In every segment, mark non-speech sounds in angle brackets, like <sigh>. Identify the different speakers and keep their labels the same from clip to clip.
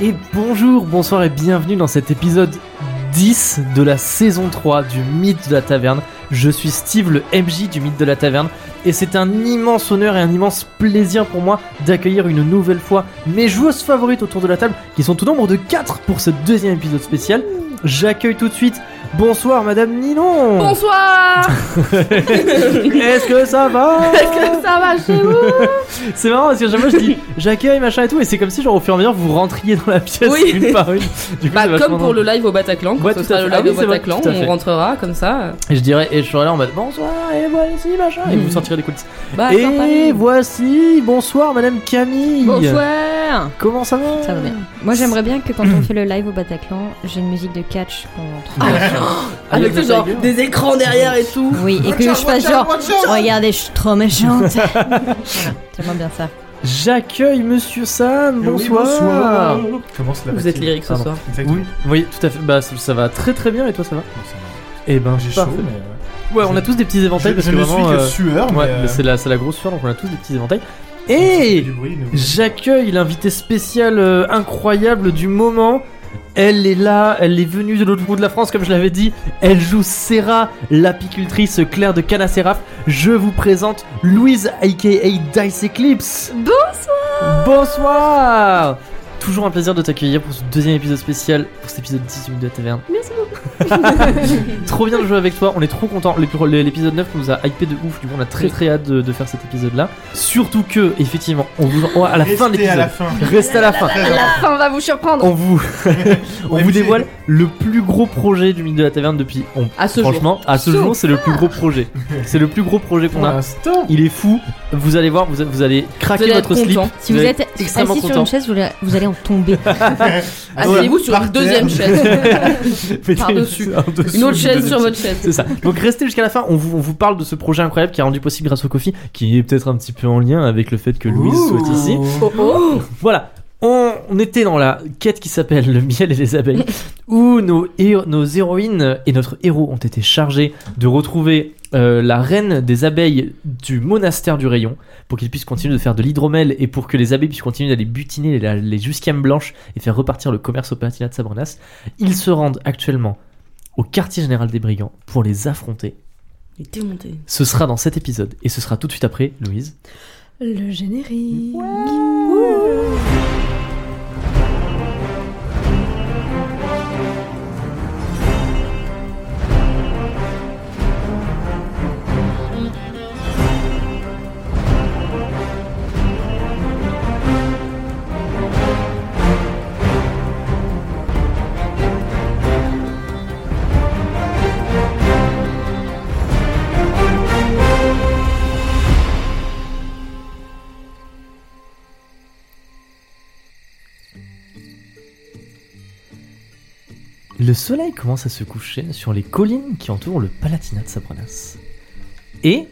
Speaker 1: Et bonjour, bonsoir et bienvenue dans cet épisode 10 de la saison 3 du Mythe de la Taverne. Je suis Steve, le MJ du Mythe de la Taverne, et c'est un immense honneur et un immense plaisir pour moi d'accueillir une nouvelle fois mes joueuses favorites autour de la table, qui sont au nombre de 4 pour ce deuxième épisode spécial. J'accueille tout de suite, bonsoir Madame Ninon <laughs>
Speaker 2: Bonsoir
Speaker 1: Est-ce que ça va
Speaker 2: <laughs> Est-ce que ça va chez vous
Speaker 1: C'est marrant parce que chaque fois je dis j'accueille machin et tout et c'est comme si genre au fur et à mesure vous rentriez dans la pièce
Speaker 2: Oui.
Speaker 1: une par une. Du coup,
Speaker 2: Bah
Speaker 1: c'est vachement
Speaker 2: comme pour le live au Bataclan, quand
Speaker 1: Ouais,
Speaker 2: ce
Speaker 1: tout à
Speaker 2: sera le
Speaker 1: fait.
Speaker 2: live
Speaker 1: Ah oui,
Speaker 2: au
Speaker 1: c'est vrai,
Speaker 2: Bataclan,
Speaker 1: tout à fait.
Speaker 2: on rentrera comme ça.
Speaker 1: Et je dirais, et je serai là en mode bonsoir, et voici machin, et vous sortirez des coulisses.
Speaker 2: Bah,
Speaker 1: et
Speaker 2: attends, Paris.
Speaker 1: voici, bonsoir madame Camille.
Speaker 2: Bonsoir
Speaker 1: Comment ça va
Speaker 3: Ça va bien. Moi j'aimerais bien que quand on fait le live au Bataclan, j'ai une musique de catch qu'on trouve.
Speaker 1: Ah
Speaker 2: Ah, oh, Avec tout genre des écrans derrière et tout.
Speaker 3: Oui, et que je fasse genre. Regardez, je suis trop méchante. Voilà, Tellement bien ça.
Speaker 1: J'accueille monsieur Sam, bonsoir.
Speaker 4: Commence la
Speaker 2: Vous êtes lyrique ce
Speaker 1: Pardon.
Speaker 2: soir.
Speaker 4: Exactement.
Speaker 1: Oui, oui, tout à fait. Bah, ça, ça va très très bien, et toi ça va
Speaker 4: Bon, ça va.
Speaker 1: Eh ben,
Speaker 4: J'ai chaud,
Speaker 1: parfait.
Speaker 4: mais. euh,
Speaker 1: Ouais, on a tous des petits éventails
Speaker 4: je
Speaker 1: parce
Speaker 4: je
Speaker 1: que
Speaker 4: ne
Speaker 1: vraiment.
Speaker 4: suis que
Speaker 1: euh,
Speaker 4: sueur,
Speaker 1: ouais,
Speaker 4: mais. euh,
Speaker 1: mais c'est la, c'est la grosse sueur, donc on a tous des petits éventails.
Speaker 4: c'est
Speaker 1: Et
Speaker 4: du bruit, nous-
Speaker 1: J'accueille l'invité spécial euh, incroyable du moment. Elle est là, elle est venue de l'autre bout de la France, comme je l'avais dit. Elle joue Serra, l'apicultrice Claire de Canacéraf. Je vous présente Louise, aka Dice Eclipse. Bonsoir Bonsoir Toujours un plaisir de t'accueillir pour ce deuxième épisode spécial, pour cet épisode 10 du Mythe de la Taverne. <laughs> trop bien de jouer avec toi, on est trop content. L'épisode 9 nous a hypé de ouf, du coup on a très très hâte de, de faire cet épisode là. Surtout que, effectivement, on vous on- à la fin de
Speaker 4: Restez à la
Speaker 1: l'épisode.
Speaker 4: fin.
Speaker 1: Restez à la fin.
Speaker 4: Très bien.
Speaker 2: Enfin, on va vous surprendre
Speaker 1: On
Speaker 4: <laughs>
Speaker 1: vous, on
Speaker 4: Ouais,
Speaker 1: vous
Speaker 4: mais-
Speaker 1: dévoile le plus gros projet du Mythe de la Taverne depuis. on-
Speaker 2: Oh, à ce jour.
Speaker 1: franchement, à ce jour, c'est le plus gros
Speaker 4: <laughs>
Speaker 1: projet. C'est le plus gros projet qu'on
Speaker 4: Pour
Speaker 1: a.
Speaker 4: l'instant.
Speaker 1: Il est fou. Vous allez voir, vous, vous allez craquer
Speaker 2: Vous allez
Speaker 1: votre
Speaker 2: être
Speaker 1: slip.
Speaker 2: content.
Speaker 3: Si vous,
Speaker 1: allez
Speaker 3: êtes
Speaker 1: être
Speaker 3: assis
Speaker 1: extrêmement
Speaker 3: sur
Speaker 1: content.
Speaker 3: une chaise, vous, la- vous allez en tomber.
Speaker 2: Asseyez-vous Ah, sur
Speaker 4: Par
Speaker 2: une deuxième
Speaker 4: terre.
Speaker 1: <laughs>
Speaker 2: chaise.
Speaker 1: Mettez
Speaker 2: par-dessus.
Speaker 1: un hein, dessous,
Speaker 2: Une autre chaise
Speaker 1: deux
Speaker 2: sur
Speaker 1: dessus.
Speaker 2: votre chaise.
Speaker 1: C'est ça. Donc restez jusqu'à la fin. On vous, on vous parle de ce projet incroyable qui est rendu possible grâce au Kofi, qui est peut-être un petit peu en lien avec le fait que Louise soit ici.
Speaker 2: Oh oh
Speaker 1: Voilà. On on était dans la quête qui s'appelle Le miel et les abeilles, où nos, hé- nos héroïnes et notre héros ont été chargés de retrouver euh, la reine des abeilles du monastère du rayon, pour qu'ils puissent continuer de faire de l'hydromel et pour que les abeilles puissent continuer d'aller butiner les, les jusquiames blanches et faire repartir le commerce au palatinat de Sabornas. Ils se rendent actuellement au quartier général des brigands pour les affronter.
Speaker 2: Il était monté.
Speaker 1: Ce sera dans cet épisode et ce sera tout de suite après, Louise.
Speaker 3: Le générique.
Speaker 1: Le soleil commence à se coucher sur les collines qui entourent le Palatinat de Sabranas. Et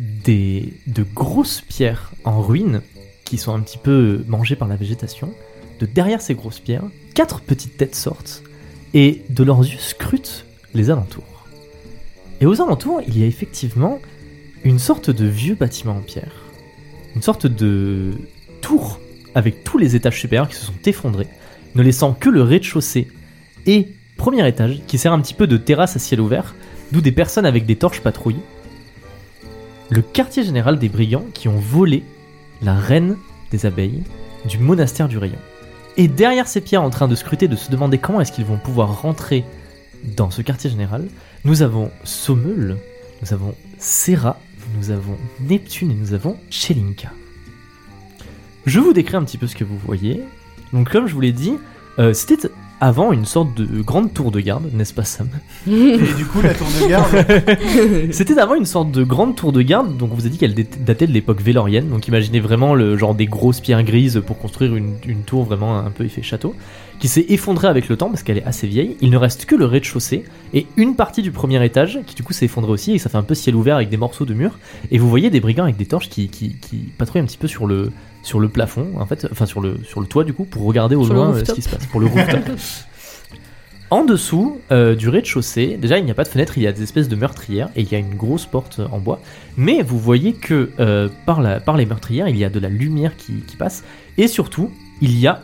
Speaker 1: des, de grosses pierres en ruine, qui sont un petit peu mangées par la végétation, de derrière ces grosses pierres, quatre petites têtes sortent et de leurs yeux scrutent les alentours. Et aux alentours, il y a effectivement une sorte de vieux bâtiment en pierre, une sorte de tour avec tous les étages supérieurs qui se sont effondrés, ne laissant que le rez-de-chaussée et premier étage qui sert un petit peu de terrasse à ciel ouvert, d'où des personnes avec des torches patrouillent. Le quartier général des brigands qui ont volé la reine des abeilles du monastère du rayon. Et derrière ces pierres en train de scruter, de se demander comment est-ce qu'ils vont pouvoir rentrer dans ce quartier général, nous avons Sommeul, nous avons Serra, nous avons Neptune et nous avons Chelinka. Je vous décris un petit peu ce que vous voyez. Donc comme je vous l'ai dit, euh, c'était avant une sorte de grande tour de garde, n'est-ce pas Sam
Speaker 4: Et du coup, la tour de garde.
Speaker 1: C'était avant une sorte de grande tour de garde, donc on vous a dit qu'elle dé- datait de l'époque vélorienne, donc imaginez vraiment le genre des grosses pierres grises pour construire une, une tour vraiment un peu effet château, qui s'est effondrée avec le temps parce qu'elle est assez vieille, il ne reste que le rez-de-chaussée et une partie du premier étage qui du coup s'est effondrée aussi et ça fait un peu ciel ouvert avec des morceaux de mur, et vous voyez des brigands avec des torches qui, qui, qui patrouillent un petit peu sur le, sur le plafond, en fait, enfin sur le, sur le toit du coup, pour regarder au
Speaker 2: Sur le
Speaker 1: loin euh, ce
Speaker 2: rooftop.
Speaker 1: qui se passe, pour le rooftop.
Speaker 2: <laughs>
Speaker 1: En dessous euh, du rez-de-chaussée, déjà il n'y a pas de fenêtre, il y a des espèces de meurtrières et il y a une grosse porte euh, en bois. Mais vous voyez que euh, par, la, par les meurtrières, il y a de la lumière qui, qui passe et surtout, il y a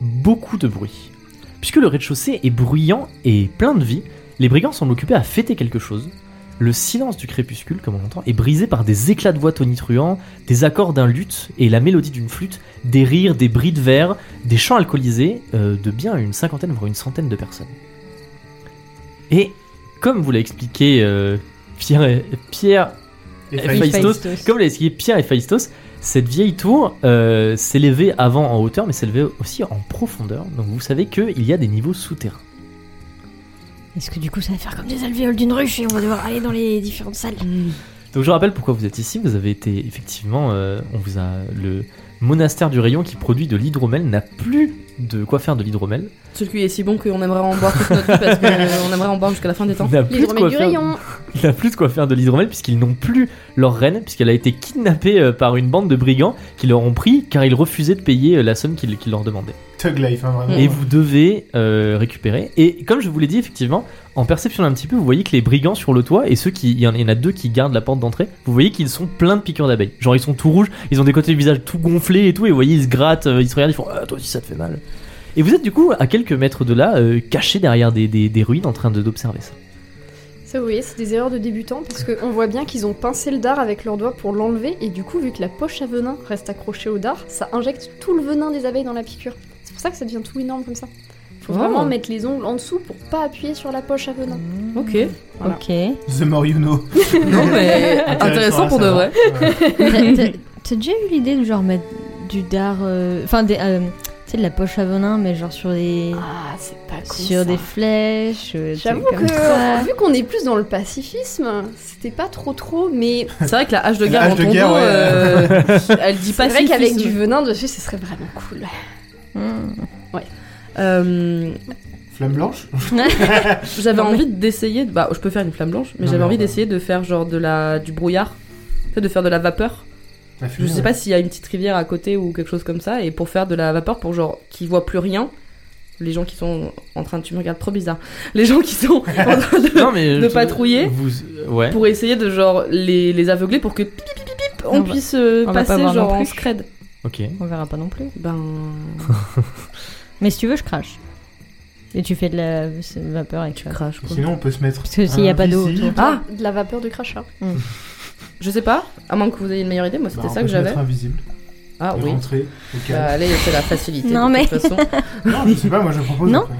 Speaker 1: beaucoup de bruit. Puisque le rez-de-chaussée est bruyant et plein de vie, les brigands semblent occupés à fêter quelque chose. Le silence du crépuscule, comme on l'entend, est brisé par des éclats de voix tonitruants, des accords d'un luth et la mélodie d'une flûte, des rires, des bris de verre, des chants alcoolisés euh, de bien une cinquantaine voire une centaine de personnes. Et comme vous l'a expliqué euh, Pierre, et- Pierre
Speaker 4: Et
Speaker 1: et
Speaker 4: Faïs-
Speaker 1: Héphaïstos.
Speaker 3: Héphaïstos.
Speaker 1: comme l'a expliqué Pierre et Phaistos, cette vieille tour euh, s'élevait avant en hauteur, mais s'élevait aussi en profondeur. Donc vous savez qu'il y a des niveaux souterrains.
Speaker 3: Est-ce que du coup ça va faire comme des alvéoles d'une ruche et on va devoir aller dans les différentes salles
Speaker 1: Donc je rappelle pourquoi vous êtes ici. Vous avez été effectivement, euh, on vous a le monastère du rayon qui produit de l'hydromel n'a plus de quoi faire de l'hydromel.
Speaker 2: Celui qui est si bon qu'on aimerait en boire toute notre vie parce qu'on aimerait en boire jusqu'à la fin
Speaker 1: <laughs>
Speaker 2: des temps.
Speaker 1: n'a
Speaker 3: Les
Speaker 1: plus de quoi
Speaker 3: du
Speaker 1: faire.
Speaker 3: rayon
Speaker 1: <laughs> Il n'a plus de quoi faire de l'hydromel puisqu'ils n'ont plus leur reine puisqu'elle a été kidnappée euh, par une bande de brigands qui leur ont pris car ils refusaient de payer euh, la somme qu'ils qu'ils leur demandaient.
Speaker 4: Thug Life, hein, vraiment.
Speaker 1: et vous devez euh, récupérer. Et comme je vous l'ai dit, effectivement, en perception un petit peu, vous voyez que les brigands sur le toit, et ceux qui, il y en il y en a deux qui gardent la porte d'entrée, vous voyez qu'ils sont pleins de piqûres d'abeilles. Genre ils sont tout rouges, ils ont des côtés du visage tout gonflés et tout, et vous voyez ils se grattent, euh, ils se regardent, ils font ah, toi aussi ça te fait mal. Et vous êtes du coup à quelques mètres de là, euh, cachés derrière des, des- des ruines en train de- d'observer ça.
Speaker 5: Ça, vous voyez, c'est des erreurs de débutants parce qu'on voit bien qu'ils ont pincé le dard avec leurs doigts pour l'enlever et du coup, vu que la poche à venin reste accrochée au dard, ça injecte tout le venin des abeilles dans la piqûre. C'est pour ça que ça devient tout énorme comme ça. Faut
Speaker 2: Oh.
Speaker 5: vraiment mettre les ongles en dessous pour pas appuyer sur la poche à venin.
Speaker 2: Ok.
Speaker 5: Voilà.
Speaker 3: Ok. T'as-
Speaker 4: The more you know.
Speaker 2: Non mais intéressant
Speaker 4: à
Speaker 2: pour de
Speaker 4: savoir.
Speaker 2: vrai.
Speaker 4: Ouais.
Speaker 3: T'as t'as déjà eu l'idée de genre mettre du dard. euh, Enfin, des, euh, tu sais, de la poche à venin, mais genre sur des.
Speaker 5: Ah, c'est pas cool.
Speaker 3: sur des flèches. euh, tu sais,
Speaker 5: J'avoue
Speaker 3: comme
Speaker 5: que,
Speaker 3: ça.
Speaker 5: vu qu'on est plus dans le pacifisme, c'était pas trop trop, mais
Speaker 2: C'est vrai que la hache de
Speaker 4: La
Speaker 2: guerre
Speaker 4: hache
Speaker 2: en
Speaker 4: de
Speaker 2: ton
Speaker 4: guerre,
Speaker 2: dos,
Speaker 4: ouais.
Speaker 2: euh, elle dit
Speaker 5: c'est
Speaker 2: pas
Speaker 5: vrai qu'avec du venin dessus, ce serait vraiment cool.
Speaker 3: Hmm.
Speaker 2: Euh,
Speaker 4: Flamme blanche
Speaker 2: J'avais
Speaker 3: Non, mais-
Speaker 2: envie d'essayer. de- Bah, je peux faire une flamme blanche, mais
Speaker 4: Non,
Speaker 2: j'avais
Speaker 4: mais
Speaker 2: envie
Speaker 4: on va-
Speaker 2: d'essayer de faire genre de la du brouillard, Tu sais, de faire de la vapeur.
Speaker 4: La
Speaker 2: Je
Speaker 4: fumée,
Speaker 2: sais
Speaker 4: ouais.
Speaker 2: pas s'il y a une petite rivière à côté ou quelque chose comme ça, et pour faire de la vapeur pour genre qu'ils voient plus rien. Les gens qui sont en train de. Tu me regardes trop bizarre. Les gens qui sont en train <laughs> de.
Speaker 1: Non mais
Speaker 2: De
Speaker 1: je-
Speaker 2: patrouiller
Speaker 1: vous, euh, Ouais.
Speaker 2: Pour essayer de genre les, les aveugler pour que pip, pip, pip, pip, on
Speaker 3: On va-
Speaker 2: puisse euh,
Speaker 3: on va pas
Speaker 2: passer
Speaker 3: voir non
Speaker 2: genre en
Speaker 3: plus.
Speaker 2: scred.
Speaker 1: Ok.
Speaker 3: On verra pas non plus.
Speaker 2: Ben.
Speaker 3: Mais si tu veux, je crache. Et tu fais de la vapeur et tu vas-
Speaker 2: Crash quoi.
Speaker 4: Sinon, on peut se mettre.
Speaker 3: Parce que s'il y a pas d'eau
Speaker 4: invisible.
Speaker 3: autour.
Speaker 2: Ah
Speaker 5: De la vapeur de crachat.
Speaker 3: Ah.
Speaker 2: Je sais pas, à moins que vous ayez une meilleure idée, moi c'était
Speaker 4: Bah, on
Speaker 2: ça
Speaker 4: peut
Speaker 2: que
Speaker 4: se mettre
Speaker 2: j'avais.
Speaker 4: invisible.
Speaker 2: Ah
Speaker 4: Et
Speaker 2: oui.
Speaker 4: rentrer au
Speaker 2: Bah,
Speaker 4: calme.
Speaker 2: allez, c'est la facilité.
Speaker 3: Non,
Speaker 2: de
Speaker 3: mais-
Speaker 2: toute façon.
Speaker 4: Non, je sais pas, moi je propose.
Speaker 3: Non.
Speaker 4: après.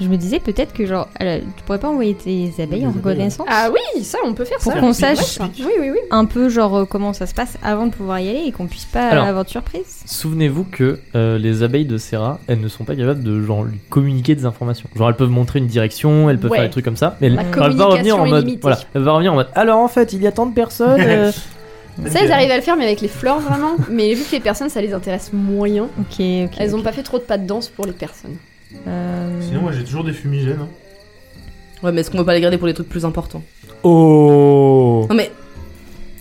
Speaker 3: Je me disais peut-être que genre, elle, tu pourrais pas envoyer tes abeilles en
Speaker 4: abeilles,
Speaker 3: reconnaissance
Speaker 5: Ah oui, ça, on peut faire
Speaker 3: Pour
Speaker 5: ça.
Speaker 3: qu'on
Speaker 5: Ouais,
Speaker 3: sache
Speaker 5: ça. Oui, oui, oui.
Speaker 3: un peu genre euh, comment ça se passe avant de pouvoir y aller et qu'on puisse pas
Speaker 1: Alors.
Speaker 3: avoir de surprise.
Speaker 1: Souvenez-vous que euh, les abeilles de Serra, elles ne sont pas capables de genre lui communiquer des informations. Genre elles peuvent montrer une direction, elles peuvent
Speaker 5: Ouais.
Speaker 1: faire des trucs comme ça, mais elles,
Speaker 5: La
Speaker 1: genre, elles vont
Speaker 5: communication
Speaker 1: revenir en
Speaker 5: est
Speaker 1: mode
Speaker 5: limitée.
Speaker 1: voilà, elles vont revenir en mode ah, alors en fait, il y a tant de personnes <laughs> euh,
Speaker 5: Ça, ils arrivent à le faire, mais avec les fleurs vraiment. mais vu que les personnes, ça les intéresse moyen.
Speaker 3: Ok, ok.
Speaker 5: Elles ont pas fait trop de pas de danse pour les personnes.
Speaker 3: Euh,
Speaker 4: Sinon, moi j'ai toujours des fumigènes. hein.
Speaker 2: Ouais, mais est-ce qu'on peut pas les garder pour les trucs plus importants
Speaker 1: Oh
Speaker 2: Non, mais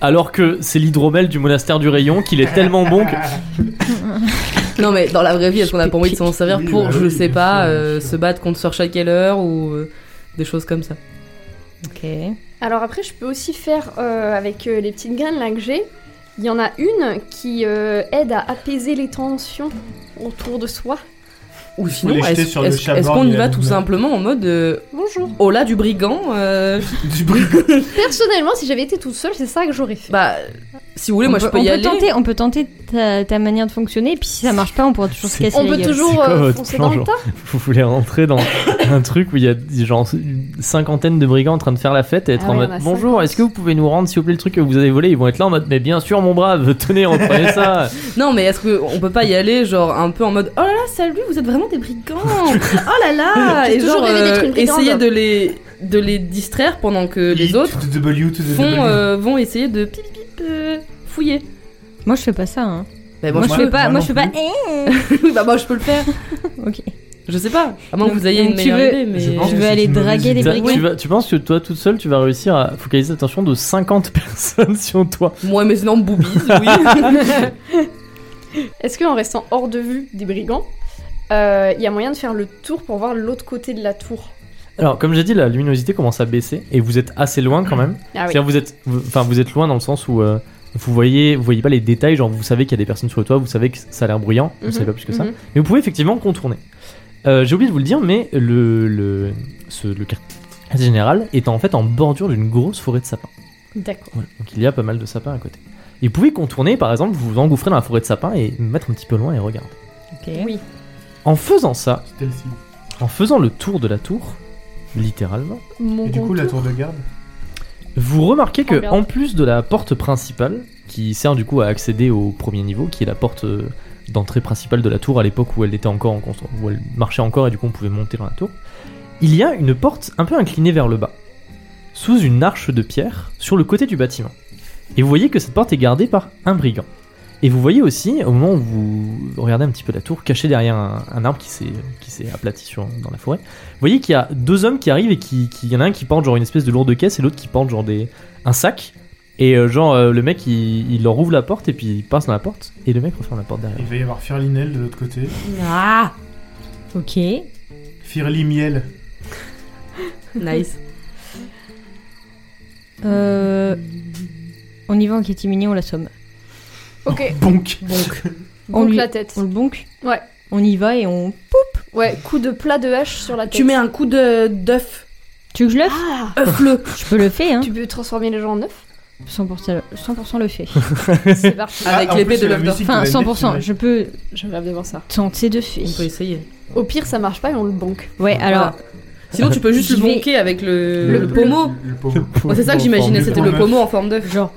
Speaker 1: Alors que c'est l'hydromel du monastère du rayon qu'il est tellement bon
Speaker 5: <laughs>
Speaker 1: que
Speaker 2: Non mais dans la vraie vie, est-ce qu'on a pas envie de s'en servir
Speaker 4: Oui,
Speaker 2: pour,
Speaker 4: bah
Speaker 2: je
Speaker 4: oui,
Speaker 2: sais
Speaker 4: bien
Speaker 2: pas,
Speaker 4: sûr, bien
Speaker 2: euh,
Speaker 4: sûr.
Speaker 2: se battre contre Sir Shackler ou euh, des choses comme ça
Speaker 3: Ok.
Speaker 5: Alors après, je peux aussi faire euh, avec euh, les petites graines là que j'ai. Il y en a une qui euh, aide à apaiser les tensions autour de soi.
Speaker 2: Ou sinon,
Speaker 4: les jeter
Speaker 2: est-ce
Speaker 4: sur le
Speaker 2: est-ce-
Speaker 4: chat
Speaker 2: est-ce
Speaker 4: bord
Speaker 2: qu'on
Speaker 4: du
Speaker 2: y va
Speaker 4: Lac
Speaker 2: tout
Speaker 4: Blanc.
Speaker 2: simplement en mode euh,
Speaker 5: Bonjour.
Speaker 2: oh là du brigand euh,
Speaker 4: Du bruit.
Speaker 5: Personnellement, si j'avais été toute seule, c'est ça que j'aurais fait.
Speaker 2: Bah, si vous voulez,
Speaker 3: on
Speaker 2: moi
Speaker 3: peut,
Speaker 2: je peux
Speaker 3: on
Speaker 2: y
Speaker 3: peut
Speaker 2: aller.
Speaker 3: tenter, on peut tenter ta, ta manière de fonctionner et puis si ça marche pas, on pourra toujours se
Speaker 1: C'est-
Speaker 3: casser.
Speaker 5: on
Speaker 3: la
Speaker 5: peut
Speaker 3: gueule.
Speaker 1: C'est
Speaker 5: toujours
Speaker 1: quoi
Speaker 5: euh,
Speaker 1: votre
Speaker 5: foncer
Speaker 1: plan,
Speaker 5: dans le
Speaker 1: genre vous voulez rentrer dans un truc où il y a genre une cinquantaine de brigands en train de faire la fête et être
Speaker 5: Ah
Speaker 1: en
Speaker 5: ouais,
Speaker 1: mode
Speaker 5: on a
Speaker 1: bonjour,
Speaker 5: 50.
Speaker 1: est-ce que vous pouvez nous rendre s'il vous plaît le truc que vous avez volé Ils vont être là en mode mais bien sûr mon brave, tenez, reprenez
Speaker 5: <laughs>
Speaker 1: ça.
Speaker 2: Non, mais est-ce qu'on peut pas y aller genre un peu en mode oh là là, salut, vous êtes vraiment des <laughs> brigands Oh là là
Speaker 5: J'ai
Speaker 2: Et
Speaker 5: toujours
Speaker 2: genre euh,
Speaker 5: rêvé d'être une brigande.
Speaker 2: essayer de les de les distraire pendant que les autres
Speaker 4: <laughs> To the W, to the
Speaker 2: font
Speaker 4: W.
Speaker 2: euh, vont essayer de pip pip euh, fouiller.
Speaker 3: Moi je fais pas ça. Hein.
Speaker 2: Bah,
Speaker 3: Moi,
Speaker 4: moi,
Speaker 3: je fais pas. Moi
Speaker 4: moi non
Speaker 3: je fais pas. eh,
Speaker 2: je- <laughs> bah moi je peux le faire.
Speaker 3: ok.
Speaker 2: Je sais pas, à moins que
Speaker 3: Donc-
Speaker 2: vous ayez
Speaker 3: donc
Speaker 2: une
Speaker 3: tu
Speaker 2: meilleure
Speaker 3: veux-
Speaker 2: idée, mais
Speaker 4: je pense
Speaker 3: Tu
Speaker 4: que
Speaker 3: veux
Speaker 4: c'est
Speaker 3: aller
Speaker 4: une mauvaise
Speaker 3: draguer les
Speaker 4: idée.
Speaker 1: T'as-
Speaker 3: brigands
Speaker 1: Tu, vas- tu penses que toi toute seule tu vas réussir à focaliser l'attention de 50 <laughs> personnes sur toi
Speaker 2: moi mes énormes <laughs> boobies, oui.
Speaker 5: Est-ce qu'en restant hors de vue des brigands, euh, il y a moyen de faire le tour pour voir l'autre côté de la tour
Speaker 1: Alors comme j'ai dit la luminosité commence à baisser et vous êtes assez loin quand même.
Speaker 5: Ah oui.
Speaker 1: C'est-à-dire vous êtes, vous- enfin vous êtes loin dans le sens où euh, Vous voyez, vous voyez pas les détails, genre vous savez qu'il y a des personnes sur le toit, vous savez que ça a l'air bruyant, vous
Speaker 5: Mhm,
Speaker 1: savez pas plus que ça.
Speaker 5: mhm.
Speaker 1: Mais vous pouvez effectivement contourner. Euh, J'ai oublié de vous le dire, mais le, le, ce- le quartier général est en fait en bordure d'une grosse forêt de sapins.
Speaker 5: D'accord.
Speaker 1: Voilà, donc il y a pas mal de sapins à côté. Et vous pouvez contourner, par exemple, vous vous engouffrer dans la forêt de sapins et mettre un petit peu loin et regarder.
Speaker 5: Oui.
Speaker 1: En faisant ça,
Speaker 4: C'était le signe.
Speaker 1: en faisant le tour de la tour, littéralement,
Speaker 5: Mon
Speaker 4: Et du coup, la tour de garde
Speaker 1: Vous remarquez que,
Speaker 5: Regarde.
Speaker 1: en plus de la porte principale, qui sert du coup à accéder au premier niveau, qui est la porte euh, d'entrée principale de la tour à l'époque où elle était encore en construction, où elle marchait encore et du coup on pouvait monter dans la tour, il y a une porte un peu inclinée vers le bas, sous une arche de pierre, sur le côté du bâtiment. Et vous voyez que cette porte est gardée par un brigand. Et vous voyez aussi, au moment où vous regardez un petit peu la tour, cachée derrière un, un arbre qui s'est qui s'est aplati sur, dans la forêt, vous voyez qu'il y a deux hommes qui arrivent et qui, qui- il y en a un qui porte genre une espèce de lourde caisse et l'autre qui porte genre des, un sac. Et euh, genre euh, le mec il, il leur ouvre la porte et puis il passe dans la porte et le mec referme la porte derrière.
Speaker 4: Il va y avoir Firlinel de l'autre côté.
Speaker 2: Ah
Speaker 3: Ok.
Speaker 4: Firlimiel.
Speaker 2: Nice.
Speaker 3: Euh, on y va en catimini, on la somme.
Speaker 5: Ok,
Speaker 4: Bonk.
Speaker 2: Donc,
Speaker 3: On
Speaker 5: donc
Speaker 3: lui-
Speaker 5: la tête.
Speaker 3: On le bonque
Speaker 5: Ouais.
Speaker 3: On y va et on.
Speaker 5: Ouais, coup de plat de hache sur la tête.
Speaker 2: tu mets un coup de d'œuf.
Speaker 3: Tu veux que je le fasse
Speaker 5: Ah
Speaker 2: Œuf-le
Speaker 3: Je peux le faire, hein.
Speaker 5: Tu peux transformer les gens en
Speaker 2: <laughs>
Speaker 5: neuf
Speaker 3: 100%, le- 100 le <laughs> fait.
Speaker 5: C'est parti.
Speaker 2: Avec
Speaker 4: en
Speaker 2: l'épée
Speaker 4: plus,
Speaker 2: de
Speaker 4: c'est la
Speaker 2: l'homme d'or.
Speaker 4: musique de
Speaker 3: Enfin,
Speaker 4: la NF,
Speaker 3: 100%.
Speaker 4: c'est
Speaker 3: Je peux
Speaker 5: Je rêve de voir ça.
Speaker 3: tenter de faire.
Speaker 2: On peut essayer. Ah.
Speaker 5: Au pire, ça marche pas et on le banque.
Speaker 3: Ouais, alors.
Speaker 2: Sinon, tu peux juste
Speaker 3: J'y
Speaker 2: le
Speaker 3: vais.
Speaker 2: bonquer avec le,
Speaker 4: vrai.
Speaker 2: le pommeau.
Speaker 4: Le pommeau.
Speaker 2: Ouais, c'est ça que j'imaginais,
Speaker 4: forme
Speaker 2: c'était
Speaker 4: de
Speaker 2: le
Speaker 4: pommeau.
Speaker 2: pommeau en forme d'œuf.
Speaker 3: Genre.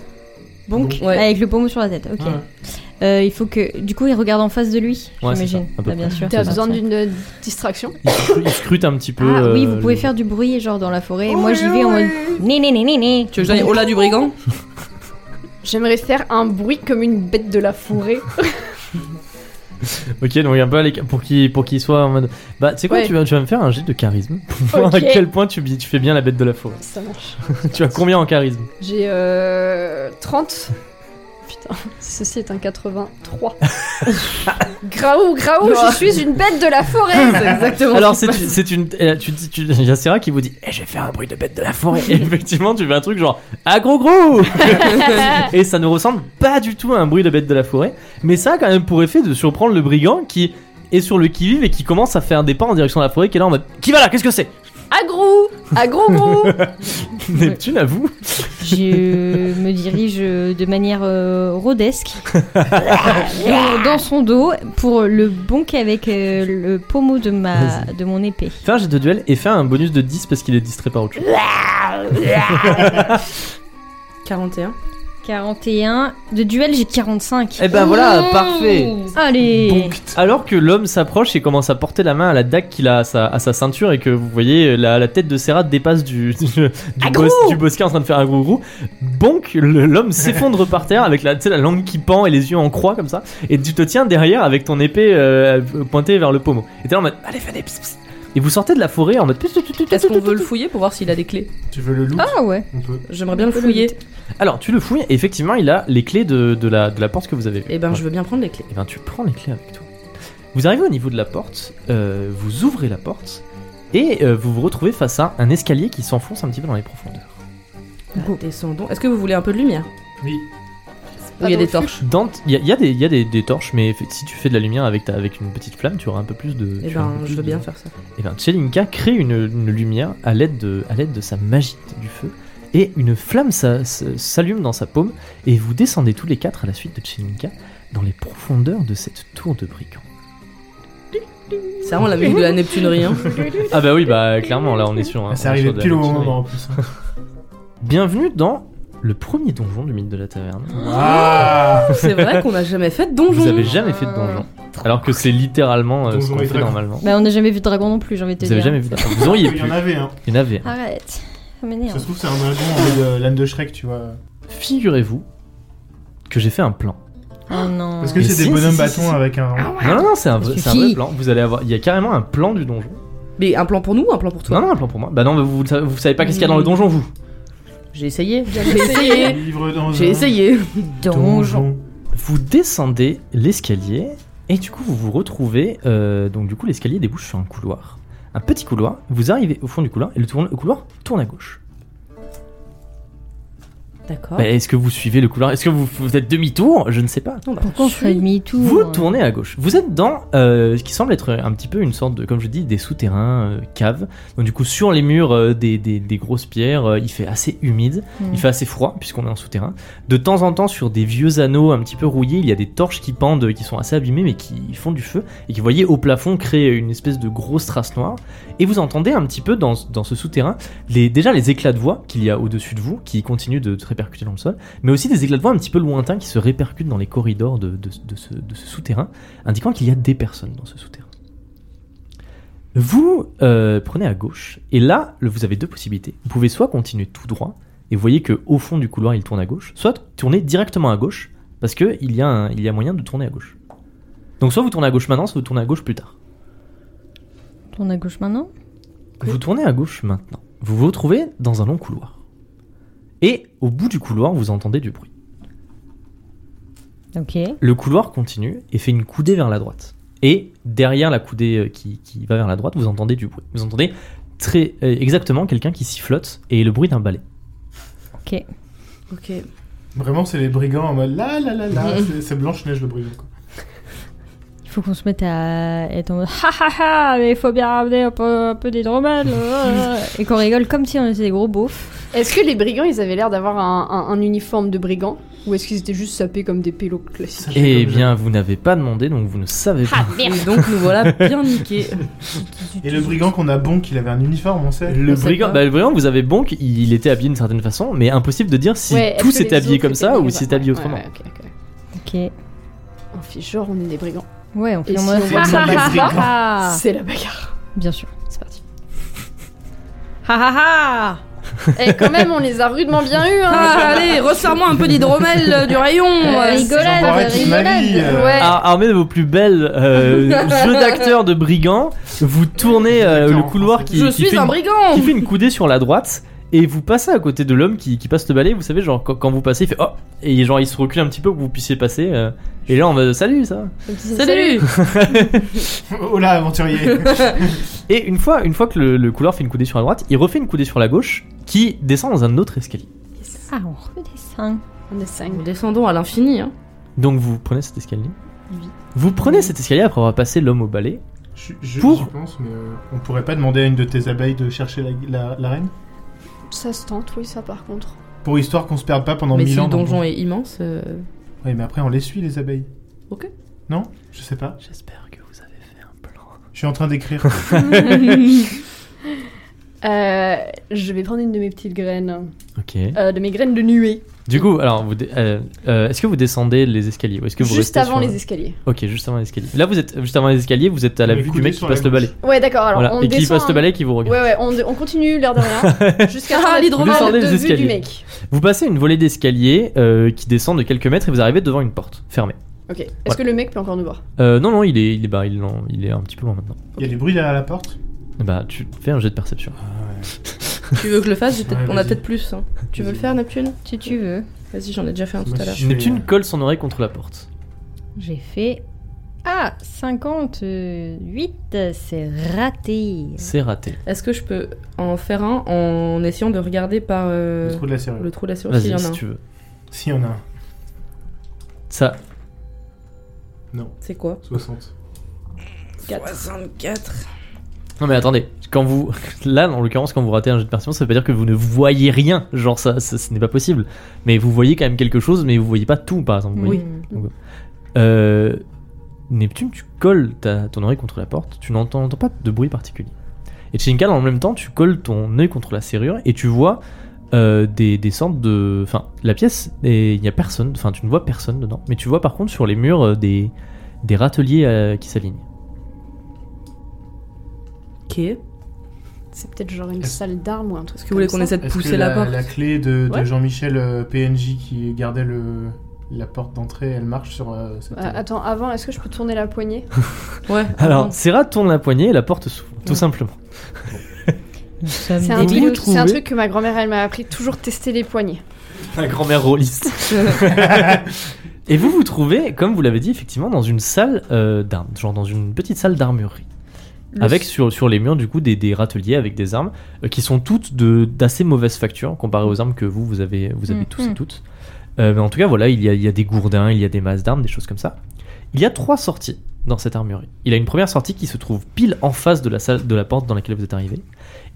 Speaker 3: Bonk
Speaker 2: Ouais.
Speaker 3: avec le pommeau sur la tête, ok.
Speaker 4: Ouais.
Speaker 3: Euh, il faut que. Du coup, il regarde en face de lui,
Speaker 1: Ouais, c'est
Speaker 3: j'imagine.
Speaker 1: ça, à peu
Speaker 3: Bah, bien
Speaker 1: près.
Speaker 3: sûr.
Speaker 5: T'as
Speaker 3: c'est
Speaker 5: besoin
Speaker 3: ça.
Speaker 5: d'une euh, distraction
Speaker 1: Il, scru- il scrute un petit peu.
Speaker 3: Ah oui, vous
Speaker 1: euh,
Speaker 3: pouvez
Speaker 1: le-
Speaker 3: faire du bruit, genre dans la forêt. et moi, j'y vais en mode. Né, né, né, né, né.
Speaker 2: Tu veux oh que j'aille au là du brigand
Speaker 5: J'aimerais faire un bruit comme une bête de la forêt.
Speaker 1: Ok, donc un peu à l'écart pour qu'il pour qu'il soit en mode. Bah, tu sais quoi,
Speaker 5: Ouais.
Speaker 1: tu, vas, tu vas me faire un jet de charisme pour voir
Speaker 5: Ok.
Speaker 1: à quel point tu, bi- tu fais bien la bête de la forêt. <laughs>
Speaker 5: <laughs> ça marche.
Speaker 1: tu as combien en charisme
Speaker 5: J'ai euh, 30. Putain, ceci est
Speaker 2: <laughs>
Speaker 5: un 83. graou, graou, je suis une bête de la forêt
Speaker 2: C'est <laughs> exactement
Speaker 1: Alors,
Speaker 2: ce qui
Speaker 1: c'est
Speaker 2: se passe.
Speaker 1: c'est une. euh, tu- tu- tu- Il y a Sarah qui vous dit Eh, je vais faire un bruit de bête de la forêt. <laughs> Et effectivement, tu fais un truc genre Ah, gros
Speaker 2: <laughs>
Speaker 1: gros Et ça ne ressemble pas du tout à un bruit de bête de la forêt. Mais ça a quand même pour effet de surprendre le brigand qui est sur le qui-vive et qui commence à faire des pas en direction de la forêt qui est là en mode Qui va là Qu'est-ce que c'est
Speaker 5: Agrou Agrou, grou
Speaker 1: <laughs> Neptune, à vous
Speaker 3: Je me dirige euh, de manière euh, rodesque dans- dans son dos pour le bonk avec euh, le pommeau de, ma, de mon épée.
Speaker 1: Fais un jet de duel et fais un bonus de 10 parce qu'il est distrait par autre chose.
Speaker 2: 41.
Speaker 3: 41. De duel, j'ai 45.
Speaker 1: Eh ben voilà, parfait
Speaker 3: Allez
Speaker 1: Alors que l'homme s'approche et commence à porter la main à la dague qu'il a à sa, à sa ceinture et que vous voyez la, la tête de Serra dépasse du, <laughs> du, du,
Speaker 2: Ah,
Speaker 1: boss, du bosquet en train de faire un gros gros, bonk, le- l'homme s'effondre par terre avec la, tu sais, la langue qui pend et les yeux en croix comme ça, et tu te tiens derrière avec ton épée euh, pointée vers le pommeau. Et t'es là en mode, allez, venez, pss, pss. Et vous sortez de la forêt en mode... pss, pss, pss,
Speaker 2: Est-ce
Speaker 1: pss,
Speaker 2: qu'on
Speaker 1: pss,
Speaker 2: veut le
Speaker 1: pss.
Speaker 2: fouiller pour voir s'il a des clés
Speaker 4: Tu veux le loup
Speaker 3: Ah ouais
Speaker 4: On peut.
Speaker 2: J'aimerais bien le
Speaker 5: On peut le
Speaker 2: fouiller.
Speaker 1: Alors tu le fouilles, et effectivement il a les clés de, de la, de la porte que vous avez vue.
Speaker 2: Eh ben, je veux bien prendre les clés.
Speaker 1: Et ben tu prends les clés avec toi. Vous arrivez au niveau de la porte, euh, vous ouvrez la porte et euh, vous vous retrouvez face à un escalier qui s'enfonce un petit peu dans les profondeurs.
Speaker 2: Bah, Descendons. Est-ce que vous voulez un peu de lumière
Speaker 4: Oui.
Speaker 2: Ou il y a
Speaker 5: dans
Speaker 2: des
Speaker 5: le
Speaker 2: torches
Speaker 1: Dans- Il y a, il y a des, il y a des- des torches, mais fait- si tu fais de la lumière avec, ta- avec une petite flamme, tu auras un peu plus de.
Speaker 2: Eh
Speaker 1: tu auras un
Speaker 2: ben,
Speaker 1: peu
Speaker 2: je
Speaker 1: plus
Speaker 2: veux bien
Speaker 1: de-
Speaker 2: faire ça.
Speaker 1: Et bien, Tchelinka crée une, une lumière à l'aide de, à l'aide de sa magie du feu. Et une flamme s'a- s- s'allume dans sa paume. Et vous descendez tous les quatre à la suite de Tchelinka dans les profondeurs de cette tour de brigand.
Speaker 2: Ça, on la musique de la Neptunerie. hein.
Speaker 5: <laughs>
Speaker 1: Ah, bah oui, bah clairement, là on est sur un.
Speaker 4: Ça
Speaker 1: on est
Speaker 4: arrivait
Speaker 1: sur de la
Speaker 4: pile au
Speaker 1: machinerie.
Speaker 4: moment en plus. hein.
Speaker 1: Bienvenue dans le premier donjon du mythe de la taverne.
Speaker 4: Ah
Speaker 2: C'est vrai qu'on n'a jamais fait de
Speaker 1: Vous
Speaker 2: donjon.
Speaker 1: avez jamais fait de donjon. Alors que c'est littéralement euh, ce
Speaker 4: Donjon
Speaker 1: qu'on
Speaker 4: et
Speaker 1: fait
Speaker 4: dragon.
Speaker 1: normalement.
Speaker 3: Bah on n'a jamais vu de dragon non plus, j'ai envie de te
Speaker 1: Vous avez
Speaker 3: dire.
Speaker 1: jamais vu de Vous auriez
Speaker 4: <laughs> Il
Speaker 1: pu.
Speaker 4: y en avait un.
Speaker 1: Il y en avait.
Speaker 3: Ah.
Speaker 1: un.
Speaker 3: Arrête Ça
Speaker 4: Ça
Speaker 3: m'énerve.
Speaker 4: se trouve, c'est un dragon en mode euh, l'âne de Shrek, tu vois.
Speaker 1: Figurez-vous que j'ai fait un plan.
Speaker 3: Oh non.
Speaker 4: Parce que
Speaker 1: Mais
Speaker 4: c'est
Speaker 1: si,
Speaker 4: des bonhommes
Speaker 1: si, si,
Speaker 4: bâtons
Speaker 1: si.
Speaker 4: avec un.
Speaker 1: Non, non, non, c'est un, vrai- c'est
Speaker 3: Ça
Speaker 1: un vrai
Speaker 3: suffit.
Speaker 1: plan. Vous allez avoir. Il y a carrément un plan du donjon.
Speaker 2: Mais un plan pour nous ou un plan pour toi
Speaker 1: Non, non, un plan pour moi. Bah non, mais vous, le savez- vous savez pas qu'est-ce qu'il y a dans le donjon, vous.
Speaker 2: J'ai essayé. J'ai essayé.
Speaker 4: Livre dans
Speaker 2: J'ai
Speaker 1: Ah.
Speaker 4: un
Speaker 2: essayé.
Speaker 3: Donjon.
Speaker 1: Vous descendez l'escalier et du coup vous vous retrouvez. euh, donc du coup l'escalier débouche sur un couloir, un petit couloir. Vous arrivez au fond du couloir et le, tourne- le couloir tourne à gauche.
Speaker 2: D'accord.
Speaker 1: Mais Est-ce que vous suivez le couloir Est-ce que vous, vous êtes demi-tour Je ne sais pas.
Speaker 2: Non, bah,
Speaker 3: Pourquoi on
Speaker 2: je
Speaker 3: ferait
Speaker 2: suis-
Speaker 3: demi-tour
Speaker 1: Vous
Speaker 3: hein
Speaker 1: tournez à gauche. Vous êtes dans euh, ce qui semble être un petit peu une sorte de, comme je dis, des souterrains, euh, caves. Donc du coup, sur les murs, euh, des, des- des grosses pierres, euh, il fait assez humide,
Speaker 3: Mm.
Speaker 1: il fait assez froid, puisqu'on est en souterrain. De temps en temps, sur des vieux anneaux un petit peu rouillés, il y a des torches qui pendent, euh, qui sont assez abîmées, mais qui font du feu, et qui, vous voyez, au plafond, créent une espèce de grosse trace noire. Et vous entendez un petit peu dans, ce- dans ce souterrain, les, déjà les éclats de voix qu'il y a au-dessus de vous, qui continuent de se répercuter dans le sol mais aussi des éclats de voix un petit peu lointains qui se répercutent dans les corridors de, de- de ce, de ce souterrain, indiquant qu'il y a des personnes dans ce souterrain. Vous euh, prenez à gauche, et là, le- vous avez deux possibilités. Vous pouvez soit continuer tout droit, et vous voyez qu'au fond du couloir, il tourne à gauche, soit tourner directement à gauche, parce qu'il y, a un- il y a moyen de tourner à gauche. Donc soit vous tournez à gauche maintenant, soit vous tournez à gauche plus tard.
Speaker 3: Tourne à gauche maintenant
Speaker 1: Vous tournez à gauche maintenant. Vous vous retrouvez dans un long couloir. Et au bout du couloir, vous entendez du bruit.
Speaker 3: Ok.
Speaker 1: Le couloir continue et fait une coudée vers la droite. Et derrière la coudée euh, qui, qui va vers la droite, vous entendez du bruit. Vous entendez très euh, exactement quelqu'un qui sifflote et le bruit d'un balai.
Speaker 2: Ok.
Speaker 4: Vraiment, c'est les brigands en mode là là là là.
Speaker 2: Mhm.
Speaker 4: c'est- C'est Blanche-Neige le brigand. quoi.
Speaker 3: Il faut qu'on se mette à être en mode ha ha ha, mais il faut bien ramener un peu, un peu des dromades. euh, euh. et qu'on rigole comme si on était des gros beaufs.
Speaker 5: Est-ce que les brigands, ils avaient l'air d'avoir un, un- un uniforme de brigands Ou est-ce qu'ils étaient juste sapés comme des pélos classiques
Speaker 4: Ça, je fais
Speaker 1: Eh
Speaker 4: comme ça.
Speaker 1: bien, vous n'avez pas demandé, donc vous ne savez pas.
Speaker 2: Et donc nous voilà bien niqués.
Speaker 4: Et le brigand qu'on a bon, qu'il avait un uniforme,
Speaker 1: <laughs>
Speaker 4: on sait.
Speaker 1: Le
Speaker 2: On sait
Speaker 1: brigand,
Speaker 2: pas.
Speaker 1: bah, le brigand, vous avez bon qu'il était habillé d'une certaine façon, mais impossible de dire si
Speaker 5: Ouais, est-ce
Speaker 1: tous
Speaker 5: que les
Speaker 1: étaient habillés
Speaker 5: autres
Speaker 1: comme ça
Speaker 5: étaient
Speaker 1: ou
Speaker 5: brigands
Speaker 1: s'étaient habillés
Speaker 5: Ouais,
Speaker 1: autrement.
Speaker 5: ouais, ok, ok.
Speaker 3: Ok.
Speaker 5: On fait genre, on est des brigands.
Speaker 3: Ouais, on fait
Speaker 5: Et
Speaker 3: en
Speaker 5: si
Speaker 3: mode
Speaker 5: on
Speaker 4: voit
Speaker 3: ha
Speaker 4: que
Speaker 3: ha
Speaker 4: c'est des
Speaker 3: ha
Speaker 4: brigands
Speaker 3: ha.
Speaker 5: C'est la bagarre.
Speaker 3: Bien sûr.
Speaker 5: C'est parti.
Speaker 2: Ha ha ha
Speaker 3: Eh,
Speaker 5: Et quand même, on les a rudement bien eu,
Speaker 2: Ah, <laughs>
Speaker 5: hein
Speaker 2: allez, resserre-moi un peu d'hydromel euh, du rayon.
Speaker 3: Euh,
Speaker 2: Ouais,
Speaker 3: rigolade,
Speaker 4: Jean Barret qui
Speaker 5: rigolade.
Speaker 4: m'habille, euh.
Speaker 5: Ouais.
Speaker 1: Ar- Ah, Armé de vos plus belles euh, jeux d'acteurs de brigands, vous tournez euh, le couloir qui,
Speaker 2: Je
Speaker 1: qui fait
Speaker 2: suis
Speaker 1: une
Speaker 2: un brigand.
Speaker 1: qui fait une coudée sur la droite et vous passez à côté de l'homme qui, qui passe le balai. Vous savez, genre quand, quand vous passez, il fait oh et genre il se recule un petit peu pour que vous puissiez passer. euh, et là on va salut ça.
Speaker 2: Salut.
Speaker 4: <laughs> Oh là, aventurier
Speaker 1: Et une fois, une fois que le, le couloir fait une coudée sur la droite, il refait une coudée sur la gauche qui descend dans un autre escalier.
Speaker 3: Ah, on redescend.
Speaker 5: On est cinq.
Speaker 2: <laughs> Nous descendons à l'infini. Hein.
Speaker 1: Donc vous prenez cet escalier.
Speaker 5: Oui.
Speaker 1: Vous prenez cet escalier après avoir passé l'homme au balai.
Speaker 4: Je, je-
Speaker 1: Pour-
Speaker 4: j'y pense, mais euh, on pourrait pas demander à une de tes abeilles de chercher la, la- la reine
Speaker 5: Ça se tente, oui, ça par contre.
Speaker 4: Pour histoire qu'on se perde pas pendant
Speaker 2: Mais si
Speaker 4: mille ans.
Speaker 2: le
Speaker 4: dans le
Speaker 2: donjon
Speaker 4: monde.
Speaker 2: est immense, euh,
Speaker 4: Oui, mais après on les suit les abeilles.
Speaker 2: Ok.
Speaker 4: Non Je sais pas.
Speaker 1: J'espère que vous avez fait un plan.
Speaker 4: Je suis en train d'écrire.
Speaker 5: Euh, je vais prendre une de mes petites graines.
Speaker 1: Ok.
Speaker 5: Euh, de mes graines de nuée.
Speaker 1: Du coup, alors, vous dé- euh, euh, est-ce que vous descendez les escaliers ou est-ce que vous
Speaker 5: Juste
Speaker 1: restez
Speaker 5: avant
Speaker 1: sur-
Speaker 5: les escaliers.
Speaker 1: Ok, juste avant les escaliers. Là, vous êtes juste avant les escaliers, vous êtes à la
Speaker 4: Une
Speaker 1: vue du
Speaker 4: coudée
Speaker 1: mec qui
Speaker 4: sur la
Speaker 1: passe le
Speaker 4: gauche.
Speaker 1: balai.
Speaker 5: Ouais, d'accord, alors
Speaker 1: Voilà.
Speaker 5: on
Speaker 1: Et qui
Speaker 5: descend... hein.
Speaker 1: passe le balai, qui vous regarde.
Speaker 5: Ouais, ouais, on, on continue l'air
Speaker 1: <laughs>
Speaker 5: de rien. Jusqu'à
Speaker 2: Ah,
Speaker 5: ah,
Speaker 2: l'hydromel
Speaker 5: l'hydromel de
Speaker 1: des
Speaker 5: vue
Speaker 1: escaliers.
Speaker 5: du mec.
Speaker 1: Vous passez une volée d'escalier euh, qui descend de quelques mètres et vous arrivez devant une porte fermée.
Speaker 5: Ok. Est-ce
Speaker 1: Voilà.
Speaker 5: que le mec peut encore nous voir
Speaker 1: Euh, non, non, il est, il est, bah, il, non, il est un petit peu loin maintenant.
Speaker 4: Il y a du bruit derrière la porte
Speaker 1: Bah, tu fais un jet de perception.
Speaker 2: tu veux que je le fasse J'ai peut-être-
Speaker 4: Ouais,
Speaker 2: On a
Speaker 4: vas-y.
Speaker 2: peut-être plus. hein. Tu veux le
Speaker 4: Vas-y.
Speaker 2: faire, Neptune
Speaker 3: Si tu veux.
Speaker 2: Vas-y, j'en ai déjà fait un tout à l'heure.
Speaker 4: Je fais,
Speaker 1: Neptune
Speaker 4: euh,
Speaker 1: colle son oreille contre la porte.
Speaker 3: J'ai fait. Ah, 58, c'est raté.
Speaker 1: C'est raté.
Speaker 2: Est-ce que je peux en faire un en essayant de regarder par euh,
Speaker 4: Le trou de la serrure.
Speaker 2: le trou de la serrure s'il y
Speaker 1: Vas-y,
Speaker 2: en
Speaker 1: si
Speaker 2: a un
Speaker 1: tu veux.
Speaker 4: Si, on a un.
Speaker 1: Ça,
Speaker 2: C'est quoi
Speaker 4: 60.
Speaker 2: 64.
Speaker 1: Non mais attendez, quand vous... <laughs> Là, en l'occurrence, quand vous ratez un jeu de perception, ça veut pas dire que vous ne voyez rien. Genre, ça, ça- ce n'est pas possible. Mais vous voyez quand même quelque chose, mais vous voyez pas tout, par exemple. vous voyez.
Speaker 3: Mm.
Speaker 1: Euh, Neptune, tu colles ta, ton oreille contre la porte, tu n'entends n'entends pas de bruit particulier. Et Chinkan, en même temps, tu colles ton œil contre la serrure et tu vois euh, des, des sortes de... Enfin, la pièce, et il n'y a personne, enfin, tu ne vois personne dedans. Mais tu vois par contre sur les murs euh, des, des râteliers euh, qui s'alignent.
Speaker 2: Ok. Est-ce
Speaker 5: C'est peut-être genre une
Speaker 4: Est-ce-
Speaker 5: salle d'armes ou un truc.
Speaker 2: que vous voulez qu'on essaie de
Speaker 4: Est-ce que
Speaker 2: pousser la,
Speaker 4: la,
Speaker 2: porte
Speaker 4: la clé de, de
Speaker 2: Ouais.
Speaker 4: Jean-Michel euh, PNJ qui gardait le, la porte d'entrée, elle marche sur euh, cette...
Speaker 2: Ah,
Speaker 5: Euh, attends, avant, est-ce que je peux tourner la poignée
Speaker 1: Ah,
Speaker 2: Ouais.
Speaker 1: <laughs> Alors,
Speaker 2: attends.
Speaker 1: Serra tourne la poignée et la porte s'ouvre, tout
Speaker 2: Ah Ouais.
Speaker 1: simplement.
Speaker 3: Nous sommes
Speaker 5: C'est
Speaker 3: des
Speaker 5: un,
Speaker 1: vous
Speaker 5: truc- c'est un
Speaker 1: trouvez-
Speaker 5: truc que ma grand-mère, elle m'a appris toujours tester les poignées.
Speaker 1: <laughs> La grand-mère rôliste. Et vous vous trouvez, comme vous l'avez dit, effectivement, dans une salle euh, d'armes, genre dans une petite salle d'armurerie.
Speaker 2: Le-
Speaker 1: avec sur, sur les murs du coup des, des râteliers avec des armes euh, qui sont toutes de d'assez mauvaise facture comparées aux armes que vous vous avez vous avez
Speaker 3: Mm,
Speaker 1: tous et
Speaker 3: mm.
Speaker 1: toutes. Euh, mais en tout cas voilà il y, a, il y a des gourdins, il y a des masses d'armes, des choses comme ça. Il y a trois sorties dans cette armurerie. Il y a une première sortie qui se trouve pile en face de la salle de la porte dans laquelle vous êtes arrivé.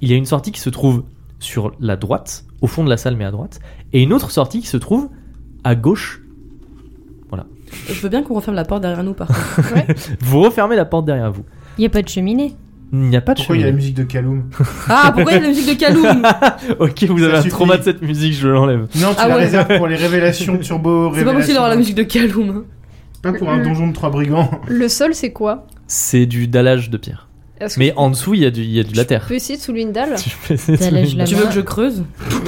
Speaker 1: Il y a une sortie qui se trouve sur la droite au fond de la salle mais à droite et une autre sortie qui se trouve à gauche.
Speaker 2: Je veux bien qu'on referme la porte derrière nous, par contre.
Speaker 1: Vous refermez la porte derrière vous.
Speaker 3: Il n'y a pas de cheminée.
Speaker 1: Il n'y a pas de
Speaker 4: Pourquoi il y a la
Speaker 1: cheminée.
Speaker 4: musique de
Speaker 1: <laughs>
Speaker 4: Kaloum
Speaker 2: ah, pourquoi il y a la musique de Kaloum
Speaker 1: ok, vous avez
Speaker 4: Ça
Speaker 1: un
Speaker 4: suffit.
Speaker 1: trauma de cette musique, je l'enlève.
Speaker 4: Non, tu
Speaker 2: Ah
Speaker 4: la
Speaker 2: ouais.
Speaker 4: réserves pour les révélations turbo
Speaker 2: C'est pas
Speaker 4: révélations.
Speaker 2: possible d'avoir la musique de Kaloum.
Speaker 4: Pas pour un donjon de trois brigands.
Speaker 5: Le sol, c'est quoi
Speaker 1: C'est du dallage de pierre.
Speaker 5: Est-ce que
Speaker 1: Mais en dessous, il y a du, il y a de la terre.
Speaker 5: je peux essayer de soulever une dalle
Speaker 1: <laughs> Tu fais- c'est-
Speaker 3: Dallage la-
Speaker 2: Tu veux que je creuse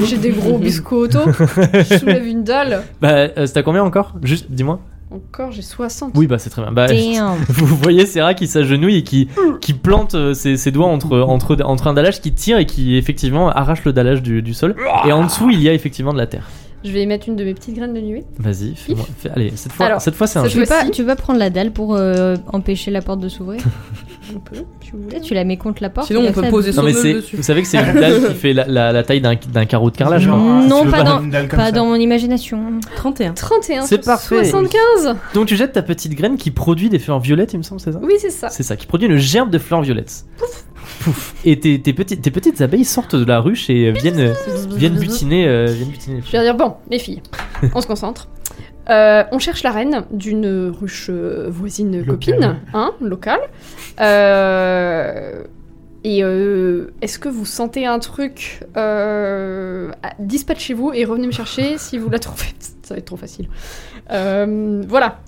Speaker 5: J'ai des gros biscuits auto. je soulève une dalle.
Speaker 1: Bah, euh, c'est à combien encore Juste, dis-moi.
Speaker 5: Encore, j'ai 60.
Speaker 1: Oui, bah c'est très bien. Bah,
Speaker 3: Damn.
Speaker 1: <laughs> vous voyez Serra qui s'agenouille et qui, qui plante euh, ses, ses doigts entre, entre, entre un dallage qui tire et qui effectivement arrache le dallage du, du sol. Et en dessous, il y a effectivement de la terre.
Speaker 5: Je vais y mettre une de mes petites graines de nuée.
Speaker 1: Vas-y, fais-moi. fais- allez, cette fois,
Speaker 5: Alors,
Speaker 1: cette fois c'est un
Speaker 5: cette
Speaker 1: jeu.
Speaker 3: Tu veux,
Speaker 5: fois-ci-
Speaker 3: pas, tu veux pas prendre la dalle pour euh, empêcher la porte de s'ouvrir
Speaker 5: On peut, si vous voulez.
Speaker 3: Peut-être tu la mets contre la porte.
Speaker 2: Sinon,
Speaker 3: et
Speaker 2: on
Speaker 3: après,
Speaker 2: peut
Speaker 3: elle-
Speaker 2: poser
Speaker 1: Non,
Speaker 2: son
Speaker 1: mais
Speaker 2: nœud
Speaker 1: c'est.
Speaker 2: dessus.
Speaker 1: Vous savez que c'est une dalle
Speaker 3: <laughs>
Speaker 1: qui fait la, la- la taille d'un d'un carreau de carrelage. quoi.
Speaker 4: Genre, ah,
Speaker 3: Non,
Speaker 4: tu veux
Speaker 3: pas dans-
Speaker 4: prendre une dalle comme
Speaker 3: Pas
Speaker 4: ça. <laughs>
Speaker 3: dans mon imagination.
Speaker 2: 31.
Speaker 5: 31
Speaker 1: C'est
Speaker 5: sur
Speaker 1: parfait.
Speaker 5: 75
Speaker 1: Donc tu jettes ta petite graine qui produit des fleurs violettes, il me semble, c'est ça
Speaker 5: Oui, c'est ça.
Speaker 1: C'est ça, qui produit une gerbe de fleurs violettes. Pouf. Et tes, tes petites, tes petites abeilles sortent de la ruche et euh, viennent, euh, viennent, butiner, euh, viennent butiner les
Speaker 5: Je vais
Speaker 1: fleurs.
Speaker 5: dire, bon, les filles, on se concentre. Euh, on cherche la reine d'une ruche euh, voisine copine, hein, locale. Euh, et euh, est-ce que vous sentez un truc euh, à- Dispatchez-vous et revenez me chercher si vous la trouvez. <laughs> Ça va être trop facile. Euh, voilà.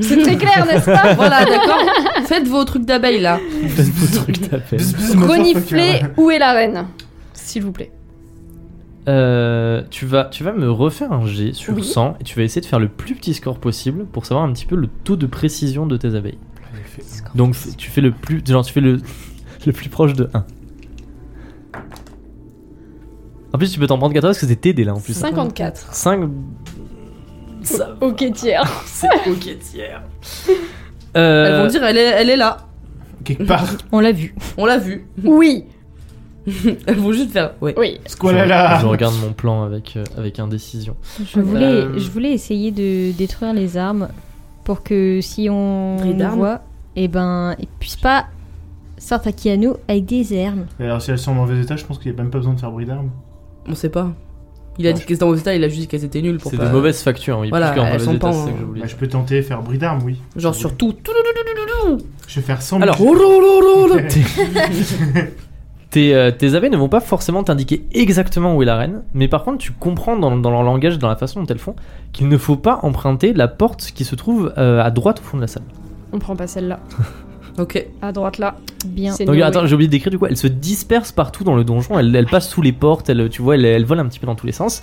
Speaker 5: C'est très clair, n'est-ce pas
Speaker 2: <laughs> Voilà, d'accord Faites vos trucs d'abeille là.
Speaker 1: Faites vos trucs d'appel.
Speaker 4: Bzz, bzz,
Speaker 5: Reniflez
Speaker 4: motherfucker.
Speaker 5: où est la reine, s'il vous plaît.
Speaker 1: Euh, tu, vas, tu vas me refaire un G sur
Speaker 5: Oui.
Speaker 1: 100 et tu vas essayer de faire le plus petit score possible pour savoir un petit peu le taux de précision de tes abeilles. Donc f- tu fais le plus, genre, tu fais le, <laughs> le plus proche de 1. En plus, tu peux t'en prendre 14 parce que c'est TD là en plus.
Speaker 5: 54.
Speaker 1: 5
Speaker 5: Ok, tiers.
Speaker 1: C'est ok tiers.
Speaker 2: Elles vont
Speaker 1: Euh,
Speaker 2: dire, elle est, elle est là.
Speaker 4: Quelque
Speaker 2: <laughs>
Speaker 4: part.
Speaker 3: On l'a vu.
Speaker 2: On l'a vu.
Speaker 5: Oui,
Speaker 2: <laughs> Elles vont juste faire. Ouais.
Speaker 5: oui.
Speaker 1: Je,
Speaker 4: Squalala.
Speaker 1: je regarde mon plan avec, euh, avec indécision.
Speaker 3: Je voulais,
Speaker 4: Euh.
Speaker 3: je voulais essayer de détruire les armes pour que si on
Speaker 2: Bris
Speaker 3: nous
Speaker 2: d'armes.
Speaker 3: voit, et ben, ils puissent pas s'attaquer à nous avec des armes.
Speaker 4: Mais Alors si elles sont en mauvais état, je pense qu'il n'y a même pas besoin de faire bruit d'armes.
Speaker 2: On sait pas. Il a dit qu'elles étaient en mauvais état, il a juste dit qu'elles étaient nulles pour
Speaker 1: C'est
Speaker 2: pas-
Speaker 1: de mauvaise facture, oui.
Speaker 2: Voilà,
Speaker 1: plus qu'en
Speaker 2: elles
Speaker 1: mauvais
Speaker 2: sont
Speaker 1: état,
Speaker 2: pas
Speaker 1: c'est
Speaker 2: en-
Speaker 1: ça que je voulais
Speaker 4: Bah,
Speaker 1: dire.
Speaker 4: je peux tenter faire bruit d'armes, oui.
Speaker 2: Genre sur tout.
Speaker 4: Je vais faire semblant.
Speaker 1: Alors, <laughs> oh. Tes, euh, tes abeilles ne vont pas forcément t'indiquer exactement où est la reine, mais par contre, tu comprends dans, dans leur langage, dans la façon dont elles font, qu'il ne faut pas emprunter la porte qui se trouve euh, à droite au fond de la salle.
Speaker 5: On prend pas celle-là.
Speaker 2: Ok.
Speaker 5: À droite, là.
Speaker 3: Bien.
Speaker 5: C'est
Speaker 1: Donc,
Speaker 5: no
Speaker 1: attends, j'ai oublié de décrire du coup, elles se dispersent partout dans le donjon, elles, elles passent sous les portes, elles, tu vois, elles, elles volent un petit peu dans tous les sens,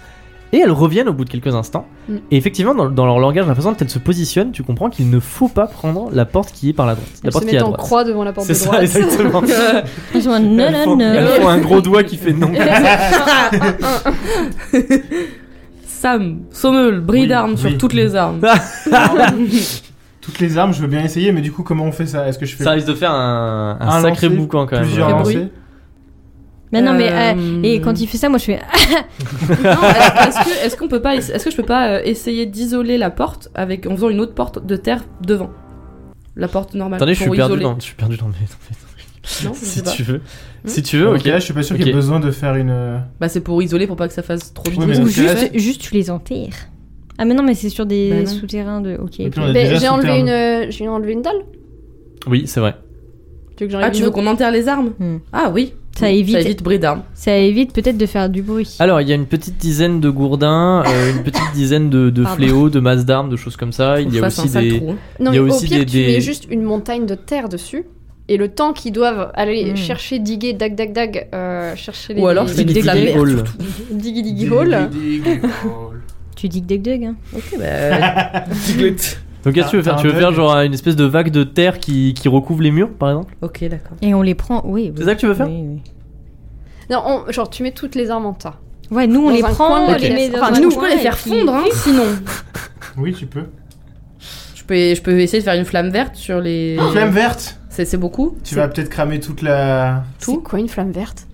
Speaker 1: et elles reviennent au bout de quelques instants.
Speaker 5: Mm.
Speaker 1: Et effectivement, dans, dans leur langage, la façon dont elles se positionnent, tu comprends qu'il ne faut pas prendre la porte qui est par la droite. La
Speaker 5: Elles
Speaker 1: porte
Speaker 5: se
Speaker 1: qui est à
Speaker 5: mettent en
Speaker 1: droite.
Speaker 5: croix devant la porte de
Speaker 1: C'est ça,
Speaker 5: droite.
Speaker 1: exactement.
Speaker 5: <laughs>
Speaker 3: Ils ont un non,
Speaker 1: Elles
Speaker 3: non,
Speaker 1: font- elles
Speaker 3: non.
Speaker 1: font un gros doigt qui fait
Speaker 2: <laughs>
Speaker 1: non.
Speaker 3: Ah,
Speaker 2: Sam, Sommel, bris
Speaker 4: Oui,
Speaker 2: d'armes sur
Speaker 4: oui.
Speaker 2: toutes les armes.
Speaker 4: <laughs> Toutes les armes, je veux bien essayer, mais du coup, comment on fait ça Est-ce que je fais
Speaker 1: Ça risque de faire un, un
Speaker 4: Un
Speaker 1: sacré
Speaker 4: lancer,
Speaker 1: boucan quand même.
Speaker 4: plusieurs
Speaker 2: Quel
Speaker 4: lancers
Speaker 3: Mais non, mais
Speaker 2: Euh,
Speaker 3: euh, et quand il fait ça, moi je fais. Ah,
Speaker 2: Non, est-ce que, est-ce qu'on peut pas, est-ce que je peux pas euh, essayer d'isoler la porte avec, en faisant une autre porte de terre devant La porte normale.
Speaker 1: Attendez, je suis,
Speaker 2: pour
Speaker 1: perdu
Speaker 2: isoler.
Speaker 1: dans, je suis perdu dans mes. dans mes trucs.
Speaker 2: Non, je
Speaker 1: si
Speaker 2: sais pas.
Speaker 1: tu veux.
Speaker 2: Hmm.
Speaker 1: Si tu veux, ok.
Speaker 4: Ok, là, je suis pas sûr qu'il y ait
Speaker 1: Ok.
Speaker 4: besoin de faire une. euh,
Speaker 2: Bah, c'est pour isoler pour pas que ça fasse trop de
Speaker 4: Ouais,
Speaker 2: bruit.
Speaker 4: mais
Speaker 3: ou
Speaker 4: dans ce cas-là,
Speaker 3: juste, juste tu les enterres. Ah, mais non, mais c'est sur des
Speaker 2: Bah non.
Speaker 3: souterrains de. Ok.
Speaker 4: Et
Speaker 3: ok.
Speaker 4: puis, on a
Speaker 5: Mais
Speaker 4: déjà
Speaker 5: Ben, j'ai
Speaker 4: sous
Speaker 5: enlevé,
Speaker 4: terre.
Speaker 5: une, euh, j'ai enlevé une dalle.
Speaker 1: Oui, c'est vrai.
Speaker 5: Tu veux que j'enlève
Speaker 2: Ah, tu
Speaker 5: une
Speaker 2: veux
Speaker 5: autre
Speaker 2: qu'on enterre les armes
Speaker 3: Hmm.
Speaker 2: Ah oui.
Speaker 3: Ça évite-
Speaker 2: Ça évite bris d'armes.
Speaker 3: Ça évite peut-être de faire du bruit.
Speaker 1: Alors, il y a une petite dizaine de gourdins, euh,
Speaker 2: <laughs>
Speaker 1: une petite dizaine de, de
Speaker 3: Pardon.
Speaker 1: fléaux, de masses d'armes, de choses comme ça.
Speaker 2: Faut
Speaker 1: Il
Speaker 2: que
Speaker 1: y
Speaker 2: je
Speaker 1: a
Speaker 2: fasse un
Speaker 1: aussi
Speaker 2: sale
Speaker 1: des.
Speaker 2: trou, hein.
Speaker 5: Non,
Speaker 1: Il y
Speaker 5: mais
Speaker 1: a
Speaker 5: au
Speaker 1: aussi
Speaker 5: pire,
Speaker 1: des-
Speaker 5: tu
Speaker 1: des-
Speaker 5: mets juste une montagne de terre dessus. Et le temps qu'ils doivent aller
Speaker 3: Mm.
Speaker 5: chercher, diguer, dag, dag, dag, euh, chercher les.
Speaker 2: Ou alors, je
Speaker 5: les- <laughs>
Speaker 2: fais une
Speaker 1: Diggy
Speaker 2: déclamée.
Speaker 1: Hall.
Speaker 5: Diggy, diggy hall.
Speaker 3: Tu dis que Dug Dug, hein.
Speaker 2: Ok,
Speaker 3: <laughs>
Speaker 2: bah.
Speaker 1: Donc, qu'est-ce que tu veux faire Tu veux faire genre une espèce de vague de terre qui, qui recouvre les murs, par exemple
Speaker 2: Ok, d'accord.
Speaker 3: Et on les prend. Oui.
Speaker 1: C'est ça que tu veux faire
Speaker 3: oui, oui.
Speaker 5: Non, on- genre, tu mets toutes les armes en tas.
Speaker 3: Ouais, nous on
Speaker 5: Dans
Speaker 3: les
Speaker 5: un
Speaker 3: prend,
Speaker 5: coin,
Speaker 3: on
Speaker 5: ok.
Speaker 3: les met dans
Speaker 5: Enfin,
Speaker 3: un
Speaker 5: nous,
Speaker 2: Ah, je peux
Speaker 3: coin
Speaker 2: les
Speaker 3: et
Speaker 2: faire
Speaker 3: puis-
Speaker 2: fondre, hein, sinon.
Speaker 4: Oui, tu peux.
Speaker 2: Je peux, je peux essayer de faire une flamme verte sur les.
Speaker 4: Ah, Flamme verte
Speaker 2: C'est c'est beaucoup.
Speaker 4: Tu vas peut-être cramer toute la.
Speaker 5: C'est quoi une flamme verte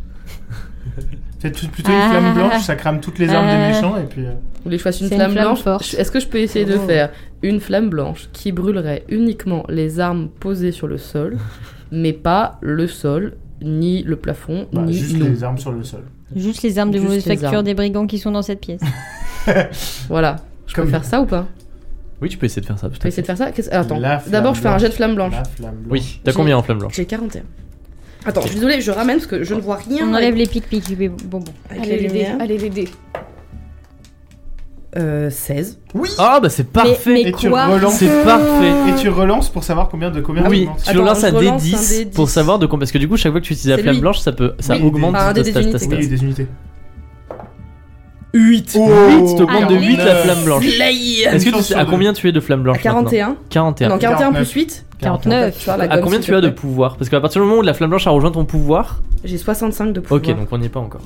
Speaker 4: Peut-être tout- plutôt une
Speaker 3: Ah.
Speaker 4: flamme blanche, ça crame toutes les armes
Speaker 3: Ah.
Speaker 4: des méchants et puis. euh,
Speaker 2: voulez que je fasse une
Speaker 3: C'est
Speaker 2: flamme,
Speaker 3: une flamme
Speaker 2: blanche
Speaker 3: forte.
Speaker 2: Je- Est-ce que je peux essayer de
Speaker 3: Oh.
Speaker 2: faire une flamme blanche qui brûlerait uniquement les armes posées sur le sol, mais pas le sol, ni le plafond,
Speaker 4: bah,
Speaker 2: ni
Speaker 4: juste
Speaker 2: nous
Speaker 4: les armes sur le sol.
Speaker 3: Juste les armes de
Speaker 2: Juste
Speaker 3: mauvaise
Speaker 2: les
Speaker 3: facture
Speaker 2: armes.
Speaker 3: des brigands qui sont dans cette pièce.
Speaker 2: Voilà. Je peux
Speaker 4: Comme-
Speaker 2: faire ça ou pas
Speaker 1: Oui, tu peux essayer de faire ça. tout
Speaker 2: Je peux
Speaker 1: à
Speaker 2: essayer de
Speaker 1: fait.
Speaker 2: faire ça Qu'est-ce- ah, Attends.
Speaker 4: La flamme
Speaker 2: D'abord, je fais un
Speaker 4: blanche.
Speaker 2: jet de flamme blanche.
Speaker 4: La flamme blanche.
Speaker 1: Oui, t'as
Speaker 2: J'ai-
Speaker 1: combien en flamme blanche
Speaker 2: J'ai 41. Attends, je suis désolée, je ramène parce que je ne vois rien.
Speaker 3: On enlève
Speaker 2: avec,
Speaker 3: les pics-pics du bonbon.
Speaker 2: avec
Speaker 5: Allez
Speaker 2: les
Speaker 5: l'aider,
Speaker 2: lumières.
Speaker 5: allez l'aider.
Speaker 2: Euh, 16.
Speaker 1: Ah bah c'est parfait.
Speaker 3: mais
Speaker 4: Et tu
Speaker 3: quoi
Speaker 4: relances.
Speaker 1: C'est parfait.
Speaker 4: Et tu relances pour savoir combien de combien
Speaker 1: Ah oui,
Speaker 4: tu
Speaker 1: tu
Speaker 2: Attends,
Speaker 1: relances
Speaker 2: je
Speaker 1: un
Speaker 2: relance un
Speaker 1: D10
Speaker 2: D10.
Speaker 1: pour savoir de combien. Parce que du coup, chaque fois que tu utilises la
Speaker 2: C'est
Speaker 1: flamme
Speaker 2: lui.
Speaker 1: blanche, ça, peut, ça
Speaker 4: Oui,
Speaker 1: augmente
Speaker 2: enfin, un
Speaker 1: ta ta-
Speaker 2: D10
Speaker 1: ta-
Speaker 2: unités.
Speaker 1: ta-
Speaker 4: Oui, des unités.
Speaker 2: 8.
Speaker 1: Huit, t'augmentes de
Speaker 3: Ah,
Speaker 1: 8 la
Speaker 4: neuf.
Speaker 1: flamme blanche. Est-ce que tu sais à combien tu es de flamme blanche maintenant
Speaker 2: 41. Non,
Speaker 1: 41.
Speaker 2: 41 plus
Speaker 4: 49.
Speaker 2: 8.
Speaker 3: 49.
Speaker 2: Tu vois, la
Speaker 1: À
Speaker 2: gomme,
Speaker 1: combien
Speaker 2: s'il
Speaker 1: tu
Speaker 2: te
Speaker 1: as de
Speaker 2: plaît.
Speaker 1: pouvoir Parce qu'à partir du moment où la flamme blanche a rejoint ton pouvoir,
Speaker 2: J'ai 65 de pouvoir.
Speaker 1: ok, donc on n'y est pas encore.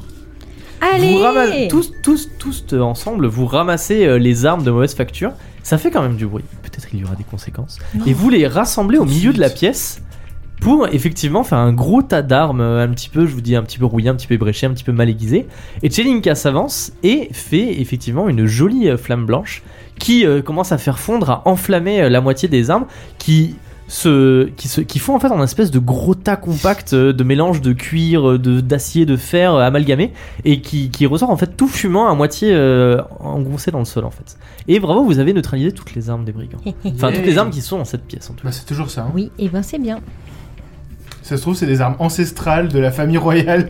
Speaker 3: Allez
Speaker 1: Vous ramassez, tous, tous, tous euh, ensemble, vous ramassez euh, les armes de mauvaise facture. Ça fait quand même du bruit. Peut-être il y aura des conséquences. Et vous les rassemblez au milieu de la pièce pour effectivement faire un gros tas d'armes, euh, un petit peu, je vous dis, un petit peu rouillé, un petit peu ébréché, un petit peu mal aiguisé. Et Chelinka s'avance et fait effectivement une jolie euh, flamme blanche qui euh, commence à faire fondre, à enflammer euh, la moitié des armes qui. Se, qui, se, qui font en fait un espèce de gros tas compact euh, de mélange de cuir, euh, de- d'acier, de, fer euh, amalgamé et qui, qui ressort en fait tout fumant à moitié euh, engoncé dans le sol en fait. Et bravo, vous avez neutralisé toutes les armes des brigands. Enfin, toutes les armes qui sont dans cette pièce en tout cas.
Speaker 4: Bah, c'est toujours ça. hein.
Speaker 3: Oui, et ben c'est bien.
Speaker 4: Ça se trouve, c'est des armes ancestrales de la famille royale.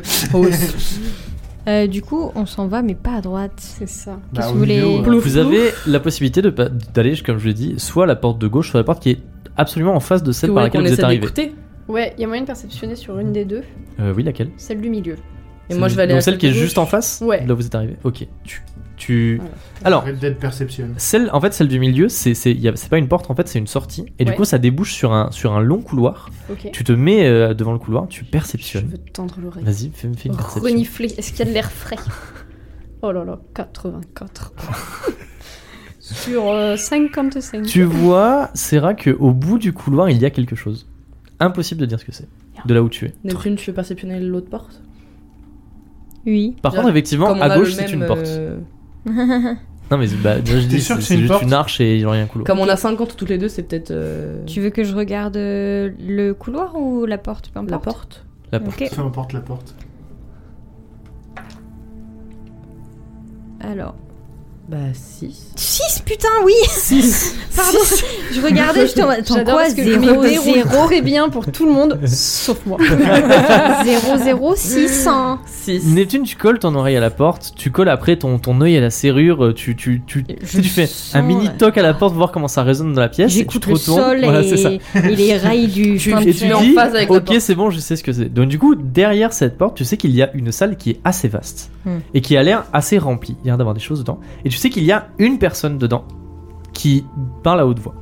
Speaker 3: Euh, du coup, on s'en va, mais pas à droite.
Speaker 5: C'est ça.
Speaker 4: <laughs> Bah,
Speaker 3: que
Speaker 4: au
Speaker 3: vous voulez
Speaker 4: milieu,
Speaker 3: Plouf,
Speaker 1: Vous avez la possibilité de pa- d'aller, comme je l'ai dit, soit à la porte de gauche, soit à la porte qui est absolument en face de
Speaker 2: Tu
Speaker 1: celle par
Speaker 2: voulais
Speaker 1: laquelle
Speaker 2: qu'on
Speaker 1: vous êtes
Speaker 2: essaie
Speaker 1: arrivé.
Speaker 2: d'écouter
Speaker 5: Ouais, il y a moyen de perceptionner sur une des deux,
Speaker 1: Euh, oui, laquelle
Speaker 5: celle du milieu.
Speaker 2: Et moi, je vais aller à
Speaker 1: Donc celle qui est
Speaker 2: de
Speaker 1: juste
Speaker 2: gauche.
Speaker 1: en face
Speaker 5: Ouais.
Speaker 1: Là, vous êtes arrivé. Ok. Tu. tu...
Speaker 5: Voilà.
Speaker 1: Alors,
Speaker 4: Red Dead Perception.
Speaker 1: Celle, en fait, celle du milieu, c'est c'est- y a- c'est pas une porte, en fait, c'est une sortie. Et du
Speaker 5: Ouais.
Speaker 1: coup, ça débouche sur un, sur un long couloir.
Speaker 5: Ok.
Speaker 1: Tu te mets euh, devant le couloir, tu
Speaker 5: Je
Speaker 1: perceptionnes.
Speaker 5: veux te tendre l'oreille.
Speaker 1: Vas-y, fais, fais une perception.
Speaker 5: Renifler. Est-ce qu'il y a de l'air frais Oh là là, 84. sur euh, 55.
Speaker 1: Tu vois, Sarah, que au bout du couloir, il y a quelque chose. Impossible de dire ce que c'est, de là où tu es.
Speaker 2: Neptune, tu veux perceptionner l'autre porte <laughs>
Speaker 3: Oui.
Speaker 1: Par
Speaker 2: Déjà,
Speaker 1: contre, effectivement,
Speaker 2: Comme on
Speaker 1: à
Speaker 2: a
Speaker 1: gauche,
Speaker 2: le
Speaker 1: c'est
Speaker 2: même,
Speaker 1: une porte.
Speaker 2: euh,
Speaker 1: Non, mais bah, déjà, je
Speaker 4: T'es
Speaker 1: dis,
Speaker 4: sûr
Speaker 1: c'est
Speaker 4: que
Speaker 1: c'est
Speaker 4: c'est une
Speaker 1: juste
Speaker 4: porte
Speaker 1: une arche et il y aurait un couloir.
Speaker 2: Comme on a 50 toutes les deux, c'est peut-être euh,
Speaker 3: Tu veux que je regarde euh, le couloir ou la porte peu
Speaker 2: la
Speaker 3: importe.
Speaker 2: porte.
Speaker 1: La porte.
Speaker 3: Ok.
Speaker 4: Peu importe la porte.
Speaker 3: Alors.
Speaker 2: Bah 6.
Speaker 3: 6, putain, oui 6 Pardon, je regardais, je t'en attends,
Speaker 5: J'adore
Speaker 3: quoi
Speaker 5: parce que je me
Speaker 3: 0,
Speaker 5: déroule
Speaker 3: 0,
Speaker 5: très bien pour tout
Speaker 3: <laughs>
Speaker 5: le monde, sauf moi.
Speaker 3: 0, 0, 6, 1.
Speaker 2: 6.
Speaker 1: Neptune, tu colles ton oreille à la porte, tu colles après ton, ton œil à la serrure, euh, tu, tu, tu, tu,
Speaker 3: Je
Speaker 1: tu fais
Speaker 3: sens,
Speaker 1: un mini
Speaker 3: ouais.
Speaker 1: toc à la porte, voir comment ça résonne dans la pièce. et tu
Speaker 3: J'écoute
Speaker 1: te
Speaker 3: le
Speaker 1: retournes.
Speaker 3: sol
Speaker 1: <laughs> voilà, c'est ça.
Speaker 3: et,
Speaker 1: <laughs>
Speaker 3: et les rails du
Speaker 2: Tu-
Speaker 3: fin de
Speaker 1: Et tu
Speaker 2: es
Speaker 3: tunnel.
Speaker 2: en
Speaker 1: dis,
Speaker 2: phase avec la
Speaker 1: ok,
Speaker 2: porte.
Speaker 1: c'est bon, je sais ce que c'est. Donc du coup, derrière cette porte, tu sais qu'il y a une salle qui est assez vaste
Speaker 3: Hmm.
Speaker 1: et qui a l'air assez remplie. Il y a l'air d'avoir des choses dedans. Et tu sais qu'il y a une personne dedans qui parle à haute voix,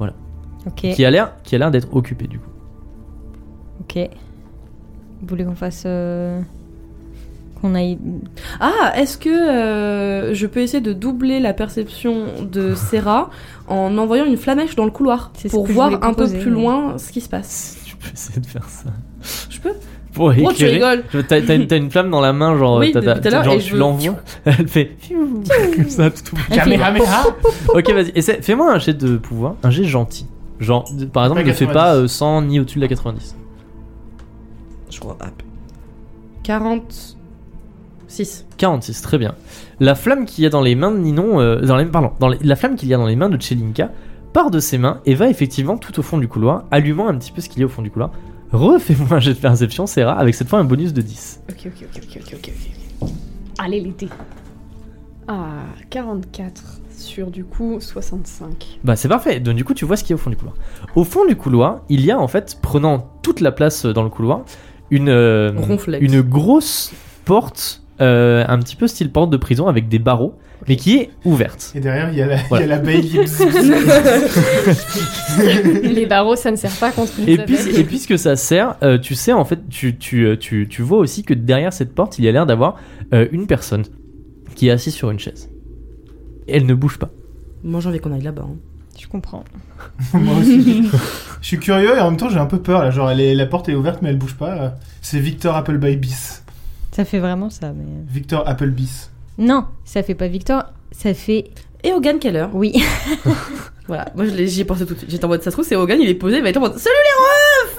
Speaker 3: Ok,
Speaker 1: qui a l'air, qui a l'air d'être occupée du coup. <laughs>
Speaker 3: ok. Vous voulez qu'on fasse... euh, Qu'on aille...
Speaker 2: Ah, est-ce que euh, je peux essayer de doubler la perception de Serra en envoyant une flamèche dans le couloir
Speaker 3: C'est ce
Speaker 2: pour
Speaker 3: que je
Speaker 2: voir
Speaker 3: voulais
Speaker 2: un peu
Speaker 3: proposer,
Speaker 2: plus
Speaker 3: mais-
Speaker 2: loin ce qui se passe
Speaker 1: Si tu peux essayer de faire ça.
Speaker 2: Je peux
Speaker 1: Pour
Speaker 2: Oh, tu
Speaker 1: éclairer.
Speaker 2: rigoles
Speaker 1: Je- T'as t'as une, t'as une flamme dans la main, genre,
Speaker 2: Oui,
Speaker 1: t'as-
Speaker 2: depuis
Speaker 1: t'as-
Speaker 2: tout à l'heure,
Speaker 1: genre
Speaker 2: et
Speaker 1: tu
Speaker 2: je-
Speaker 1: l'envoies, elle fait comme ça, tout-
Speaker 3: Elle fait-
Speaker 4: Kamehameha
Speaker 1: Ok, vas-y, essaie- fais-moi un jet de pouvoir, un jet gentil. Genre, par exemple, ne fais pas
Speaker 4: 90.
Speaker 1: euh, 100 ni au-dessus de la 90.
Speaker 2: Je crois. 46.
Speaker 1: 46, très bien. La flamme qu'il y a dans les mains de Ninon, euh, dans les, pardon, dans les- la flamme qu'il y a dans les mains de Chelinka part de ses mains et va effectivement tout au fond du couloir, allumant un petit peu ce qu'il y a au fond du couloir. Refais-moi un jet de perception, Serra, avec cette fois un bonus de 10.
Speaker 2: Ok, ok, ok, ok, ok, ok.
Speaker 5: Allez l'été. Ah, 44 sur du coup
Speaker 3: <laughs>
Speaker 5: 65.
Speaker 1: Bah c'est parfait, donc du coup tu vois ce qu'il y a au fond du couloir. Au fond du couloir, il y a en fait, prenant toute la place euh, dans le couloir, une, euh,
Speaker 2: Ronflex.
Speaker 1: une grosse porte, euh, un petit peu style porte de prison avec des barreaux, mais qui est ouverte.
Speaker 4: Et derrière, il y a la- il y
Speaker 1: Voilà.
Speaker 4: a l'abeille qui...
Speaker 5: Les barreaux, ça ne sert pas contre les
Speaker 1: Et, puis,
Speaker 5: abeilles.
Speaker 1: et puisque ça sert, euh, tu sais, en fait, tu, tu, euh, tu, tu vois aussi que derrière cette porte, il y a l'air d'avoir euh, une personne qui est assise sur une chaise. Et elle ne bouge pas.
Speaker 2: Moi j'ai envie qu'on aille là-bas. hein.
Speaker 3: Je comprends.
Speaker 4: Moi aussi. Je suis curieux et en même temps j'ai un peu peur. Là. Genre elle est- la porte est ouverte mais elle bouge pas. C'est Victor Appleby bis.
Speaker 3: Ça fait vraiment ça, mais.
Speaker 4: Victor Applebis.
Speaker 3: Non, ça fait pas Victor, ça fait.
Speaker 2: Et Hogan Keller.
Speaker 3: Oui.
Speaker 2: Voilà, moi je l'ai- j'y ai pensé tout de suite. J'étais en mode ça se trouve, c'est Hogan, il est posé, il va être en mode Salut
Speaker 4: Allez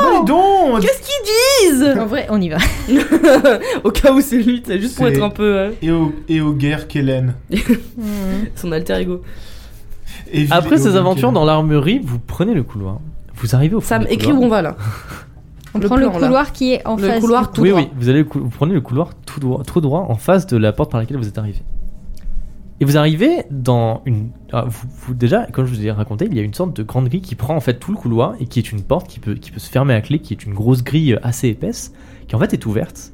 Speaker 4: Bah, donc
Speaker 2: Qu'est-ce qu'ils disent
Speaker 3: <laughs> En vrai, on y va.
Speaker 2: <laughs> Au cas où c'est lui, c'est juste pour
Speaker 4: C'est-
Speaker 2: être un peu euh,
Speaker 4: Et au, et au guerre qu'Hélène.
Speaker 3: Hmm.
Speaker 2: son alter ego.
Speaker 4: Et vi-
Speaker 1: Après
Speaker 4: et au
Speaker 1: ces
Speaker 4: guerre
Speaker 1: aventures
Speaker 4: qu'Hélène.
Speaker 1: dans l'armurerie, vous prenez le couloir. Vous arrivez au fond
Speaker 2: Sam,
Speaker 1: du
Speaker 2: écris où
Speaker 1: couloir.
Speaker 2: on va là.
Speaker 3: On
Speaker 2: Le
Speaker 3: prend
Speaker 2: plan,
Speaker 3: le
Speaker 2: là.
Speaker 3: couloir qui est en
Speaker 2: Le
Speaker 3: face. du
Speaker 2: couloir tout
Speaker 1: oui,
Speaker 2: droit.
Speaker 1: oui, vous, allez, le cou- vous prenez le couloir tout droit, tout droit en face de la porte par laquelle vous êtes arrivé. Et vous arrivez dans une. ah, vous, vous- déjà, comme je vous ai raconté, il y a une sorte de grande grille qui prend en fait tout le couloir et qui est une porte qui peut, qui peut se fermer à clé, qui est une grosse grille euh, assez épaisse, qui en fait est ouverte.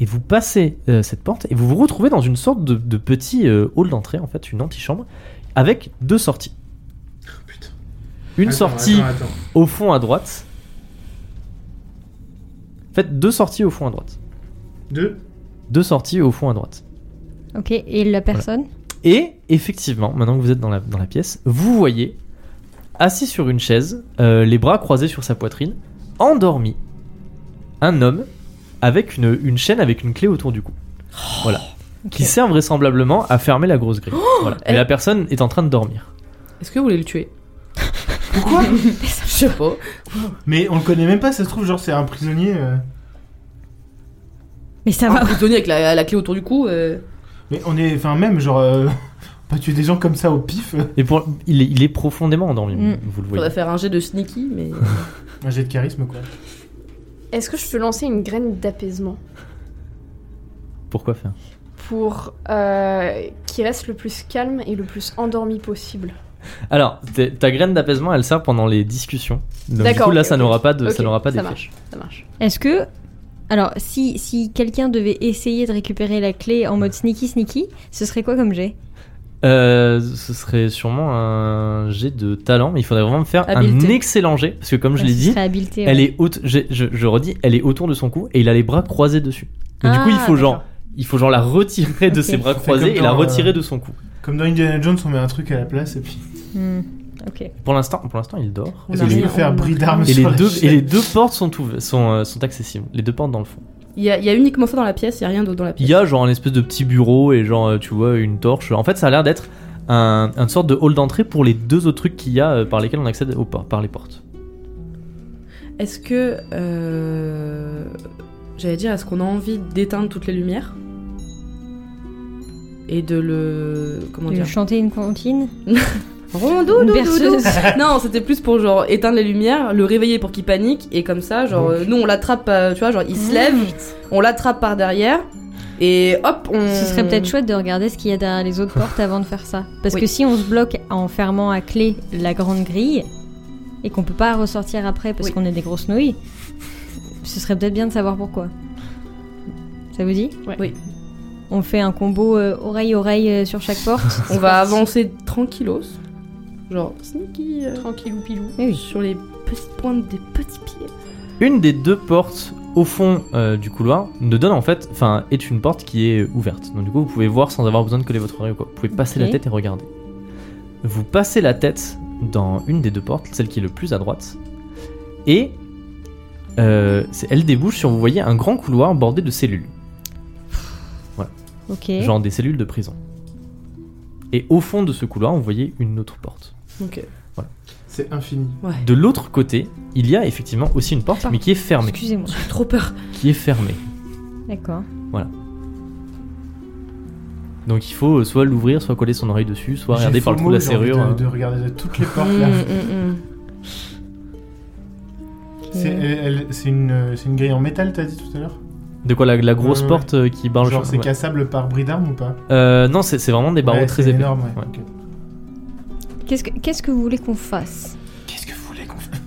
Speaker 1: Et vous passez euh, cette porte et vous vous retrouvez dans une sorte de, de petit euh, hall d'entrée, en fait, une antichambre, avec deux sorties.
Speaker 4: putain.
Speaker 1: Une
Speaker 4: Attends,
Speaker 1: sortie
Speaker 4: attends, attends.
Speaker 1: au fond à droite. Faites deux sorties au fond à droite.
Speaker 4: Deux.
Speaker 1: Deux sorties au fond à droite.
Speaker 3: Ok, et la personne
Speaker 1: Et effectivement, maintenant que vous êtes dans la, dans la pièce, vous voyez, assis sur une chaise, euh, les bras croisés sur sa poitrine, endormi, un homme avec une, une chaîne avec une clé autour du cou. Voilà. Qui sert vraisemblablement à fermer la grosse grille. voilà. Et
Speaker 2: elle-
Speaker 1: la personne est en train de dormir.
Speaker 2: Est-ce que vous voulez le tuer
Speaker 4: Pourquoi
Speaker 2: <laughs> Je sais pas.
Speaker 4: Mais on le connaît même pas, ça se trouve, genre c'est un prisonnier. euh.
Speaker 3: Mais ça
Speaker 2: Un
Speaker 3: va.
Speaker 2: prisonnier avec la, la clé autour du cou. euh,
Speaker 4: Mais on est. Enfin, même, genre. euh, <laughs> Pas tuer des gens comme ça au pif. euh.
Speaker 1: Et pour, il, est, il est profondément endormi,
Speaker 3: Mm.
Speaker 1: vous le
Speaker 2: Faudrait
Speaker 1: voyez.
Speaker 2: faire un jet de sneaky,
Speaker 4: <laughs>
Speaker 2: mais.
Speaker 4: Un jet de charisme, quoi.
Speaker 5: Est-ce que je peux lancer une graine d'apaisement
Speaker 1: Pourquoi faire
Speaker 5: pour euh, qu'il reste le plus calme et le plus endormi possible
Speaker 1: Alors, t'es- ta graine d'apaisement, elle sert pendant les discussions. Donc, du
Speaker 5: D'accord,
Speaker 1: coup, là,
Speaker 5: ok,
Speaker 1: ça
Speaker 5: ok.
Speaker 1: n'aura pas de,
Speaker 5: Ok,
Speaker 1: ça n'aura pas
Speaker 5: ça
Speaker 1: d'effet.
Speaker 5: marche, ça marche.
Speaker 3: Est-ce que. Alors, si, si quelqu'un devait essayer de récupérer la clé en mode sneaky sneaky, ce serait quoi comme jet
Speaker 1: Euh, ce serait sûrement un jet de talent, mais il faudrait vraiment faire un
Speaker 2: Habileté.
Speaker 1: excellent jet, parce que comme je l'ai
Speaker 3: Ce
Speaker 1: dit,
Speaker 3: serait habileté,
Speaker 1: elle
Speaker 3: ouais.
Speaker 1: est haute, je, je- je redis, elle est autour de son cou et il a les bras croisés dessus. Donc, du coup, il
Speaker 3: Ah,
Speaker 1: faut genre, il faut genre la retirer de
Speaker 3: <laughs> Ok.
Speaker 1: ses bras
Speaker 4: Fais
Speaker 1: croisés
Speaker 4: comme
Speaker 1: et la
Speaker 4: dans, euh,
Speaker 1: retirer de son cou.
Speaker 4: Comme dans Indiana Jones, on met un truc à la place et puis.
Speaker 3: Hmm, Ok.
Speaker 1: Pour l'instant, pour l'instant, il
Speaker 4: <laughs>
Speaker 1: dort.
Speaker 2: On
Speaker 4: Est-ce
Speaker 2: a
Speaker 4: que je
Speaker 2: rien,
Speaker 4: peux faire
Speaker 2: on a
Speaker 4: bris
Speaker 2: rien.
Speaker 4: d'armes
Speaker 1: Et les,
Speaker 4: sur la
Speaker 1: deux, et
Speaker 4: chaîne
Speaker 1: les deux portes sont, ouv- sont, euh, sont accessibles. Les deux portes dans le fond.
Speaker 2: Il y, a, il y a uniquement ça dans la pièce, il y a rien d'autre dans la
Speaker 1: Il
Speaker 2: pièce.
Speaker 1: y a genre un espèce de petit bureau et genre, euh, tu vois, une torche. En fait, ça a l'air d'être un, une sorte de hall d'entrée pour les deux autres trucs qu'il y a euh, par lesquels on accède aux por- par les portes.
Speaker 2: Est-ce que. euh, J'allais dire, est-ce qu'on a envie d'éteindre toutes les lumières Et de le. Comment
Speaker 3: De
Speaker 2: dire
Speaker 3: chanter une comptine
Speaker 2: Rondou,
Speaker 3: Une
Speaker 2: doudou, <laughs>
Speaker 3: berceuse.
Speaker 2: doudou. Non, c'était plus pour genre éteindre les lumières, le réveiller pour qu'il panique et comme ça, genre euh, nous on l'attrape, euh, tu vois, genre
Speaker 3: Ah,
Speaker 2: il se lève, on l'attrape par derrière et hop, on.
Speaker 3: Ce serait peut-être chouette de regarder ce qu'il y a derrière les autres portes avant de faire ça. Parce
Speaker 2: Euh. Oui.
Speaker 3: que si on se bloque en fermant à clé la grande grille et qu'on peut pas ressortir après parce
Speaker 2: Oui.
Speaker 3: qu'on est des grosses nouilles, ce serait peut-être bien de savoir pourquoi. Ça vous dit
Speaker 5: Ouais.
Speaker 2: Oui.
Speaker 3: On fait un combo euh, oreille-oreille sur chaque porte.
Speaker 1: <laughs>
Speaker 2: On va avancer tranquillos, genre sneaky, euh,
Speaker 5: Tranquillou pilou.
Speaker 3: Mais oui.
Speaker 2: sur les petites pointes des petits pieds.
Speaker 1: Une des deux portes au fond euh, du couloir ne donne en fait, enfin, est une porte qui est ouverte. Donc du coup, vous pouvez voir sans avoir besoin de coller votre oreille ou quoi. Vous pouvez passer
Speaker 3: Ok.
Speaker 1: la tête et regarder. Vous passez la tête dans une des deux portes, celle qui est le plus à droite, et euh, c'est- elle débouche sur, vous voyez, un grand couloir bordé de cellules,
Speaker 3: Ok.
Speaker 1: genre des cellules de prison. Et au fond de ce couloir, vous voyez une autre porte.
Speaker 2: Ok.
Speaker 4: C'est infini.
Speaker 1: De l'autre côté, il y a effectivement aussi une porte,
Speaker 3: Pardon.
Speaker 1: mais qui est fermée,
Speaker 3: Excusez-moi.
Speaker 2: J'ai trop peur.
Speaker 1: qui est fermée.
Speaker 3: D'accord.
Speaker 1: Donc il faut euh, soit l'ouvrir, soit coller son oreille dessus, soit
Speaker 4: J'ai
Speaker 1: regarder par le trou
Speaker 4: FOMO,
Speaker 1: de la
Speaker 4: j'ai envie
Speaker 1: serrure. hein.
Speaker 4: De, de regarder de toutes les portes là.
Speaker 2: Mm, mm, mm.
Speaker 4: C'est elle- elle- c'est une, euh, c'est une grille en métal, t'as dit tout à l'heure
Speaker 1: De quoi la, la grosse
Speaker 4: Ouais, ouais.
Speaker 1: porte euh, qui barre le
Speaker 4: Genre
Speaker 1: chemin,
Speaker 4: c'est
Speaker 1: ouais.
Speaker 4: cassable par bris d'armes ou pas
Speaker 1: Euh, Non, c'est c'est vraiment des barreaux
Speaker 4: Ouais,
Speaker 1: très
Speaker 4: c'est
Speaker 1: épais.
Speaker 4: énorme, ouais.
Speaker 1: Ouais.
Speaker 4: Ok.
Speaker 3: Qu'est-ce que, qu'est-ce que vous voulez qu'on fasse
Speaker 4: Qu'est-ce que vous voulez qu'on fasse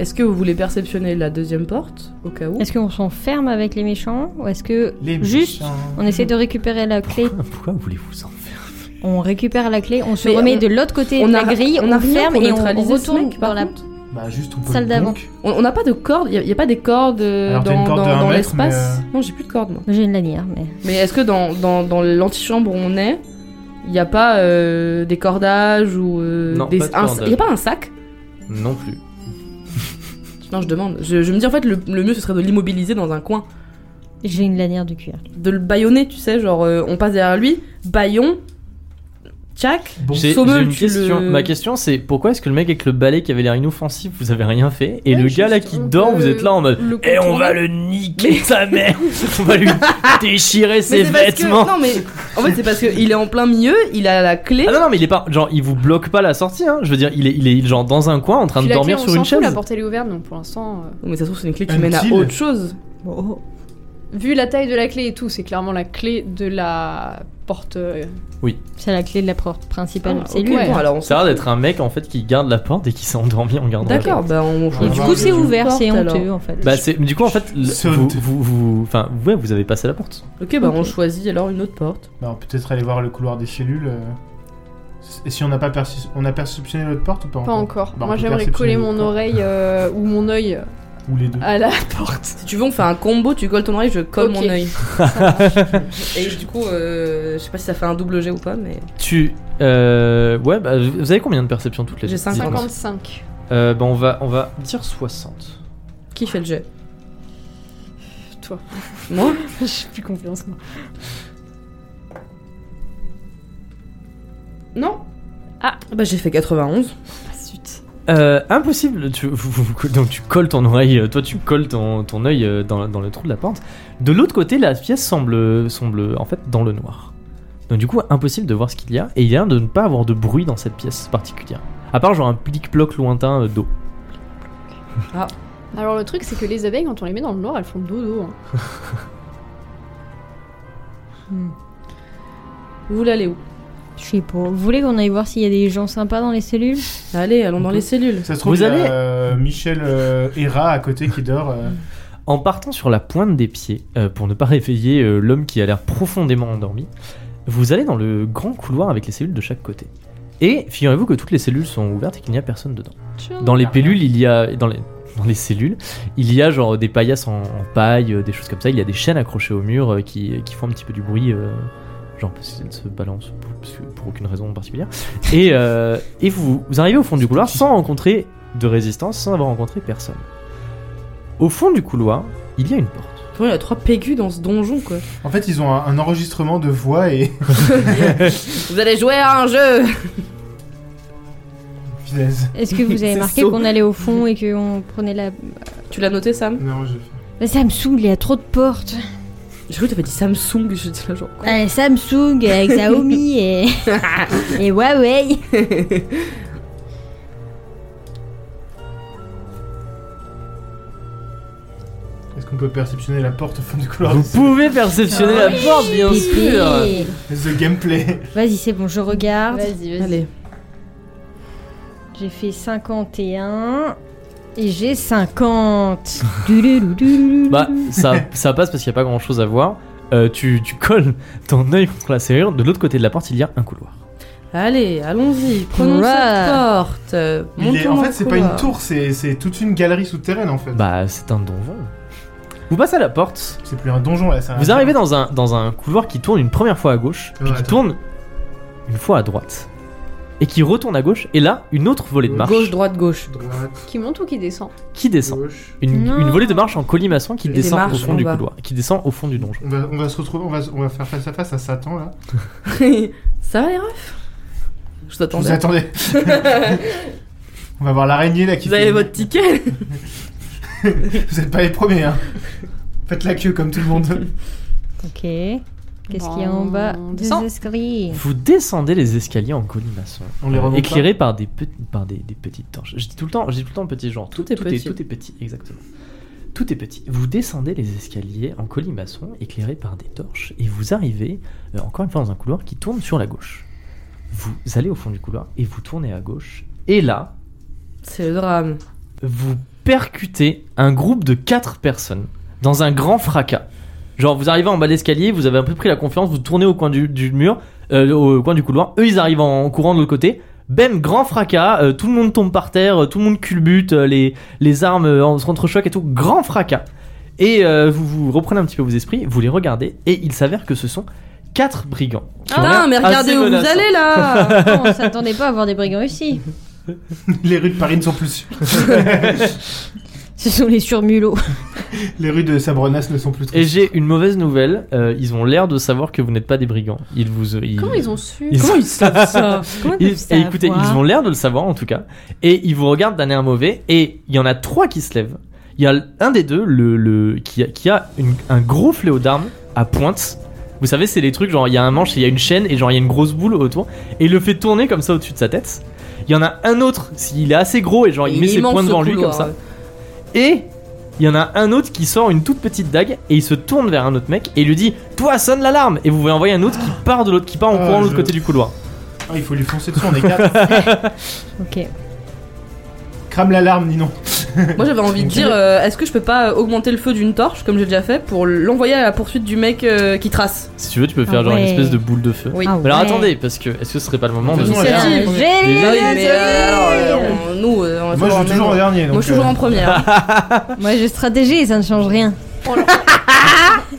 Speaker 2: Est-ce que vous voulez perceptionner la deuxième porte au cas où
Speaker 3: Est-ce qu'on s'enferme avec les méchants ou est-ce que
Speaker 4: Les
Speaker 3: Juste,
Speaker 4: méchants.
Speaker 3: on essaie de récupérer la clé
Speaker 1: Pourquoi voulez-vous en faire
Speaker 3: On récupère la clé, on se
Speaker 2: Mais euh,
Speaker 3: remet
Speaker 2: on-
Speaker 3: de l'autre côté
Speaker 2: on
Speaker 3: de
Speaker 2: a-
Speaker 3: la grille, on,
Speaker 2: a rien
Speaker 3: ferme
Speaker 2: pour
Speaker 3: et on
Speaker 2: neutraliser ce
Speaker 3: retourne
Speaker 2: mec, par
Speaker 3: dans la.
Speaker 2: contre.
Speaker 4: Bah juste on peut
Speaker 3: Salle
Speaker 4: le
Speaker 3: d'avant.
Speaker 4: bonk.
Speaker 2: On on n'a pas de corde, il n'y a, pas des cordes euh,
Speaker 4: Alors, t'as
Speaker 2: dans,
Speaker 4: une corde
Speaker 2: dans-
Speaker 4: de un
Speaker 2: dans
Speaker 4: mètre,
Speaker 2: l'espace.
Speaker 4: mais, euh,
Speaker 2: Non, j'ai plus de corde moi.
Speaker 3: J'ai une lanière, mais.
Speaker 2: Mais est-ce que dans, dans, dans l'antichambre où on est, il Il n'y a pas euh, des cordages ou euh,
Speaker 1: Non,
Speaker 2: des-
Speaker 1: pas de
Speaker 2: un-
Speaker 1: cordages.
Speaker 2: Il n'y a pas un sac
Speaker 1: Non plus.
Speaker 2: Non, je demande. Je, je me dis en fait, le, le mieux ce serait de l'immobiliser dans un coin.
Speaker 3: J'ai une lanière de cuir.
Speaker 2: De le baïonner, tu sais, genre euh, on passe derrière lui, baillon, tchac.
Speaker 4: Bon,
Speaker 1: J'ai
Speaker 2: Sommel,
Speaker 1: j'ai une
Speaker 2: tu
Speaker 1: question.
Speaker 2: le-
Speaker 1: Ma question, c'est pourquoi est-ce que le mec avec le balai qui avait l'air inoffensif, vous avez rien fait Et le
Speaker 5: Ouais, juste,
Speaker 1: gars là qui
Speaker 5: on
Speaker 1: dort,
Speaker 5: peut
Speaker 1: vous êtes là en mode.
Speaker 5: le
Speaker 4: Eh,
Speaker 1: Et on
Speaker 5: contourner.
Speaker 1: va le niquer sa mère On va lui déchirer ses
Speaker 2: Mais c'est parce que-
Speaker 1: vêtements
Speaker 2: Non, mais en fait, c'est parce qu'il est en plein milieu, il a la clé.
Speaker 1: Ah non, non, mais il est pas. Genre, il vous bloque pas la sortie, hein. Je veux dire, il est, il est genre dans un coin en train
Speaker 5: Puis
Speaker 1: de
Speaker 5: la
Speaker 1: dormir
Speaker 5: clé, on
Speaker 1: sur une
Speaker 5: s'en fout, La
Speaker 1: chaise.
Speaker 5: porte elle est ouverte, donc pour l'instant, euh,
Speaker 2: Mais ça se trouve, c'est une clé qui
Speaker 4: Un
Speaker 2: mène à
Speaker 4: deal.
Speaker 2: autre chose.
Speaker 1: Oh.
Speaker 5: vu la taille de la clé et tout, c'est clairement la clé de la porte. euh,
Speaker 3: C'est la clé de la porte principale.
Speaker 2: Ah,
Speaker 3: c'est
Speaker 2: ok,
Speaker 3: lui.
Speaker 2: bon, alors on
Speaker 1: Ça a l'air d'être un mec en fait qui garde la porte et qui s'est endormi en gardant la
Speaker 2: D'accord, bah on
Speaker 4: Et
Speaker 3: Et
Speaker 2: change.
Speaker 3: du
Speaker 4: Ah,
Speaker 3: coup, c'est
Speaker 4: je-
Speaker 3: ouvert, c'est
Speaker 2: porte,
Speaker 3: honteux
Speaker 2: alors.
Speaker 3: en fait.
Speaker 1: porte. Bah, c'est. Du coup, en fait, le-
Speaker 4: C'est
Speaker 1: vous,
Speaker 4: honteux.
Speaker 1: vous, vous- Enfin, ouais, vous avez passé la porte.
Speaker 2: Ok, bah on
Speaker 3: Ok.
Speaker 2: choisit alors une autre porte.
Speaker 4: Bah, on peut peut-être aller voir le couloir des cellules. euh. Et si on n'a pas perçu... on a perceptionné l'autre porte ou pas
Speaker 5: Pas encore.
Speaker 4: Bah, on
Speaker 5: Moi
Speaker 4: peut
Speaker 5: j'aimerais
Speaker 4: perceptionner
Speaker 5: coller mon Ah.
Speaker 4: l'autre porte.
Speaker 5: oreille euh, ou mon œil
Speaker 4: Ou les deux.
Speaker 5: à la <laughs> porte.
Speaker 2: Si tu veux, on fait un combo, tu colles ton oreille, je colle
Speaker 5: Ok.
Speaker 2: mon <laughs> œil.
Speaker 5: Ça marche.
Speaker 2: Et du coup, euh, je sais pas si ça fait un double G ou pas, mais.
Speaker 1: Tu. Euh, ouais, bah, vous avez combien de perceptions toutes les
Speaker 2: J'ai
Speaker 1: deux
Speaker 2: 50.
Speaker 5: 55.
Speaker 1: Euh, bah, on va, on va dire 60.
Speaker 2: Qui fait le jet
Speaker 5: Toi.
Speaker 2: Moi
Speaker 5: J'ai plus confiance moi.
Speaker 2: Non Ah Bah j'ai fait 91.
Speaker 5: Ah, zut.
Speaker 1: Euh, impossible. Tu, vous- vous- donc tu colles ton oreille, euh, toi tu colles ton, ton œil euh, dans, dans le trou de la porte. De l'autre côté, la pièce semble, semble en fait dans le noir. Donc du coup, impossible de voir ce qu'il y a. Et il y a l'air de ne pas avoir de bruit dans cette pièce particulière. À part genre un plic-ploc lointain euh, d'eau.
Speaker 5: Alors le truc c'est que les abeilles quand on les met dans le noir elles font dodo. hein.
Speaker 2: Vous voulez aller où
Speaker 3: Je sais pas. Vous voulez qu'on aille voir s'il y a des gens sympas dans les cellules
Speaker 2: Allez, allons dans les cellules.
Speaker 4: Ça se trouve,
Speaker 1: Vous
Speaker 4: il y a,
Speaker 1: allez-
Speaker 4: euh, Michel euh, Hera à côté qui dort. euh.
Speaker 1: En partant sur la pointe des pieds, euh, pour ne pas réveiller euh, l'homme qui a l'air profondément endormi, vous allez dans le grand couloir avec les cellules de chaque côté. Et figurez-vous que toutes les cellules sont ouvertes et qu'il n'y a personne dedans. Dans les pellules, il y a. Dans les, dans les cellules, il y a genre des paillasses en, en paille, euh, des choses comme ça. Il y a des chaînes accrochées au mur euh, qui, qui font un petit peu du bruit. euh, genre, parce qu'elles se balancent pour, parce que- pour aucune raison particulière. Et, euh, et vous, vous arrivez au fond du couloir sans rencontrer de résistance, sans avoir rencontré personne. Au fond du couloir, il y a une porte.
Speaker 2: Pour moi, il y a trois PQ dans ce donjon quoi.
Speaker 4: En fait, ils ont un, un enregistrement de voix et <laughs>
Speaker 2: Vous allez jouer à un jeu
Speaker 4: Punaise.
Speaker 3: Est-ce que vous avez
Speaker 2: C'est
Speaker 3: marqué
Speaker 2: saut.
Speaker 3: qu'on allait au fond et qu'on prenait la.
Speaker 2: Tu l'as noté, Sam
Speaker 4: Non, j'ai fait.
Speaker 3: Bah, Samsung, il y a trop de portes.
Speaker 2: J'ai cru que t'avais dit Samsung, j'étais là genre. quoi
Speaker 3: Ouais, Samsung avec Xiaomi et. et Huawei.
Speaker 4: Est-ce qu'on peut perceptionner la porte au fond du couloir
Speaker 1: Vous pouvez perceptionner la porte, bien sûr
Speaker 3: Pépé.
Speaker 4: The gameplay.
Speaker 3: Vas-y, c'est bon, je regarde.
Speaker 5: Vas-y, vas-y.
Speaker 2: Allez.
Speaker 3: J'ai fait 51 et j'ai 50. Doulouloulou.
Speaker 1: Bah, ça, ça passe parce qu'il n'y a pas grand chose à voir. Euh, tu, tu colles ton œil contre la serrure. De l'autre côté de la porte, il y a un couloir.
Speaker 2: Allez, allons-y, prenons
Speaker 3: Voilà.
Speaker 2: cette porte. euh,
Speaker 4: Il est-
Speaker 2: montons
Speaker 4: en
Speaker 2: dans
Speaker 4: fait,
Speaker 2: le
Speaker 4: c'est pas
Speaker 2: couloir.
Speaker 4: une tour, c'est c'est toute une galerie souterraine en fait.
Speaker 1: Bah, c'est un donjon. Vous passez à la porte.
Speaker 4: C'est plus un donjon là, ça.
Speaker 1: Vous arrivez dans un, dans un couloir qui tourne une première fois à gauche, puis
Speaker 4: Ah, Ouais,
Speaker 1: qui
Speaker 4: attends.
Speaker 1: tourne une fois à droite, et qui retourne à gauche. Et là, une autre volée de marche
Speaker 2: Gauche, droite, gauche.
Speaker 4: Droite,
Speaker 5: Qui monte ou qui descend
Speaker 1: qui descend.
Speaker 4: gauche.
Speaker 1: Une,
Speaker 3: Non.
Speaker 1: une volée de marche en colimaçon qui
Speaker 4: Des
Speaker 1: descend au
Speaker 2: marches
Speaker 1: fond
Speaker 2: en
Speaker 1: du
Speaker 2: bas.
Speaker 1: couloir, qui descend au fond du donjon.
Speaker 4: On va, on va se retrouver, on va, se- on va faire face à face à Satan là.
Speaker 2: <laughs> Ça va les refs Je
Speaker 4: Vous
Speaker 2: t'attendais.
Speaker 4: attendez.
Speaker 2: <laughs>
Speaker 4: on va voir l'araignée là qui
Speaker 2: Vous
Speaker 4: fait-
Speaker 2: avez votre ticket
Speaker 4: Vous êtes pas les premiers hein. Faites la queue comme tout le monde.
Speaker 3: Ok. Qu'est-ce qu'il y a en
Speaker 5: Bon,
Speaker 3: bas
Speaker 5: on
Speaker 3: des
Speaker 5: descend.
Speaker 3: escaliers
Speaker 1: Vous descendez les escaliers en colimaçon,
Speaker 4: On les
Speaker 1: euh,
Speaker 4: remonte pas
Speaker 1: éclairés par des pe- par des, des petites torches. Je dis tout le temps, je dis tout le temps petit genre.
Speaker 2: Tout est petit.
Speaker 1: tout est petit, exactement. Tout est petit. Vous descendez les escaliers en colimaçon, éclairés par des torches, et vous arrivez euh, encore une fois dans un couloir qui tourne sur la gauche. Vous allez au fond du couloir et vous tournez à gauche, et là,
Speaker 2: C'est le drame.
Speaker 1: vous percutez un groupe de 4 personnes dans un grand fracas. Genre, vous arrivez en bas d'escalier, vous avez un peu pris la confiance, vous tournez au coin du, du mur, euh, au coin du couloir, eux ils arrivent en, courant de l'autre côté. Bam, grand fracas, euh, tout le monde tombe par terre, euh, tout le monde culbute, euh, les, les armes euh, en- s'entrechoquent et tout, grand fracas. Et euh, vous vous reprenez un petit peu vos esprits, vous les regardez, et il s'avère que ce sont quatre brigands. qui ont
Speaker 2: Ah,
Speaker 1: l'air
Speaker 2: mais regardez
Speaker 1: assez
Speaker 2: où vous
Speaker 1: menaçants.
Speaker 2: allez là
Speaker 3: Non, on s'attendait pas à voir des brigands ici.
Speaker 4: Les rues de Paris ne sont plus sûres.
Speaker 3: Ce sont les surmulots.
Speaker 4: <laughs> Les rues de Sabrenas ne sont plus
Speaker 1: Et
Speaker 4: tristes.
Speaker 1: j'ai une mauvaise nouvelle, euh, ils ont l'air de savoir que vous n'êtes pas des brigands. Ils vous. euh, ils-
Speaker 5: Comment ils ont su
Speaker 1: Ils-
Speaker 2: Comment ils
Speaker 1: <laughs>
Speaker 2: savent ça
Speaker 3: Comment
Speaker 1: Ils-
Speaker 3: peuvent
Speaker 1: et écoutez,
Speaker 3: savoir
Speaker 1: ils ont l'air de le savoir en tout cas. Et ils vous regardent d'un air mauvais. Et il y en a trois qui se lèvent. Il y a un des deux le, le- qui a, qui a une- un gros fléau d'armes à pointe. Vous savez, c'est les trucs genre il y a un manche, et il y a une chaîne et genre il y a une grosse boule autour. Et il le fait tourner comme ça au-dessus de sa tête. Il y en a un autre, s'il est assez gros et genre il, met ses
Speaker 2: immense
Speaker 1: poings devant lui comme
Speaker 2: couloir.
Speaker 1: ça. Et il y en a un autre qui sort une toute petite dague et il se tourne vers un autre mec et il lui dit Toi, sonne l'alarme Et vous pouvez envoyer un autre qui part de l'autre, qui part en
Speaker 4: Ah,
Speaker 1: courant de l'autre
Speaker 4: je-
Speaker 1: côté du couloir.
Speaker 4: Ah, il faut lui foncer dessus,
Speaker 1: <laughs>
Speaker 4: on est quatre.
Speaker 3: Ok.
Speaker 4: Crame l'alarme, Ninon.
Speaker 2: Moi j'avais envie
Speaker 1: <laughs>
Speaker 2: de dire euh, est-ce que je peux pas augmenter le feu d'une torche comme j'ai déjà fait pour l'envoyer à la poursuite du mec euh, qui trace
Speaker 1: Si tu veux, tu peux faire
Speaker 3: Ah
Speaker 1: genre une
Speaker 3: ouais.
Speaker 1: espèce de boule de feu.
Speaker 2: Oui.
Speaker 3: Ah
Speaker 1: Mais Alors
Speaker 3: ouais.
Speaker 1: attendez, parce que est-ce que ce serait pas le moment de.
Speaker 4: Faisons la
Speaker 3: C'est
Speaker 2: dernière.
Speaker 3: un génie
Speaker 1: Déjà,
Speaker 2: Oui,
Speaker 1: il
Speaker 2: mais euh, alors, euh, on- nous euh, on va
Speaker 4: Moi, je
Speaker 2: falloir
Speaker 4: joue toujours en
Speaker 2: même-
Speaker 4: dernier. euh,
Speaker 2: Moi je suis toujours en
Speaker 4: <laughs>
Speaker 2: première.
Speaker 3: Moi je stratégise, ça ne change rien.
Speaker 5: On leur-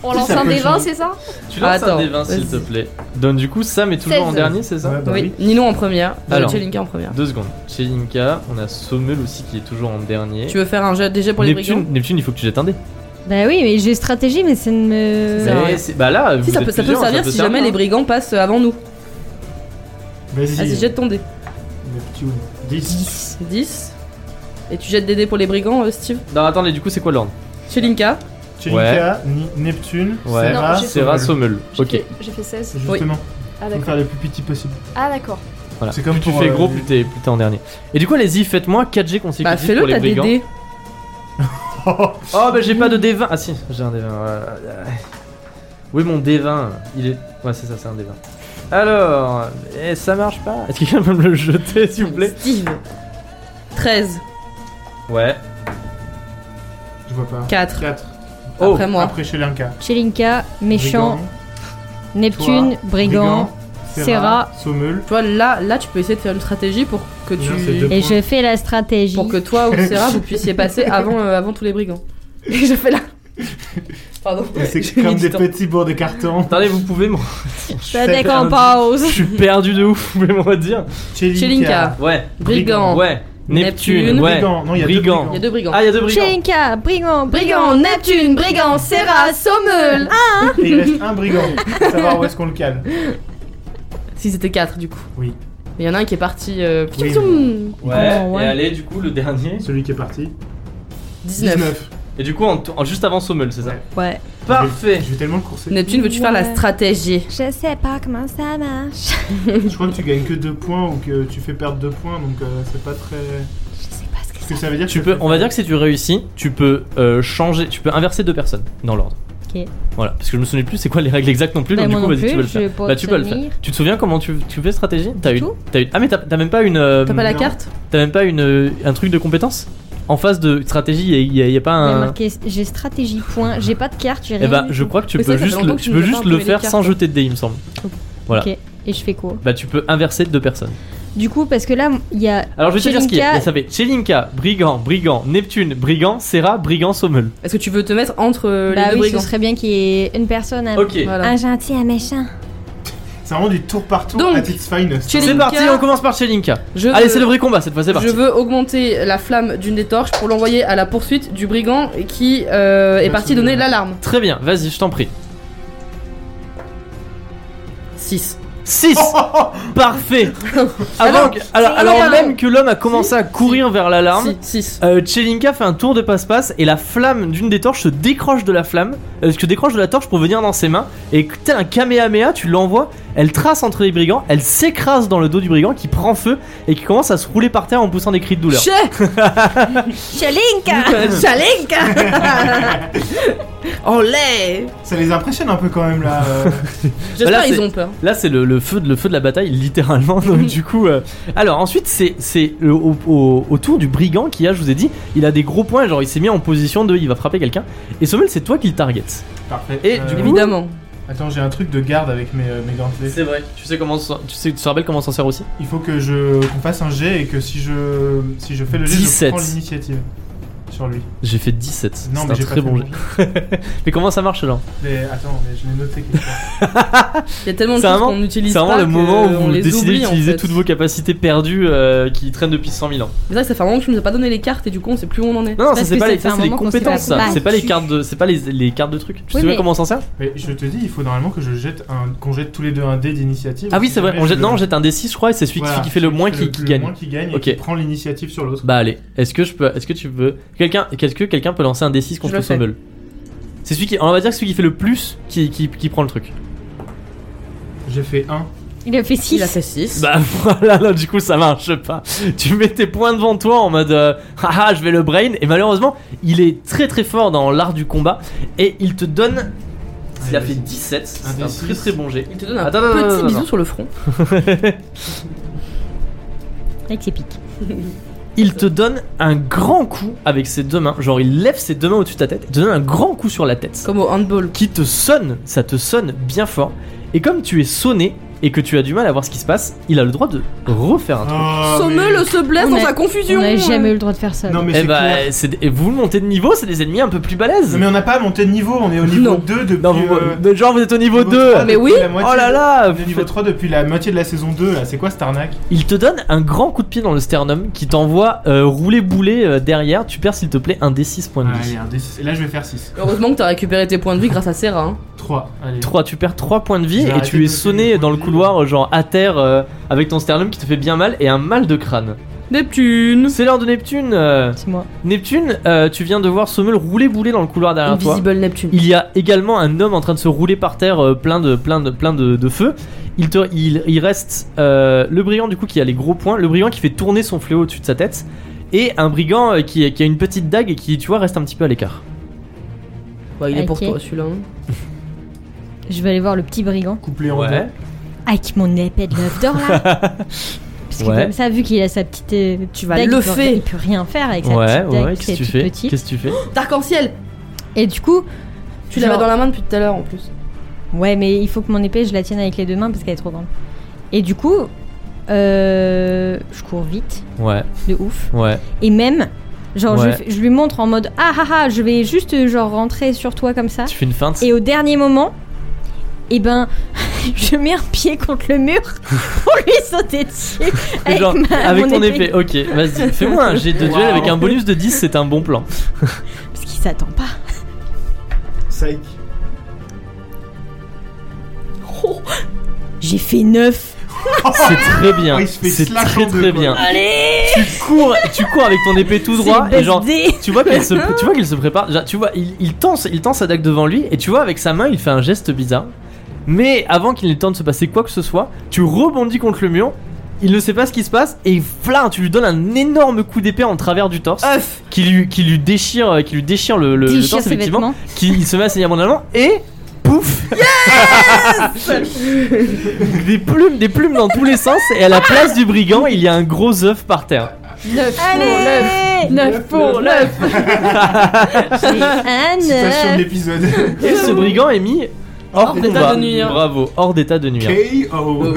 Speaker 5: On lance
Speaker 4: Ça
Speaker 5: un
Speaker 4: peut
Speaker 5: des
Speaker 4: changer.
Speaker 5: 20, c'est ça
Speaker 1: Tu lances
Speaker 2: Attends,
Speaker 1: un des 20 s'il te
Speaker 2: vas-y.
Speaker 1: plaît. Donne du coup, Sam est toujours en
Speaker 5: 16.
Speaker 1: dernier, c'est ça
Speaker 4: bah
Speaker 2: oui, Nino en première,
Speaker 1: Ah
Speaker 2: Euh,
Speaker 1: Alors.
Speaker 2: Chelinka en première.
Speaker 1: Deux secondes. Chez Inca, on a Sommel aussi qui est toujours en dernier.
Speaker 2: Tu veux faire un jet déjà pour les brigands
Speaker 1: Neptune, Neptune, il faut que tu jettes un dé.
Speaker 3: Bah oui, mais j'ai stratégie, mais ça ne me.
Speaker 2: C'est vrai.
Speaker 1: Mais c'est- bah là,
Speaker 2: Si
Speaker 1: vous
Speaker 2: ça
Speaker 1: êtes
Speaker 2: peut, ça peut
Speaker 1: plusieurs,
Speaker 2: servir si jamais
Speaker 1: hein.
Speaker 2: les brigands passent euh, avant nous. Vas-y,
Speaker 4: Vas-y. euh,
Speaker 2: jette ton dé.
Speaker 4: Neptune. 10.
Speaker 2: 10. 10. Et tu jettes des dés pour les brigands, euh, Steve
Speaker 1: Non, attendez, du coup, c'est quoi l'ordre
Speaker 2: Chelinka
Speaker 4: Chelinka, Ni- Neptune,
Speaker 1: Ouais.
Speaker 5: Non,
Speaker 4: Serra,
Speaker 5: j'ai-
Speaker 1: Serra,
Speaker 4: Sommel.
Speaker 1: Sommel.
Speaker 5: J'ai
Speaker 1: Ok.
Speaker 5: fait- J'ai fait 16.
Speaker 4: Justement,
Speaker 5: Ah
Speaker 4: faut
Speaker 5: d'accord.
Speaker 4: faire le plus petit possible.
Speaker 5: Ah d'accord.
Speaker 1: Voilà.
Speaker 4: C'est comme
Speaker 1: plus tu
Speaker 4: pour,
Speaker 1: fais
Speaker 4: euh,
Speaker 1: gros, plus t'es plus t'es en dernier. Et du coup, allez-y, faites-moi 4G consécutifs
Speaker 2: Bah
Speaker 1: pour
Speaker 2: fais-le,
Speaker 1: les
Speaker 2: t'as des
Speaker 1: brigands.
Speaker 2: dés.
Speaker 1: Oh, bah j'ai pas de D20. Ah si, j'ai un D20. euh, euh, Où est mon D20 Il est. Ouais, c'est ça, c'est un D20. Alors, eh, ça marche pas. Est-ce que quelqu'un peut me le jeter, s'il vous plaît
Speaker 2: Steve 13,
Speaker 1: Ouais.
Speaker 4: <laughs> Je vois pas.
Speaker 2: 4.
Speaker 4: 4.
Speaker 1: Oh,
Speaker 2: Après moi.
Speaker 4: Après Chelinka.
Speaker 3: Chelinka, méchant,
Speaker 4: Brigand,
Speaker 3: Neptune, brigand, Serra.
Speaker 4: Sommel.
Speaker 2: Tu vois, là, là, tu peux essayer de faire une stratégie pour que
Speaker 4: Non, c'est
Speaker 2: tu.
Speaker 4: deux.
Speaker 3: et
Speaker 4: Point.
Speaker 3: je fais la stratégie.
Speaker 2: Pour que toi ou Serra, vous
Speaker 1: <laughs>
Speaker 2: puissiez passer avant, euh, avant tous les brigands.
Speaker 5: <laughs> Et je fais là.
Speaker 2: Pardon.
Speaker 4: Et C'est
Speaker 2: J'ai mis
Speaker 4: comme
Speaker 2: du
Speaker 4: des
Speaker 2: temps.
Speaker 4: petits bourgs
Speaker 1: <laughs>
Speaker 4: de carton.
Speaker 1: Attendez, vous pouvez
Speaker 3: <laughs>
Speaker 1: me.
Speaker 3: Je
Speaker 4: Faites <laughs>
Speaker 3: déconne
Speaker 4: un
Speaker 3: pas,
Speaker 1: Je
Speaker 3: ose.
Speaker 1: suis perdu de ouf, vous pouvez me redire
Speaker 2: Chelinka.
Speaker 4: Chelinka.
Speaker 1: Ouais.
Speaker 3: Oh.
Speaker 2: Brigand.
Speaker 1: Ouais. Neptune,
Speaker 2: Neptune.
Speaker 1: ouais.
Speaker 4: Brigand. Non, il y a deux
Speaker 1: Brigand.
Speaker 2: Il y a deux brigands.
Speaker 1: Ah, il y a deux brigands.
Speaker 3: Chelinka, brigand, brigand.
Speaker 5: Brigand, Neptune, Brigand, Serra, Sommel.
Speaker 1: Ah.
Speaker 4: Et il reste un brigand. Faut savoir où est-ce qu'on le cale.
Speaker 2: Si c'était 4 du coup.
Speaker 4: Oui.
Speaker 2: Mais il y en a un qui est parti. euh,
Speaker 4: Oui.
Speaker 2: ptioum,
Speaker 1: Ouais.
Speaker 3: Brigand, ouais.
Speaker 1: Et allez, du coup, le dernier.
Speaker 4: Celui qui est parti.
Speaker 2: 19.
Speaker 1: Et du coup, en, en- juste avant Sommel, c'est ça
Speaker 4: Ouais.
Speaker 3: Ouais.
Speaker 1: Parfait.
Speaker 4: Je vais tellement le courser.
Speaker 2: Neptune, veux-tu faire la
Speaker 3: Ouais.
Speaker 2: stratégie
Speaker 3: Je sais pas comment ça marche.
Speaker 4: Je crois que tu gagnes que 2 points ou que tu fais perdre 2 points, donc euh, c'est pas très.
Speaker 3: Je sais pas ce que
Speaker 4: Ce
Speaker 3: c'est.
Speaker 4: que ça veut dire
Speaker 1: Tu peux, on va dire que si tu réussis, tu peux euh, changer, tu peux inverser deux personnes dans l'ordre.
Speaker 3: Ok.
Speaker 1: Voilà, parce que je me souviens plus c'est quoi les règles exactes non plus,
Speaker 3: Bah,
Speaker 1: donc du
Speaker 3: moi
Speaker 1: coup
Speaker 3: non
Speaker 1: vas-y, tu
Speaker 3: plus,
Speaker 1: peux le
Speaker 3: je
Speaker 1: faire.
Speaker 3: vais pas
Speaker 1: Bah, tu peux le
Speaker 3: tenir.
Speaker 1: faire. Tu te souviens comment tu, tu fais stratégie T'as une,
Speaker 3: tout.
Speaker 1: t'as une, ah mais t'as t'as même pas une, euh,
Speaker 2: T'as pas la
Speaker 4: Non.
Speaker 2: carte
Speaker 1: t'as même pas une, euh, un truc de compétence En face de stratégie, il y, a- y a pas
Speaker 3: Il y a
Speaker 1: un.
Speaker 3: marqué j'ai stratégie point, j'ai pas de carte, j'ai
Speaker 1: Eh
Speaker 3: rien.
Speaker 1: bah,
Speaker 3: du
Speaker 1: je
Speaker 3: tout.
Speaker 1: crois que tu
Speaker 2: Mais
Speaker 1: peux
Speaker 2: ça, ça fait
Speaker 1: juste,
Speaker 2: longtemps
Speaker 1: le,
Speaker 2: que
Speaker 1: tu
Speaker 2: tu
Speaker 1: peux
Speaker 2: nous as
Speaker 1: juste
Speaker 2: pas
Speaker 1: le
Speaker 2: envoyé les
Speaker 1: faire
Speaker 2: cartes.
Speaker 1: sans jeter de dés, il me semble. Voilà.
Speaker 3: Ok. Et je fais quoi
Speaker 1: Bah, tu peux inverser deux personnes.
Speaker 3: Du coup, parce que là, il y a.
Speaker 1: Alors, je vais te dire ce qu'il y a.
Speaker 3: Chelinka-
Speaker 1: Ça fait Chelinka, Brigand, Brigand, Neptune, Brigand, Serra, Brigand, Sommel.
Speaker 2: Est-ce que tu veux te mettre entre euh, les
Speaker 3: bah
Speaker 2: deux
Speaker 3: oui, ce
Speaker 2: brigands
Speaker 3: serait bien qu'il y ait une personne,
Speaker 2: Ah,
Speaker 3: un,
Speaker 1: Ok.
Speaker 2: Voilà.
Speaker 3: un gentil, un méchant.
Speaker 4: C'est vraiment du tour par tour
Speaker 2: Donc,
Speaker 4: à its finest.
Speaker 1: C'est
Speaker 2: Chelinka-
Speaker 1: parti, on commence par Chelinka.
Speaker 2: Je
Speaker 1: Allez,
Speaker 2: veux-
Speaker 1: c'est le vrai combat cette fois, c'est parti.
Speaker 2: Je veux augmenter la flamme d'une des torches pour l'envoyer à la poursuite du brigand qui euh, est
Speaker 4: Bah, c'est
Speaker 2: parti donner
Speaker 4: bien.
Speaker 2: l'alarme.
Speaker 1: Très bien, vas-y, je t'en prie.
Speaker 2: 6.
Speaker 1: 6
Speaker 2: <laughs>
Speaker 1: Parfait
Speaker 2: Ah
Speaker 1: Avant
Speaker 2: non,
Speaker 1: que- Alors,
Speaker 2: Oh c'est-
Speaker 1: alors
Speaker 2: non, pardon.
Speaker 1: même que l'homme a commencé à courir vers l'alarme,
Speaker 2: 6.
Speaker 1: euh, Chelinka fait un tour de passe-passe et la flamme d'une des torches se décroche de la flamme, euh, se décroche de la torche pour venir dans ses mains. Et tel un Kamehameha, tu l'envoies, elle trace entre les brigands, elle s'écrase dans le dos du brigand qui prend feu et qui commence à se rouler par terre en poussant des cris de douleur.
Speaker 2: <laughs>
Speaker 3: Chelinka
Speaker 2: Chalinka Oh lait
Speaker 4: <laughs> Ça les impressionne un peu quand même là.
Speaker 1: <laughs>
Speaker 4: euh.
Speaker 1: Bah
Speaker 2: J'espère
Speaker 1: Là,
Speaker 2: qu'ils
Speaker 1: c'est-
Speaker 2: ont peur.
Speaker 1: <laughs> Là, c'est le, le feu de, le feu de la bataille, littéralement. Donc, du coup, euh, alors ensuite, c'est c'est le- au, au- autour du brigand qui a, je vous ai dit, il a des gros points. Genre, il s'est mis en position de, il va frapper quelqu'un. Et Sommel, c'est toi qui le target.
Speaker 4: Parfait. Euh,
Speaker 1: Et du coup-
Speaker 2: Évidemment.
Speaker 4: Attends, j'ai un truc de garde avec mes, euh, mes gantelets.
Speaker 1: vrai. Tu sais comment, s'en- tu sais, tu te rappelles comment s'en sert aussi
Speaker 4: Il faut que je qu'on fasse un jet et que si je si je fais le jet, je
Speaker 1: 17.
Speaker 4: prends l'initiative. sur lui.
Speaker 1: J'ai fait 17.
Speaker 4: Non,
Speaker 1: C'est
Speaker 4: mais
Speaker 1: un
Speaker 4: j'ai
Speaker 1: très
Speaker 4: pas
Speaker 1: bon
Speaker 4: fait
Speaker 1: jeu. mais comment ça marche, genre
Speaker 4: Mais attends, mais je l'ai noté quelque
Speaker 1: <laughs>
Speaker 4: part.
Speaker 2: Il y a tellement de
Speaker 1: C'est
Speaker 2: choses
Speaker 1: vraiment-
Speaker 2: qu'on n'utilise
Speaker 1: C'est
Speaker 2: pas.
Speaker 1: vraiment le
Speaker 2: que
Speaker 1: moment où
Speaker 2: on
Speaker 1: vous
Speaker 2: les
Speaker 1: décidez
Speaker 2: oublie, en
Speaker 1: d'utiliser
Speaker 2: fait.
Speaker 1: toutes vos capacités perdues euh, qui traînent depuis 100 000 ans.
Speaker 2: Mais C'est vrai que ça fait un moment que tu nous as pas donné les cartes et du coup on sait plus où on en est.
Speaker 1: Non, non, ça
Speaker 3: parce
Speaker 1: c'est
Speaker 3: que
Speaker 1: pas
Speaker 3: ça
Speaker 1: les,
Speaker 3: fait
Speaker 1: ça,
Speaker 3: un
Speaker 1: c'est les
Speaker 3: moment qu'on s'est pas
Speaker 1: compétences, ça. C'est pas les
Speaker 3: battu.
Speaker 1: cartes de, c'est pas les, les cartes de trucs. Tu te
Speaker 3: Oui,
Speaker 1: souviens
Speaker 3: mais-
Speaker 1: comment on s'en sert
Speaker 4: Mais je te dis, il faut normalement que je jette un, qu'on jette tous les deux un dé d'initiative.
Speaker 1: Ah oui, c'est vrai.
Speaker 4: Jamais
Speaker 1: On
Speaker 4: je
Speaker 1: jette,
Speaker 4: le-
Speaker 1: non, on jette un D6, je crois, et c'est celui qui-
Speaker 4: Voilà,
Speaker 1: qui fait le moins qui, qui
Speaker 4: le
Speaker 1: gagne.
Speaker 4: moins qui gagne
Speaker 1: Ok.
Speaker 4: et qui prend l'initiative sur l'autre.
Speaker 1: Bah allez, est-ce que je peux, est-ce que tu veux, quelqu'un, est-ce que quelqu'un peut lancer un D6 contre
Speaker 2: le
Speaker 1: le
Speaker 2: fais.
Speaker 1: Sommel C'est celui qui, on va dire que celui qui fait le plus, qui, qui, qui prend le truc.
Speaker 4: J'ai fait 1.
Speaker 3: Il a fait 6.
Speaker 2: Il a fait 6.
Speaker 1: <laughs> Bah voilà, là du coup ça marche pas. Tu mets tes points devant toi en mode euh, haha, je vais le brain. Et malheureusement, il est très très fort dans l'art du combat. Et il te donne. Il a
Speaker 4: Allez,
Speaker 1: fait
Speaker 4: Ah, vas-y.
Speaker 1: 17,
Speaker 4: Un
Speaker 1: c'est
Speaker 4: des
Speaker 1: un
Speaker 4: six.
Speaker 1: très très bon jet.
Speaker 2: Il te donne un
Speaker 1: Attends, non, non, non,
Speaker 2: petit
Speaker 1: non,
Speaker 2: bisou
Speaker 1: non.
Speaker 2: sur le front.
Speaker 3: Avec ses pics.
Speaker 1: Il te donne un grand coup avec ses deux mains. Genre il lève ses deux mains au-dessus de ta tête, il te donne un grand coup sur la tête.
Speaker 2: Comme au handball.
Speaker 1: qui te sonne, ça te sonne bien fort. Et comme tu es sonné et que tu as du mal à voir ce qui se passe, il a le droit de refaire un truc.
Speaker 4: Oh,
Speaker 2: Sommel
Speaker 4: mais-
Speaker 2: se blesse
Speaker 3: On
Speaker 2: dans
Speaker 3: a-
Speaker 2: sa
Speaker 3: On
Speaker 2: confusion.
Speaker 3: n'a jamais eu le droit de faire ça.
Speaker 4: Non, mais
Speaker 1: Eh
Speaker 4: c'est
Speaker 1: bah,
Speaker 4: clair.
Speaker 1: c'est des- et vous montez de niveau, c'est des ennemis un peu plus balèzes.
Speaker 4: Non, mais on n'a pas monté de niveau, on est au niveau
Speaker 2: Non.
Speaker 4: 2 depuis.
Speaker 1: Non, vous-
Speaker 4: euh,
Speaker 1: de- genre vous êtes au niveau
Speaker 4: niveau
Speaker 1: 2.
Speaker 4: trois,
Speaker 2: Mais oui.
Speaker 4: depuis la moitié
Speaker 1: Oh là là
Speaker 4: de- on est au niveau 3 depuis la moitié de la saison 2, là. C'est quoi cette arnaque
Speaker 1: Il te donne un grand coup de pied dans le sternum qui t'envoie euh, rouler boulet euh, derrière. Tu perds s'il te plaît un D6 points de
Speaker 4: Ah,
Speaker 1: vie.
Speaker 4: Allez, un D6. Et là, je vais faire 6.
Speaker 2: Heureusement que t'as récupéré tes points de vie grâce à Serra. hein.
Speaker 4: 3. Allez.
Speaker 1: 3, tu perds 3 points de vie
Speaker 4: J'ai
Speaker 1: et
Speaker 4: arrêté
Speaker 1: tu
Speaker 4: de
Speaker 1: es
Speaker 4: noter les
Speaker 1: sonné
Speaker 4: points
Speaker 1: dans le
Speaker 4: de vie.
Speaker 1: couloir euh, genre à terre euh, avec ton sternum qui te fait bien mal et un mal de crâne.
Speaker 2: Neptune.
Speaker 1: C'est l'heure de Neptune. euh.
Speaker 3: C'est moi.
Speaker 1: Neptune, euh, tu viens de voir Sommel rouler boulet dans le couloir derrière Ah, toi.
Speaker 2: Invisible Neptune.
Speaker 1: Il y a également un homme en train de se rouler par terre, euh, plein de plein de plein de, de feu. Il, te, il, il reste euh, le brigand du coup qui a les gros points, le brigand qui fait tourner son fléau au-dessus de sa tête, et un brigand euh, qui, qui a une petite dague et qui tu vois reste un petit peu à l'écart.
Speaker 2: Ouais, Bah, il est pour
Speaker 3: Ok.
Speaker 2: toi celui-là. hein.
Speaker 3: Je vais aller voir le petit brigand.
Speaker 4: Couplé en deux.
Speaker 3: Avec mon épée de l'œuf d'or
Speaker 1: <laughs>
Speaker 3: là. Parce que
Speaker 1: Ouais.
Speaker 3: comme ça, vu qu'il a sa petite. euh,
Speaker 2: Tu vas
Speaker 3: dague, il
Speaker 2: le
Speaker 3: peut-
Speaker 2: faire.
Speaker 3: Il peut rien faire avec sa
Speaker 1: Ouais,
Speaker 3: petite dague,
Speaker 1: ouais, qu'est-ce
Speaker 3: ses
Speaker 1: que tu
Speaker 3: petites
Speaker 1: fais
Speaker 3: petites.
Speaker 1: Qu'est-ce que tu fais
Speaker 2: D'arc-en-ciel.
Speaker 3: Et du coup.
Speaker 2: Tu
Speaker 3: genre-
Speaker 2: l'avais dans la main depuis tout à l'heure en plus.
Speaker 3: Ouais, mais il faut que mon épée, je la tienne avec les deux mains parce qu'elle est trop grande. Et du coup, euh, je cours vite,
Speaker 1: Ouais,
Speaker 3: de ouf.
Speaker 1: ouais.
Speaker 3: Et même, genre, je
Speaker 1: Ouais.
Speaker 3: fais- je, lui montre en mode ah ah ah, je vais juste euh, genre rentrer sur toi comme ça.
Speaker 1: Tu fais une feinte.
Speaker 3: Ah. Et au dernier moment, eh ben, <laughs> je mets un pied contre le mur <laughs> pour lui sauter dessus avec,
Speaker 1: Genre,
Speaker 3: ma-
Speaker 1: avec
Speaker 3: mon
Speaker 1: ton épée. Oh. Ok,
Speaker 3: <laughs>
Speaker 1: vas-y. Fais-moi un jet de duel
Speaker 4: Wow.
Speaker 1: avec un bonus de 10, c'est un bon plan.
Speaker 3: Parce qu'il s'attend pas.
Speaker 4: Psych.
Speaker 3: J'ai fait 9.
Speaker 1: C'est
Speaker 4: <laughs>
Speaker 1: très bien.
Speaker 4: Oh, il se fait
Speaker 1: c'est
Speaker 4: slash
Speaker 1: très
Speaker 4: en deux,
Speaker 1: très
Speaker 4: quoi.
Speaker 1: bien.
Speaker 3: Allez,
Speaker 1: Tu cours, tu cours avec ton épée tout droit
Speaker 3: c'est
Speaker 1: et
Speaker 3: best
Speaker 1: genre
Speaker 3: day.
Speaker 1: Tu vois
Speaker 3: <laughs>
Speaker 1: qu'il se, tu vois qu'il se prépare. genre, Tu vois, il, il tense, il tend sa dague devant lui et tu vois avec sa main, il fait un geste bizarre. Mais avant qu'il n'ait le temps de se passer quoi que ce soit, tu rebondis contre le mur. Il ne sait pas ce qui se passe et flan, tu lui donnes un énorme coup d'épée en travers du torse
Speaker 2: Œuf.
Speaker 1: qui lui, qui lui déchire, euh, qui lui déchire le, le- le
Speaker 3: Déchire
Speaker 1: torse
Speaker 3: ses
Speaker 1: effectivement,
Speaker 3: vêtements.
Speaker 1: qui il se met à saigner abondamment et pouf. <laughs> des plumes, des plumes dans tous les sens et à la place du brigand, il y a un gros œuf par terre.
Speaker 5: 9
Speaker 3: Allez,
Speaker 5: 9 pour l'œuf
Speaker 3: un
Speaker 4: Citation de
Speaker 3: œuf.
Speaker 4: l'épisode.
Speaker 1: Et ce brigand est mis hors,
Speaker 2: Hors
Speaker 1: combat.
Speaker 2: d'état de nuire.
Speaker 1: Bravo, hors d'état de
Speaker 4: <laughs>
Speaker 1: nuire.
Speaker 4: KO.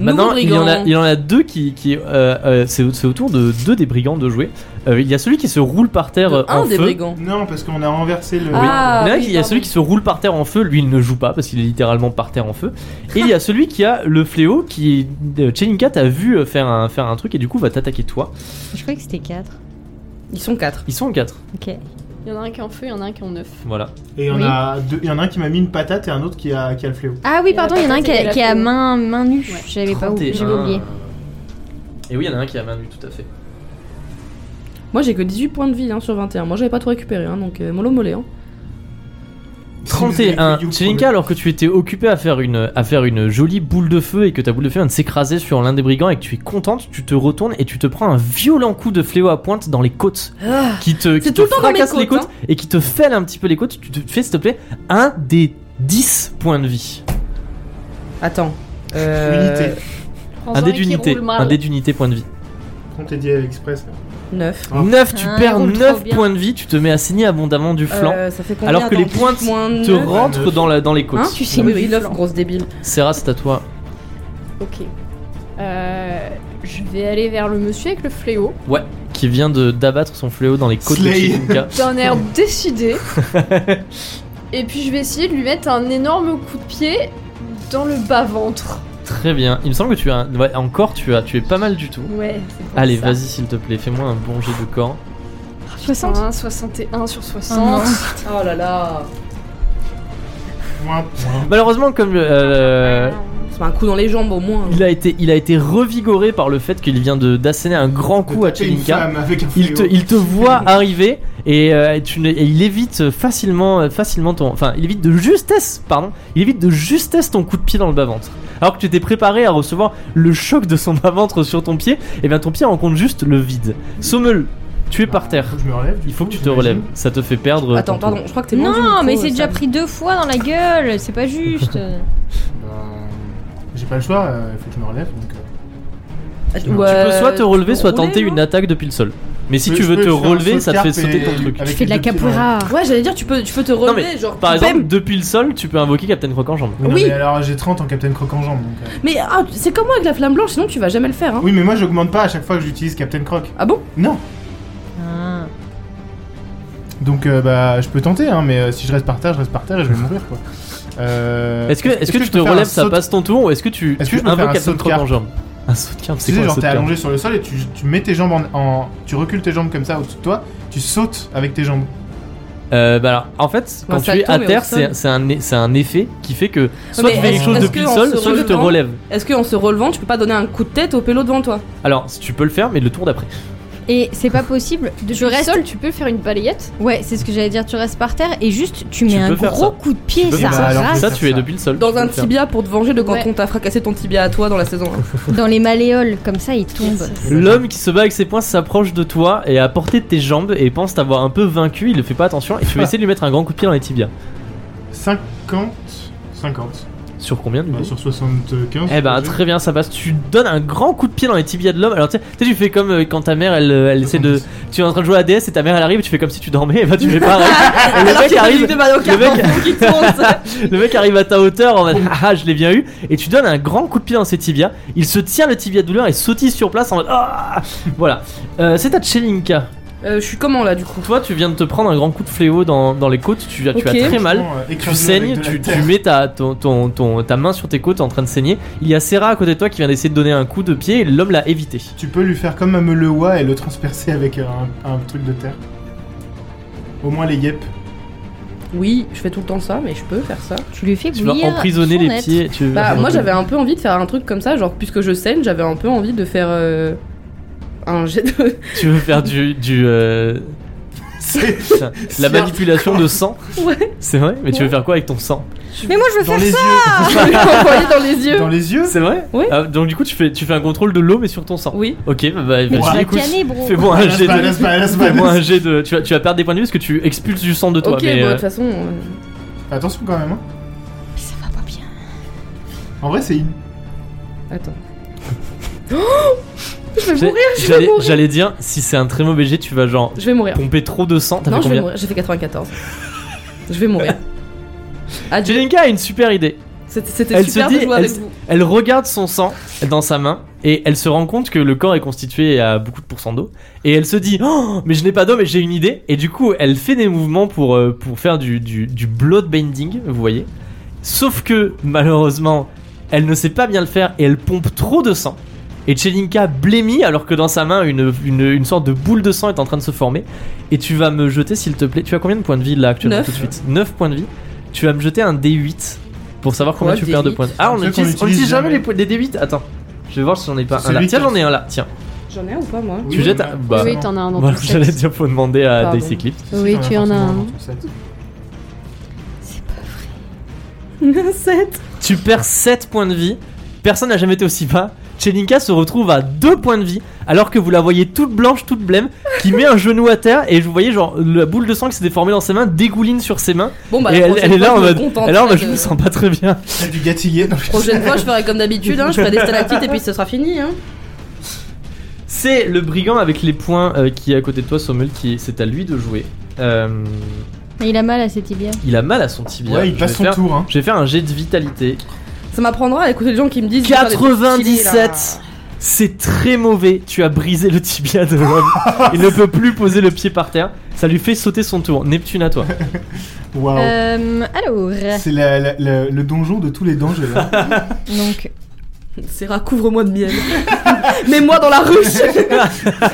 Speaker 1: Maintenant,
Speaker 2: Nouveau
Speaker 1: il y, en a,
Speaker 2: brigand.
Speaker 1: il y en a deux qui. qui euh, euh, c'est c'est au tour de deux des brigands de jouer. Euh, il y a celui qui se roule par terre euh,
Speaker 2: De
Speaker 1: en
Speaker 2: Un des
Speaker 1: feu.
Speaker 2: brigands.
Speaker 4: Non, parce qu'on a renversé le.
Speaker 5: Ah,
Speaker 1: il y en a,
Speaker 5: oui,
Speaker 1: il y a
Speaker 5: pardon.
Speaker 1: celui qui se roule par terre en feu, lui il ne joue pas parce qu'il est littéralement par terre en feu. Et il y a celui qui a le fléau qui. euh, Chelinka t'a vu euh, faire un, faire un truc et du coup va t'attaquer toi.
Speaker 3: Je croyais que c'était 4.
Speaker 2: Ils sont quatre.
Speaker 1: Ils sont en 4.
Speaker 3: Ok.
Speaker 5: Il y en a un qui est en feu, il y en a un qui est en 9.
Speaker 1: Voilà.
Speaker 4: Et il y, en
Speaker 3: Oui.
Speaker 4: a deux- il y en a un qui m'a mis une patate et un autre qui a, qui a le fléau.
Speaker 3: Ah oui, pardon, il y en a un qui
Speaker 5: Et
Speaker 3: a,
Speaker 5: la
Speaker 3: qui a
Speaker 5: peau.
Speaker 3: main, main nue.
Speaker 5: Ouais.
Speaker 3: J'avais pas
Speaker 1: 31.
Speaker 3: oublié. J'avais oublié.
Speaker 1: Et oui, il y en a un qui a main nue, tout à fait.
Speaker 2: Moi j'ai que 18 points de vie hein, sur 21. Moi j'avais pas tout récupéré hein, donc euh, mollo mollet. Hein.
Speaker 1: 31. Chelinka, alors que tu étais occupé à faire, une, à faire une jolie boule de feu et que ta boule de feu vient de s'écraser sur l'un des brigands et que tu es contente, tu te retournes et tu te prends un violent coup de fléau à pointe dans les côtes
Speaker 3: Ah.
Speaker 1: qui te, qui
Speaker 2: Ah, tout
Speaker 1: te
Speaker 2: le temps dans mes
Speaker 1: fracasse les
Speaker 2: côtes, hein.
Speaker 1: côtes et qui te fêle un petit peu les côtes. Tu te fais, s'il te plaît, un des 10 points de vie.
Speaker 2: Attends. Euh,
Speaker 4: Unité.
Speaker 1: un dé d'unité. Un dé d'unité point de vie.
Speaker 4: On t'a dit à l'express. là.
Speaker 2: 9.
Speaker 4: Oh.
Speaker 1: 9, tu
Speaker 3: Ah, il
Speaker 1: perds
Speaker 3: roule
Speaker 1: 9
Speaker 3: trop bien.
Speaker 1: points de vie, tu te mets à saigner abondamment du flanc.
Speaker 2: Euh, ça fait combien
Speaker 1: alors que les
Speaker 2: Attends,
Speaker 1: pointes
Speaker 2: moins
Speaker 1: te
Speaker 2: neuf
Speaker 1: rentrent dans, la, dans les côtes.
Speaker 2: Hein
Speaker 3: Tu sais,
Speaker 2: Oui,
Speaker 3: le
Speaker 2: oui,
Speaker 3: flanc.
Speaker 2: neuf, grosse débile.
Speaker 1: Serra, c'est à toi.
Speaker 5: Ok. Euh, Je vais aller vers le monsieur avec le fléau
Speaker 1: Ouais, qui vient de d'abattre son fléau dans les côtes de
Speaker 4: Slay.
Speaker 1: Chikunka. <laughs>
Speaker 5: d'un air décidé. Et puis je vais essayer de lui mettre un énorme coup de pied dans le bas-ventre.
Speaker 1: Très bien. Il me semble que tu as un- ouais, encore tu as tu es pas mal du tout.
Speaker 5: Ouais.
Speaker 1: Allez, vas-y s'il te plaît, fais-moi un bon jet de corps.
Speaker 5: 60 61 sur 60.
Speaker 3: Oh non.
Speaker 2: Oh là là.
Speaker 4: Ouin, ouin.
Speaker 1: Malheureusement comme euh,
Speaker 2: C'est un coup dans les jambes au moins.
Speaker 1: il a été il a été revigoré par le fait qu'il vient de d'asséner un grand coup à
Speaker 4: Taper une
Speaker 1: Chelinka.
Speaker 4: femme avec un
Speaker 1: Il te,
Speaker 4: fléau.
Speaker 1: il te voit arriver et, euh, tu ne- et il évite facilement, facilement ton. Enfin, il évite de justesse, pardon. Il évite de justesse ton coup de pied dans le bas-ventre. Alors que tu étais préparé à recevoir le choc de son bas-ventre sur ton pied, et bien ton pied rencontre juste le vide. Sommel, tu es par terre.
Speaker 4: Faut que je me relève. du
Speaker 1: Il faut
Speaker 4: coup,
Speaker 1: que tu te
Speaker 4: j'imagine.
Speaker 1: relèves. Ça te fait perdre. ton
Speaker 2: Attends,
Speaker 1: tour.
Speaker 2: pardon, je crois que t'es
Speaker 3: Non,
Speaker 2: mangé, Nico,
Speaker 3: mais c'est déjà
Speaker 2: ça.
Speaker 3: pris deux fois dans la gueule, c'est pas juste.
Speaker 4: Euh, J'ai pas le choix, euh, il faut que je me relève. Donc, euh,
Speaker 2: Tu
Speaker 1: Tu peux soit te relever, soit tenter une
Speaker 2: attaque.
Speaker 1: attaque depuis le sol. Mais si
Speaker 4: je
Speaker 1: tu
Speaker 4: peux-
Speaker 1: veux
Speaker 4: je
Speaker 1: te
Speaker 4: peux faire un saut
Speaker 1: relever,
Speaker 4: de
Speaker 1: ça te fait
Speaker 4: carpe
Speaker 1: sauter
Speaker 4: et-
Speaker 1: ton truc.
Speaker 4: avec
Speaker 3: tu fais de la
Speaker 4: les deux pieds dans le-
Speaker 3: capoeira.
Speaker 2: Ouais, j'allais dire, tu peux, tu peux te
Speaker 1: mais
Speaker 2: relever, genre.
Speaker 1: Par
Speaker 2: bam.
Speaker 1: exemple, depuis le sol, tu peux invoquer Captain Croc en jambe.
Speaker 4: Mais non,
Speaker 2: Oui.
Speaker 4: mais alors j'ai 30 en Captain Croc en jambe. Donc, euh.
Speaker 2: Mais ah, c'est comme moi avec la flamme blanche, sinon tu vas jamais le faire. Hein.
Speaker 4: Oui, mais moi j'augmente pas à chaque fois que j'utilise Captain Croc.
Speaker 2: Ah bon
Speaker 4: Non.
Speaker 3: Ah.
Speaker 4: Donc euh, bah je peux tenter, hein, mais euh, si je reste par terre, je reste par
Speaker 1: <laughs>
Speaker 4: terre et je vais mourir quoi. Euh,
Speaker 1: Est-ce que, est-ce que, tu
Speaker 4: je
Speaker 1: te
Speaker 4: peux faire un
Speaker 1: relèves, ça
Speaker 4: saut-
Speaker 1: passe ton tour, ou est-ce que tu,
Speaker 4: Est-ce
Speaker 1: tu
Speaker 4: que je peux faire
Speaker 1: invoques
Speaker 4: un
Speaker 1: Captain
Speaker 4: saut de
Speaker 1: Croc en
Speaker 4: carpe
Speaker 1: jambe Un saut de carpe, c'est
Speaker 4: Tu sais,
Speaker 1: quoi un
Speaker 4: genre
Speaker 1: saut de
Speaker 4: t'es
Speaker 1: carpe
Speaker 4: allongé sur le sol et tu, tu mets tes jambes en, en- Tu recules tes jambes comme ça au-dessus de toi, tu sautes avec tes jambes.
Speaker 1: Euh, bah alors, en fait,
Speaker 2: Un
Speaker 1: quand tu es
Speaker 2: salto,
Speaker 1: à
Speaker 2: mais au
Speaker 1: terre,
Speaker 2: sol.
Speaker 1: c'est c'est un, é- c'est un effet qui fait que soit
Speaker 2: mais
Speaker 1: tu fais quelque
Speaker 4: est-ce-
Speaker 1: chose
Speaker 2: est-ce
Speaker 1: depuis le
Speaker 2: que en
Speaker 1: sol,
Speaker 2: se
Speaker 1: soit tu te
Speaker 2: relevant-
Speaker 1: relèves.
Speaker 2: Est-ce qu'en se relevant, tu peux pas donner un coup de tête au pélo devant toi
Speaker 1: Alors, si tu peux le faire, mais le tour d'après.
Speaker 3: Et c'est pas possible. Tu
Speaker 5: Depuis le
Speaker 3: restes.
Speaker 5: sol, tu peux faire une balayette.
Speaker 3: Ouais, c'est ce que j'allais dire. Tu restes par terre et juste tu mets
Speaker 1: Tu
Speaker 3: un
Speaker 1: peux faire
Speaker 3: gros
Speaker 1: ça.
Speaker 3: coup de pied,
Speaker 1: Tu peux
Speaker 3: ça
Speaker 1: faire ça.
Speaker 4: bah, Alors,
Speaker 3: rase
Speaker 1: Ça,
Speaker 4: faire
Speaker 1: tu es
Speaker 4: ça.
Speaker 1: depuis le sol. tu
Speaker 2: Dans
Speaker 1: peux
Speaker 2: un
Speaker 1: le faire.
Speaker 2: tibia pour te venger de quand
Speaker 5: Ouais.
Speaker 2: on t'a fracassé ton tibia à toi dans la saison.
Speaker 3: dans les malléoles. Comme ça, il tombe.
Speaker 1: L'homme qui se bat avec ses poings s'approche de toi et à portée de tes jambes et pense t'avoir un peu vaincu, il ne fait pas attention et tu vas essayer de lui mettre un grand coup de pied dans les tibias.
Speaker 4: 50 50.
Speaker 1: Sur combien du
Speaker 4: Ouais,
Speaker 1: coup
Speaker 4: Bah, sur 75.
Speaker 1: Eh ben
Speaker 4: je-
Speaker 1: très bien, ça passe. Tu donnes un grand coup de pied dans les tibias de l'homme. Alors tu sais, tu sais, tu fais comme euh, quand ta mère elle, euh, elle essaie de. Tu es en train de jouer à DS et ta mère elle arrive, tu fais comme si tu dormais. Et bah tu fais pareil. <laughs> Et le mec arrive. le mec- <laughs> Le mec arrive à ta hauteur en mode ah ah, je l'ai bien eu et tu donnes un grand coup de pied dans ses tibias. Il se tient le tibia de douleur et sautille sur place en mode ah voilà. Euh, c'est à Tchelinka.
Speaker 2: Euh, Je suis comment là du coup
Speaker 1: Toi tu viens de te prendre un grand coup de fléau dans, dans les côtes. Tu, tu
Speaker 2: Ok.
Speaker 1: as très mal.
Speaker 4: Franchement, euh,
Speaker 1: Tu
Speaker 4: écrase-le avec
Speaker 1: saignes,
Speaker 4: de la
Speaker 1: tu, tu
Speaker 4: terre.
Speaker 1: mets ta, ton, ton- ton- ta main sur tes côtes t'es en train de saigner. Il y a Serra à côté de toi qui vient d'essayer de donner un coup de pied et l'homme l'a évité.
Speaker 4: Tu peux lui faire comme un meulewa et le transpercer avec un, un truc de terre. Au moins les guêpes.
Speaker 2: Oui, je fais tout le temps ça, mais je peux faire ça.
Speaker 3: Tu lui fais
Speaker 1: Tu vas
Speaker 3: bouillir.
Speaker 2: euh,
Speaker 1: emprisonner
Speaker 3: son
Speaker 1: les
Speaker 3: être.
Speaker 1: pieds. Tu...
Speaker 2: Bah moi j'avais un peu envie de faire un truc comme ça, genre puisque je saigne, j'avais un peu envie de faire euh, un jet de... <laughs>
Speaker 1: Tu veux faire du. du euh,
Speaker 4: C'est <laughs>
Speaker 1: putain, la
Speaker 4: Smart.
Speaker 1: manipulation de sang
Speaker 2: <laughs> Ouais.
Speaker 1: C'est vrai Mais tu veux faire quoi avec ton sang
Speaker 3: Mais moi, je veux
Speaker 4: dans
Speaker 3: faire
Speaker 1: <laughs>
Speaker 4: les
Speaker 2: Je vais l'envoyer dans les
Speaker 4: yeux.
Speaker 2: yeux.
Speaker 4: Dans les yeux <laughs>
Speaker 1: C'est vrai
Speaker 2: Oui.
Speaker 1: Ah, donc du coup tu fais, tu fais un contrôle de l'eau mais sur ton sang.
Speaker 2: Oui.
Speaker 1: Ok bah, bah
Speaker 3: Mais
Speaker 1: vas-y
Speaker 3: tu vas
Speaker 1: écoute.
Speaker 3: canner, Ah, bro.
Speaker 1: Fais-moi un
Speaker 4: Balance,
Speaker 1: jet de.
Speaker 4: balance, balance,
Speaker 1: Fais-moi un
Speaker 4: balance.
Speaker 1: jet de. Tu vas, tu vas perdre des points de vie parce que tu expulses du sang de toi.
Speaker 2: ok,
Speaker 1: mais,
Speaker 2: bon, de
Speaker 1: euh,
Speaker 2: toute façon... euh,
Speaker 4: Attention quand même. hein.
Speaker 3: Mais ça va pas bien.
Speaker 4: En vrai, c'est une.
Speaker 2: Attends.
Speaker 1: j'ai- j'allais- J'allais dire si c'est un très mauvais jet tu vas genre
Speaker 2: Je vais mourir.
Speaker 1: pomper trop de sang. T'as
Speaker 2: Non,
Speaker 1: fait
Speaker 2: je vais
Speaker 1: combien
Speaker 2: mourir. J'ai fait 94. je vais mourir. Adieu.
Speaker 1: Jelinka a une super idée.
Speaker 2: C'était c'était
Speaker 1: Elle
Speaker 2: super
Speaker 1: se dit-
Speaker 2: de jouer
Speaker 1: elle
Speaker 2: avec
Speaker 1: se-
Speaker 2: vous.
Speaker 1: Elle regarde son sang dans sa main et elle se rend compte que le corps est constitué à beaucoup de pourcents d'eau. Et elle se dit Oh, mais je n'ai pas d'eau, mais j'ai une idée. Et du coup, elle fait des mouvements pour, euh, pour faire du, du, du bloodbending, vous voyez. Sauf que, malheureusement, elle ne sait pas bien le faire et elle pompe trop de sang. Et Chelinka blémit alors que dans sa main, une, une, une sorte de boule de sang est en train de se former. Et tu vas me jeter, s'il te plaît. Tu as combien de points de vie là actuellement
Speaker 2: Neuf.
Speaker 1: tout de suite 9 points de vie. Tu vas me jeter un D8 pour savoir combien
Speaker 2: Quoi,
Speaker 1: tu perds de
Speaker 2: D8?
Speaker 1: points. Ah, on
Speaker 4: C'est vrai qu'on
Speaker 1: n'utilise on
Speaker 4: l'utilise
Speaker 1: n'utilise jamais
Speaker 4: jamais.
Speaker 1: les, po- les D8 Attends, je vais voir si j'en ai pas un
Speaker 4: Celui
Speaker 1: là.
Speaker 4: qui
Speaker 1: Tiens,
Speaker 4: a-
Speaker 1: j'en ai un là, tiens.
Speaker 2: J'en ai ou pas <laughs> moi
Speaker 1: Tu jettes un- bah.
Speaker 5: oui, t'en as un dans
Speaker 1: Voilà,
Speaker 5: ton set.
Speaker 1: J'allais dire, faut demander à
Speaker 2: Pardon.
Speaker 1: Daisy Clip.
Speaker 5: Oui, tu en as un.
Speaker 3: C'est pas vrai.
Speaker 2: 7
Speaker 1: Tu perds 7 points de vie. Personne n'a jamais été aussi bas. Chelinka se retrouve à 2 points de vie alors que vous la voyez toute blanche, toute blême, qui met un genou à terre et vous voyez genre la boule de sang qui s'est déformée dans ses mains dégouline sur ses mains.
Speaker 2: Bon bah
Speaker 1: et
Speaker 2: la
Speaker 1: elle,
Speaker 2: prochaine
Speaker 1: elle est là
Speaker 2: fois,
Speaker 1: en
Speaker 2: je me
Speaker 1: mode.
Speaker 2: contente,
Speaker 1: Elle est là en
Speaker 2: là,
Speaker 1: mode, je
Speaker 2: de-
Speaker 1: me sens pas très bien.
Speaker 4: T'as du gatillé. Non, je-
Speaker 2: <laughs> Prochaine fois je ferai comme d'habitude, hein, je ferai des stalactites et puis ce sera fini. Hein.
Speaker 1: C'est le brigand avec les points euh, qui est à côté de toi, Sommel, qui c'est à lui de jouer. Euh,
Speaker 3: Mais il a mal à ses tibias.
Speaker 1: il a mal à son tibia.
Speaker 4: Ouais, il
Speaker 1: Je
Speaker 4: passe
Speaker 1: vais
Speaker 4: son
Speaker 1: faire-
Speaker 4: tour. Hein.
Speaker 1: Je vais faire un jet de vitalité.
Speaker 2: Ça m'apprendra à écouter les gens qui me disent... de faire des petits chili, là.
Speaker 1: 97 C'est très mauvais. Tu as brisé le tibia de l'homme. Il ne peut plus poser le pied par terre. Ça lui fait sauter son tour. Neptune à toi. Oh.
Speaker 4: Waouh.
Speaker 3: Euh, alors,
Speaker 4: C'est la- la- la- le donjon de tous les dangers. là.
Speaker 1: <laughs>
Speaker 3: donc,
Speaker 2: Serra, couvre-moi de miel. <laughs> Mets-moi dans
Speaker 1: <laughs>
Speaker 2: la ruche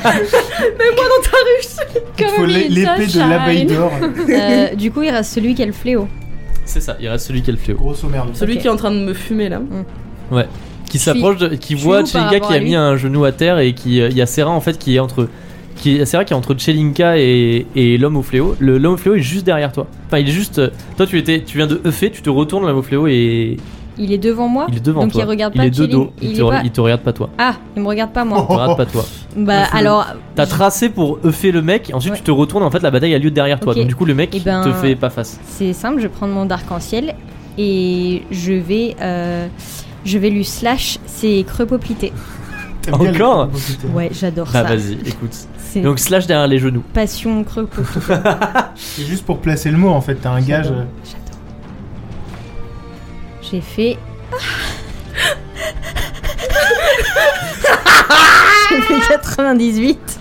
Speaker 2: Mets-moi dans ta ruche
Speaker 4: Il faut l'é- l'épée de l'abeille d'or.
Speaker 3: euh, du coup, il reste celui qui a le fléau.
Speaker 1: C'est ça. Il reste celui qui a le fléau.
Speaker 4: Grosso merde.
Speaker 2: Celui
Speaker 3: Ok.
Speaker 2: qui est en train de me fumer là.
Speaker 1: Mm. Qui
Speaker 3: Je suis-
Speaker 1: s'approche, de- qui
Speaker 3: je
Speaker 1: voit
Speaker 3: suis où par
Speaker 1: Chelinka
Speaker 3: rapport
Speaker 1: qui a
Speaker 3: à lui
Speaker 1: mis un genou à terre et qui. euh, Il y a Serra en fait qui est entre. Qui est, Serra qui est entre Chelinka et, et l'homme au fléau. Le- L'homme au fléau est juste derrière toi. Enfin, il est juste. euh, Toi, tu étais, tu viens de euffer, tu te retournes, l'homme au fléau et
Speaker 3: Il est devant moi.
Speaker 1: il est devant
Speaker 3: donc
Speaker 1: toi.
Speaker 3: il regarde
Speaker 1: il
Speaker 3: pas
Speaker 1: est de
Speaker 3: Chelin-
Speaker 1: dos.
Speaker 3: il
Speaker 1: Il,
Speaker 3: est
Speaker 1: te, re-
Speaker 3: pas-
Speaker 1: il te regarde pas toi.
Speaker 3: Ah, il me regarde pas moi.
Speaker 1: Il te regarde pas toi.
Speaker 3: Bah
Speaker 4: flou.
Speaker 3: alors,
Speaker 1: T'as tracé pour euffer le mec, et ensuite
Speaker 3: Ouais.
Speaker 1: tu te retournes, en fait la bataille a lieu derrière toi.
Speaker 3: Ok.
Speaker 1: Donc du coup le mec
Speaker 3: Eh ben-
Speaker 1: te fait pas face.
Speaker 3: c'est simple. Je prends mon arc-en-ciel et je vais, euh, je vais lui slash ses creux poplités.
Speaker 4: T'aimes bien les-
Speaker 1: Encore
Speaker 3: Ouais, j'adore
Speaker 1: Bah
Speaker 3: ça.
Speaker 1: vas-y, écoute.
Speaker 3: <laughs> C'est
Speaker 1: Donc slash derrière les genoux.
Speaker 3: passion creux poplités.
Speaker 4: C'est juste pour placer le mot en fait, t'as un gage.
Speaker 3: J'adore.
Speaker 4: euh,
Speaker 3: J'adore. J'ai fait. J'ai fait 98.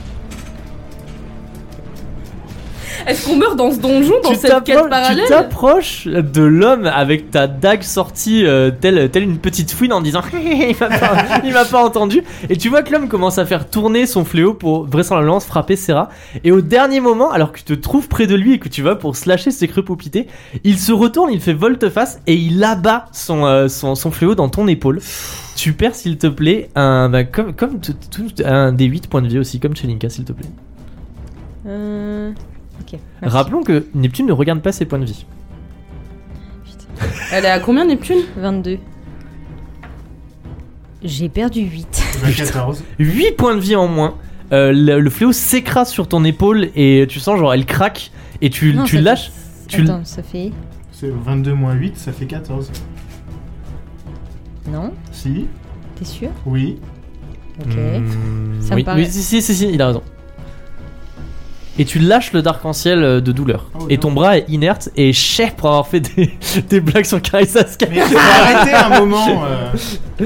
Speaker 2: Est-ce qu'on meurt dans ce donjon, dans
Speaker 1: Tu
Speaker 2: cette quête
Speaker 1: t'approches- tu
Speaker 2: parallèle
Speaker 1: t'approches de l'homme avec ta dague sortie euh, telle, telle une petite fouine en disant <laughs> il m'a pas, <laughs> il m'a pas entendu et tu vois que l'homme commence à faire tourner son fléau pour vraisemblablement se frapper Serra et au dernier moment alors que tu te trouves près de lui et que tu vas pour slasher ses creux poupités il se retourne il fait volte-face et il abat son, euh, son, son fléau dans ton épaule tu perds s'il te plaît un, bah, comme, comme tout- tout- un des 8 points de vie aussi comme Chelinka s'il te plaît
Speaker 3: Euh, Ok. merci.
Speaker 1: rappelons que Neptune ne regarde pas ses points de vie
Speaker 2: Elle est à combien Neptune
Speaker 3: 22. J'ai perdu 8.
Speaker 4: le 14.
Speaker 1: 8 points de vie en moins. Euh, le, le fléau s'écrase sur ton épaule et tu sens genre elle craque et tu, tu lâches. tu l-
Speaker 3: Attends, ça fait.
Speaker 4: C'est 22 moins 8, ça fait 14.
Speaker 3: Non
Speaker 4: Si,
Speaker 3: T'es sûr
Speaker 4: oui.
Speaker 3: Ok.
Speaker 1: Hmm,
Speaker 3: Ça me
Speaker 1: oui,
Speaker 3: paraît-
Speaker 1: oui, si, si, si, si, il a raison. Et tu lâches le d'arc-en-ciel euh, de douleur.
Speaker 4: Oh,
Speaker 1: et
Speaker 4: non.
Speaker 1: ton bras est inerte et cher pour avoir fait des, <laughs> des blagues sur Carissa Sky.
Speaker 4: Mais arrêtez un moment. euh.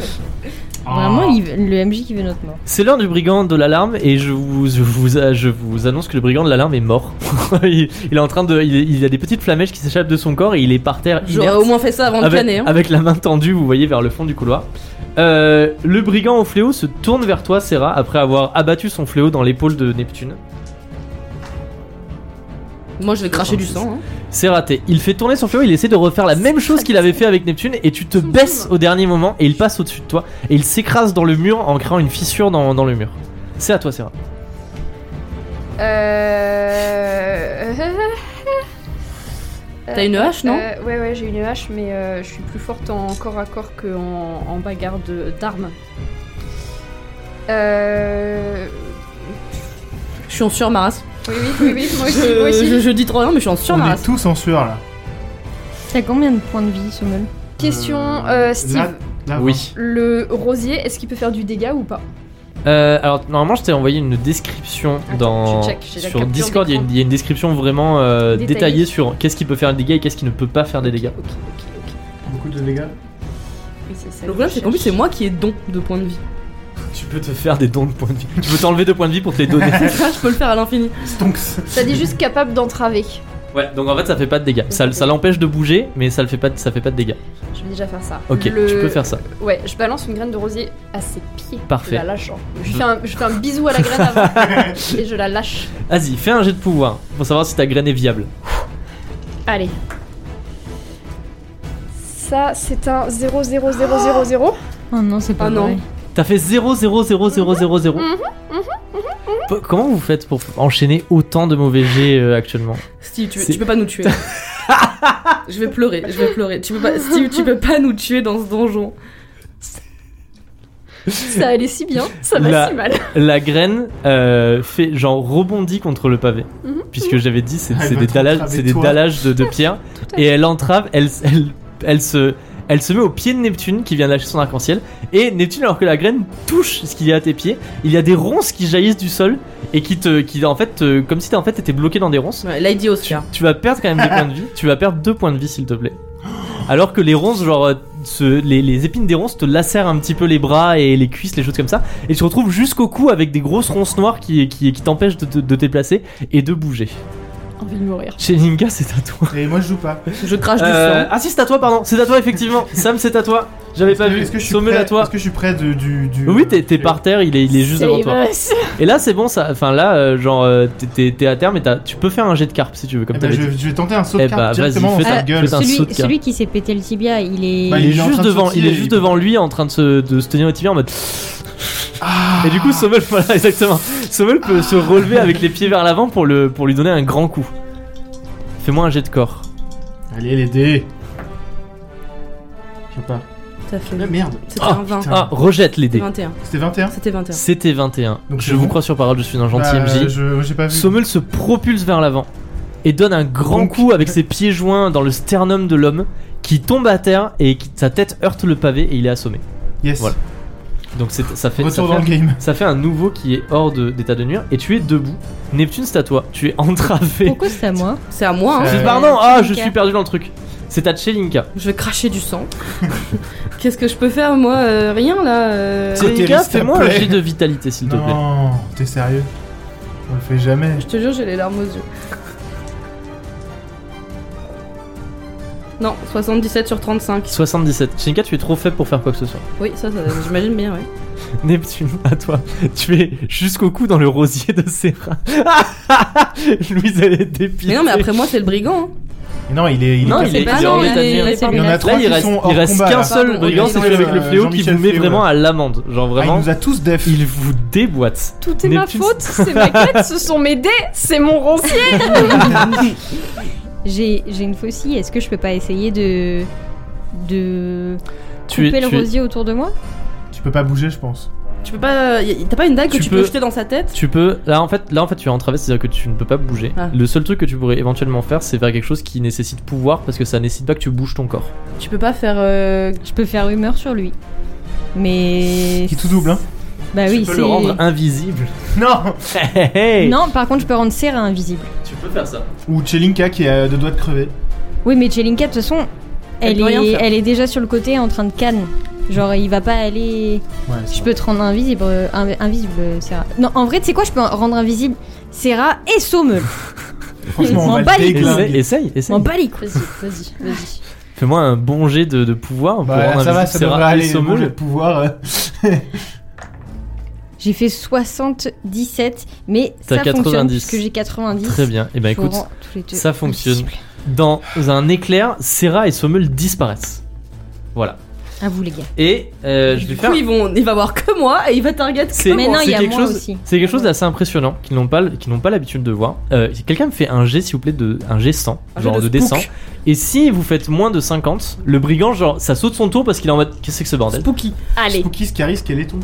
Speaker 3: Vraiment,
Speaker 4: Ah.
Speaker 3: il veut- le MJ qui veut notre mort.
Speaker 1: C'est l'heure du brigand de l'alarme et je vous, je, vous, euh, je vous annonce que le brigand de l'alarme est mort. <laughs> il, il est en train de. Il, il a des petites flamèches qui s'échappent de son corps et il est par terre
Speaker 2: J'aurais
Speaker 1: inerte.
Speaker 2: au moins fait ça avant de
Speaker 1: avec,
Speaker 2: planer. hein.
Speaker 1: avec la main tendue, vous voyez vers le fond du couloir. Euh, le brigand au fléau se tourne vers toi, Serra, après avoir abattu son fléau dans l'épaule de Neptune.
Speaker 2: Moi je vais cracher du sang. hein.
Speaker 1: C'est raté. Il fait tourner son fléau, il essaie de refaire la même chose qu'il avait fait avec Neptune, et tu te baisses au dernier moment, et il passe au-dessus de toi, et il s'écrase dans le mur en créant une fissure dans, dans le mur. C'est à toi, Serra.
Speaker 5: Euh...
Speaker 2: T'as une hache, non
Speaker 5: Euh, Ouais, ouais, j'ai une hache, mais euh, je suis plus forte en corps à corps qu'en en, en bagarre de- d'armes. Euh...
Speaker 2: Je suis en surmaras.
Speaker 5: Oui, oui, oui, oui, moi aussi, moi
Speaker 2: Euh, Je,
Speaker 5: aussi.
Speaker 2: je- je dis trop rien, mais je suis en
Speaker 4: On est
Speaker 2: surmaras.
Speaker 4: tous en sueur là.
Speaker 3: T'as combien de points de vie, Sommel
Speaker 5: Question,
Speaker 4: Euh,
Speaker 5: euh, Steve.
Speaker 4: là- là,
Speaker 1: Oui.
Speaker 5: Le rosier, est-ce qu'il peut faire du dégât ou pas
Speaker 1: Euh, alors, normalement, je t'ai envoyé une description dans.
Speaker 5: Attends, je check, j'ai la
Speaker 1: sur
Speaker 5: capture
Speaker 1: Discord, il y, a une-
Speaker 5: d'écran.
Speaker 1: il y a une description vraiment euh,
Speaker 5: Détaillée.
Speaker 1: détaillée sur qu'est-ce qui peut faire des dégâts et qu'est-ce qui ne peut pas faire des dégâts.
Speaker 5: Ok, ok, ok.
Speaker 4: Beaucoup de dégâts.
Speaker 5: Oui, c'est ça.
Speaker 2: Le problème c'est qu'en plus c'est moi qui ai don de points de vie.
Speaker 1: Tu peux te faire des dons de points de vie. Tu peux t'enlever deux points de vie pour te les donner.
Speaker 2: <laughs> Ça, je peux le faire à l'infini.
Speaker 4: Stonks.
Speaker 5: Ça dit juste capable d'entraver.
Speaker 1: <laughs> Ouais, donc en fait ça fait pas de dégâts. Ça, ça l'empêche de bouger, mais ça le fait pas, ça fait pas de dégâts.
Speaker 5: Je vais déjà faire ça.
Speaker 1: Ok,
Speaker 5: Le-
Speaker 1: tu peux faire ça.
Speaker 5: Ouais, je balance une graine de rosier à ses pieds.
Speaker 1: Parfait.
Speaker 5: Je la lâche. hein. Je fais un, je fais un bisou à la graine avant et je la lâche.
Speaker 1: Vas-y, fais un jet de pouvoir pour savoir si ta graine est viable.
Speaker 5: Allez. Ça, c'est un 00000.
Speaker 3: Oh non, c'est pas
Speaker 2: Ah non.
Speaker 3: vrai.
Speaker 1: T'as fait 0 0 0 0 0 0. P- Comment vous faites pour enchaîner autant de mauvais jets euh, actuellement
Speaker 2: Steve, tu,
Speaker 1: C'est-
Speaker 2: tu peux pas nous tuer. <laughs> je vais pleurer, je vais pleurer. Tu peux pas, Steve, tu peux pas nous tuer dans ce donjon.
Speaker 5: Ça allait si bien, ça va
Speaker 1: La-
Speaker 5: si mal.
Speaker 1: La graine euh, fait genre rebondit contre le pavé,
Speaker 5: Mhm.
Speaker 1: puisque j'avais dit c'est
Speaker 4: Elle
Speaker 1: c'est
Speaker 4: va
Speaker 1: des
Speaker 4: te
Speaker 1: dallages,
Speaker 4: entraver,
Speaker 1: c'est des
Speaker 4: toi.
Speaker 1: dallages
Speaker 5: <laughs>
Speaker 1: de, de pierre
Speaker 5: Tout à
Speaker 1: et elle entrave, elle, elle, elle se elle se met au pied de Neptune qui vient lâcher son arc-en-ciel et Neptune alors que la graine touche ce qu'il y a à tes pieds, il y a des ronces qui jaillissent du sol et qui te qui en fait te- comme si t'es- en fait t'étais bloqué dans des ronces.
Speaker 2: Ouais, Lady Oscar.
Speaker 4: <laughs>
Speaker 1: Tu vas perdre quand même des points de vie. Tu vas perdre deux points de vie s'il te plaît. alors que les ronces, genre, euh, se- les, les épines des ronces te lacèrent un petit peu les bras et les cuisses, les choses comme ça, et tu te retrouves jusqu'au cou avec des grosses ronces noires qui, qui, qui t'empêchent de, te- de te déplacer et de bouger.
Speaker 5: Envie de mourir.
Speaker 1: Chez Ninka, c'est à toi.
Speaker 4: <laughs> Et moi je joue pas.
Speaker 2: Je crache
Speaker 1: Euh,
Speaker 2: du sang.
Speaker 1: ah si, c'est à toi, pardon, c'est à toi,
Speaker 4: <laughs>
Speaker 1: effectivement. Sam, c'est à toi. J'avais
Speaker 4: Est-ce
Speaker 1: pas
Speaker 4: que-
Speaker 1: vu.
Speaker 4: Est-ce que je suis
Speaker 1: Sommel
Speaker 4: près-
Speaker 1: à toi.
Speaker 4: Est-ce que je suis près de- du. du- Eh
Speaker 1: Oui, t'es t'es par terre, il est, il est juste devant
Speaker 5: Save
Speaker 1: toi.
Speaker 5: us.
Speaker 1: Et là, c'est bon, ça. Enfin, là, euh, genre, euh, t'es- t'es t'es à terre, mais t'as- tu peux faire un jet de carpe si tu veux, comme
Speaker 4: Eh ben,
Speaker 1: t'avais
Speaker 4: je,
Speaker 1: dit.
Speaker 4: je vais tenter un saut
Speaker 1: Eh
Speaker 4: de
Speaker 1: bah,
Speaker 4: carte
Speaker 1: vas-y,
Speaker 4: directement
Speaker 1: fais
Speaker 4: dans
Speaker 1: ça.
Speaker 4: sa gueule.
Speaker 1: Fais ça. un saut
Speaker 3: celui,
Speaker 1: de
Speaker 3: celui qui s'est pété le tibia, il est.
Speaker 4: Bah,
Speaker 1: Il
Speaker 4: il
Speaker 1: est
Speaker 4: est en
Speaker 1: juste
Speaker 4: train de
Speaker 1: devant, il est
Speaker 4: sautiller,
Speaker 1: juste
Speaker 4: il-
Speaker 1: devant lui en train de se, de se tenir au tibia en mode.
Speaker 4: Ah.
Speaker 1: Et du coup, Sommel, voilà, <laughs> exactement. Sommel peut se relever avec les pieds vers l'avant pour, le- pour lui donner un grand coup. Fais-moi un jet de corps.
Speaker 4: Allez, les dés. Je sais pas.
Speaker 2: Ça fait. Oh,
Speaker 4: Ah, merde.
Speaker 2: C'était
Speaker 1: Ah,
Speaker 2: un 20.
Speaker 4: putain.
Speaker 1: Ah, rejette les dés.
Speaker 2: 21.
Speaker 4: C'était 21
Speaker 2: C'était 21.
Speaker 1: C'était 21.
Speaker 4: Donc,
Speaker 1: je
Speaker 4: c'est
Speaker 1: vous
Speaker 4: bon.
Speaker 1: crois sur parole, je suis un gentil
Speaker 4: Bah,
Speaker 1: MJ.
Speaker 4: je- J'ai pas vu.
Speaker 1: Sommel se propulse vers l'avant et donne un grand
Speaker 4: Donc-
Speaker 1: coup avec ses pieds joints dans le sternum de l'homme qui tombe à terre et qui, sa tête heurte le pavé et il est assommé.
Speaker 4: Yes.
Speaker 1: Voilà. Donc c'est- ça fait, ça
Speaker 4: Retour dans
Speaker 1: fait,
Speaker 4: le game.
Speaker 1: ça fait un nouveau qui est hors de- d'état de nuire et tu es debout. Neptune, c'est à toi. Tu es <laughs> entravé.
Speaker 3: Pourquoi c'est à moi
Speaker 2: C'est à moi, hein.
Speaker 4: Euh,
Speaker 1: Pardon, ah, je
Speaker 3: Chelinka.
Speaker 1: suis perdu dans le truc. C'est à Chelinka.
Speaker 2: Je vais cracher du <laughs> sang. Qu'est-ce que je peux faire, moi Euh, Rien, là. euh,
Speaker 4: C'est-
Speaker 1: Chelinka,
Speaker 4: s'il te
Speaker 1: fais-moi un
Speaker 4: plaît.
Speaker 1: jet de vitalité, s'il te plaît.
Speaker 4: Non, t'es sérieux On le fait jamais.
Speaker 2: Je te jure, j'ai les larmes aux yeux. Non, 77 sur 35.
Speaker 1: 77. Chelinka, tu es trop faible pour faire quoi que ce soit.
Speaker 2: Oui, ça, ça j'imagine bien, ouais.
Speaker 1: <laughs> Neptune, à toi. Tu es jusqu'au cou dans le rosier de Serra. <laughs> Louise, elle est dépitée.
Speaker 2: Mais non, mais après moi, c'est le brigand. hein.
Speaker 4: Mais Non, il est. Il est
Speaker 1: Non,
Speaker 4: cassé. Ah,
Speaker 1: il est,
Speaker 2: pas
Speaker 1: il est
Speaker 2: non,
Speaker 1: hors
Speaker 2: il
Speaker 1: d'état de
Speaker 2: est-
Speaker 1: nuire.
Speaker 2: il est
Speaker 1: Là,
Speaker 2: pas
Speaker 4: Il y en a
Speaker 2: bien.
Speaker 4: trois
Speaker 1: il
Speaker 4: qui
Speaker 1: reste,
Speaker 4: sont
Speaker 1: il
Speaker 4: hors
Speaker 1: reste
Speaker 4: combat,
Speaker 1: qu'un
Speaker 4: là.
Speaker 1: seul
Speaker 2: Pardon,
Speaker 1: brigand,
Speaker 2: oui,
Speaker 1: c'est
Speaker 2: oui,
Speaker 1: celui avec le
Speaker 4: euh,
Speaker 1: fléau qui vous
Speaker 4: Jean-Michel
Speaker 1: met
Speaker 4: Fléau,
Speaker 1: vraiment
Speaker 4: ouais.
Speaker 1: à l'amende. Genre
Speaker 4: Ah, il
Speaker 1: vraiment,
Speaker 4: nous a tous def.
Speaker 1: il vous déboîte.
Speaker 5: Tout est
Speaker 1: Neptune.
Speaker 5: ma faute, c'est ma quête, ce sont mes dés, c'est mon <laughs> roncier.
Speaker 3: J'ai j'ai une faucille, est-ce que je peux pas essayer de. de.
Speaker 1: Tu
Speaker 3: couper
Speaker 1: es,
Speaker 3: le
Speaker 1: tu es-
Speaker 3: rosier autour de moi
Speaker 4: Tu peux pas bouger, je pense. <laughs>
Speaker 2: Tu peux pas. y- T'as pas une dague
Speaker 1: Tu
Speaker 2: que tu peux
Speaker 1: peux-
Speaker 2: jeter dans sa tête
Speaker 1: Tu peux. Là en fait, là en fait, tu es entravé, c'est-à-dire que tu ne peux pas bouger.
Speaker 2: Ah.
Speaker 1: Le seul truc que tu pourrais éventuellement faire, c'est faire quelque chose qui nécessite pouvoir, parce que ça nécessite pas que tu bouges ton corps.
Speaker 2: Tu peux pas faire. euh,
Speaker 3: Je peux faire humeur sur lui. Mais.
Speaker 4: Qui tout double, hein
Speaker 3: Bah oui,
Speaker 1: tu peux
Speaker 3: c'est.
Speaker 1: le rendre
Speaker 3: <laughs>
Speaker 1: invisible.
Speaker 4: Non
Speaker 1: Hey, hey.
Speaker 3: Non, par contre, je peux rendre Serra invisible.
Speaker 1: Tu peux faire ça.
Speaker 4: Ou Chelinka qui a deux doigts de crever.
Speaker 3: Oui, mais Chelinka, de toute façon,
Speaker 2: Elle
Speaker 3: elle,
Speaker 2: peut rien
Speaker 3: est,
Speaker 2: faire.
Speaker 3: elle est déjà sur le côté en train de canne. Genre, il va pas aller.
Speaker 4: Ouais, c'est
Speaker 3: Je peux te rendre invisible, euh, inv- invisible, euh, Serra. Non, en vrai, tu sais quoi Je peux rendre invisible Serra
Speaker 2: <laughs>
Speaker 3: et Sommel.
Speaker 4: vrai. Franchement,
Speaker 3: M'en
Speaker 4: on
Speaker 3: bat
Speaker 4: va le
Speaker 3: les
Speaker 1: Essaye,
Speaker 4: déglinguer.
Speaker 1: essaye. essaye.
Speaker 3: M'en bat les couilles.
Speaker 5: Vas-y, vas-y, vas-y.
Speaker 1: Fais-moi un bon jet de, de pouvoir. pour
Speaker 4: Bah,
Speaker 1: rendre
Speaker 4: ça va,
Speaker 1: invisible
Speaker 4: ça
Speaker 1: Serra
Speaker 4: devrait
Speaker 1: et
Speaker 4: aller. Moi,
Speaker 1: Sommel.
Speaker 4: j'ai le pouvoir. euh,
Speaker 3: J'ai fait 77, mais
Speaker 1: T'as
Speaker 3: ça fonctionne
Speaker 1: 90.
Speaker 3: puisque j'ai 90.
Speaker 1: Très bien. Et ben
Speaker 3: Faut
Speaker 1: écoute,
Speaker 3: rendre tous les deux
Speaker 1: ça fonctionne.
Speaker 3: invisibles.
Speaker 1: Dans un éclair, Serra et Sommel disparaissent. Voilà.
Speaker 3: À vous, les gars.
Speaker 1: Et euh, je vais
Speaker 2: Du
Speaker 1: faire.
Speaker 2: coup, ils vont, il va voir que moi et il va target que
Speaker 1: C'est
Speaker 3: Mais non,
Speaker 1: c'est
Speaker 3: il y a
Speaker 1: quelque
Speaker 3: moi
Speaker 1: chose,
Speaker 3: aussi.
Speaker 1: c'est quelque chose d'assez impressionnant qu'ils n'ont pas, qu'ils n'ont pas l'habitude de voir. Euh, Quelqu'un me fait un jet, s'il vous plaît, de un jet 100,
Speaker 2: Un jet
Speaker 1: genre de
Speaker 2: de spook.
Speaker 1: descend. Et si vous faites moins de 50, le brigand, genre, ça saute son tour parce qu'il est en mode, qu'est-ce que c'est que ce bordel
Speaker 2: Spooky.
Speaker 5: Allez,
Speaker 4: Spooky, Scaris, quel est ton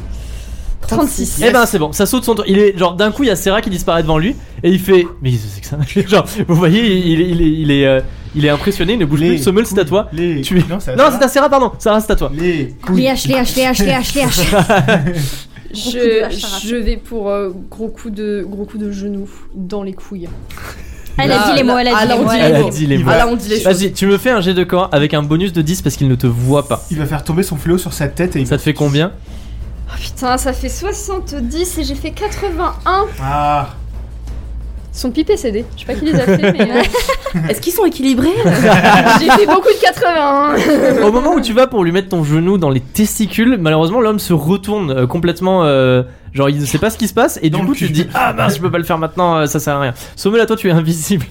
Speaker 5: 36.
Speaker 1: Eh ben c'est bon, ça saute son tour. Il est genre d'un coup il y a Serra qui disparaît devant lui et il fait mais qu'est-ce que c'est que ça. <laughs> genre vous voyez il, est- il est il est euh, il est impressionné, il ne bouge
Speaker 4: Les
Speaker 1: plus. Sommel c'est à toi.
Speaker 4: Les.
Speaker 1: Tu es-
Speaker 4: Non, c'est
Speaker 1: Non c'est à Serra pardon, Sarah c'est à toi.
Speaker 4: Les
Speaker 3: Les
Speaker 4: couilles.
Speaker 3: H, les H, les H, les H, les H.
Speaker 5: Je, je vais pour euh, gros coup de gros coup de genou dans les couilles.
Speaker 3: Elle a
Speaker 2: Là,
Speaker 3: dit les mots, elle a
Speaker 2: là,
Speaker 3: dit
Speaker 2: là,
Speaker 3: les
Speaker 2: on
Speaker 3: mots.
Speaker 2: dit
Speaker 3: elle a
Speaker 2: les
Speaker 3: dit
Speaker 1: Elle
Speaker 3: les
Speaker 1: a dit les
Speaker 2: mots.
Speaker 1: mots.
Speaker 2: Ah là, on dit les choses.
Speaker 1: Vas-y tu me fais un jet de corps avec un bonus de 10 parce qu'il ne te voit pas.
Speaker 4: Il va faire tomber son fléau sur sa tête et il.
Speaker 1: Ça te fait combien
Speaker 5: Oh putain, ça fait 70 et j'ai fait 81.
Speaker 4: Ah
Speaker 5: Ils sont pipés ces dés. Je sais pas qui les a fait, mais euh, <laughs>
Speaker 2: Est-ce qu'ils sont équilibrés
Speaker 5: j'ai fait beaucoup de 81.
Speaker 1: Au moment où tu vas pour lui mettre ton genou dans les testicules, malheureusement l'homme se retourne euh, complètement. euh, genre il ne sait pas ce qui se passe et
Speaker 4: Dans
Speaker 1: du
Speaker 4: le
Speaker 1: coup
Speaker 4: cul.
Speaker 1: tu te dis ah mince je peux pas le faire maintenant, euh, ça sert à rien. Sommel à toi tu es invisible.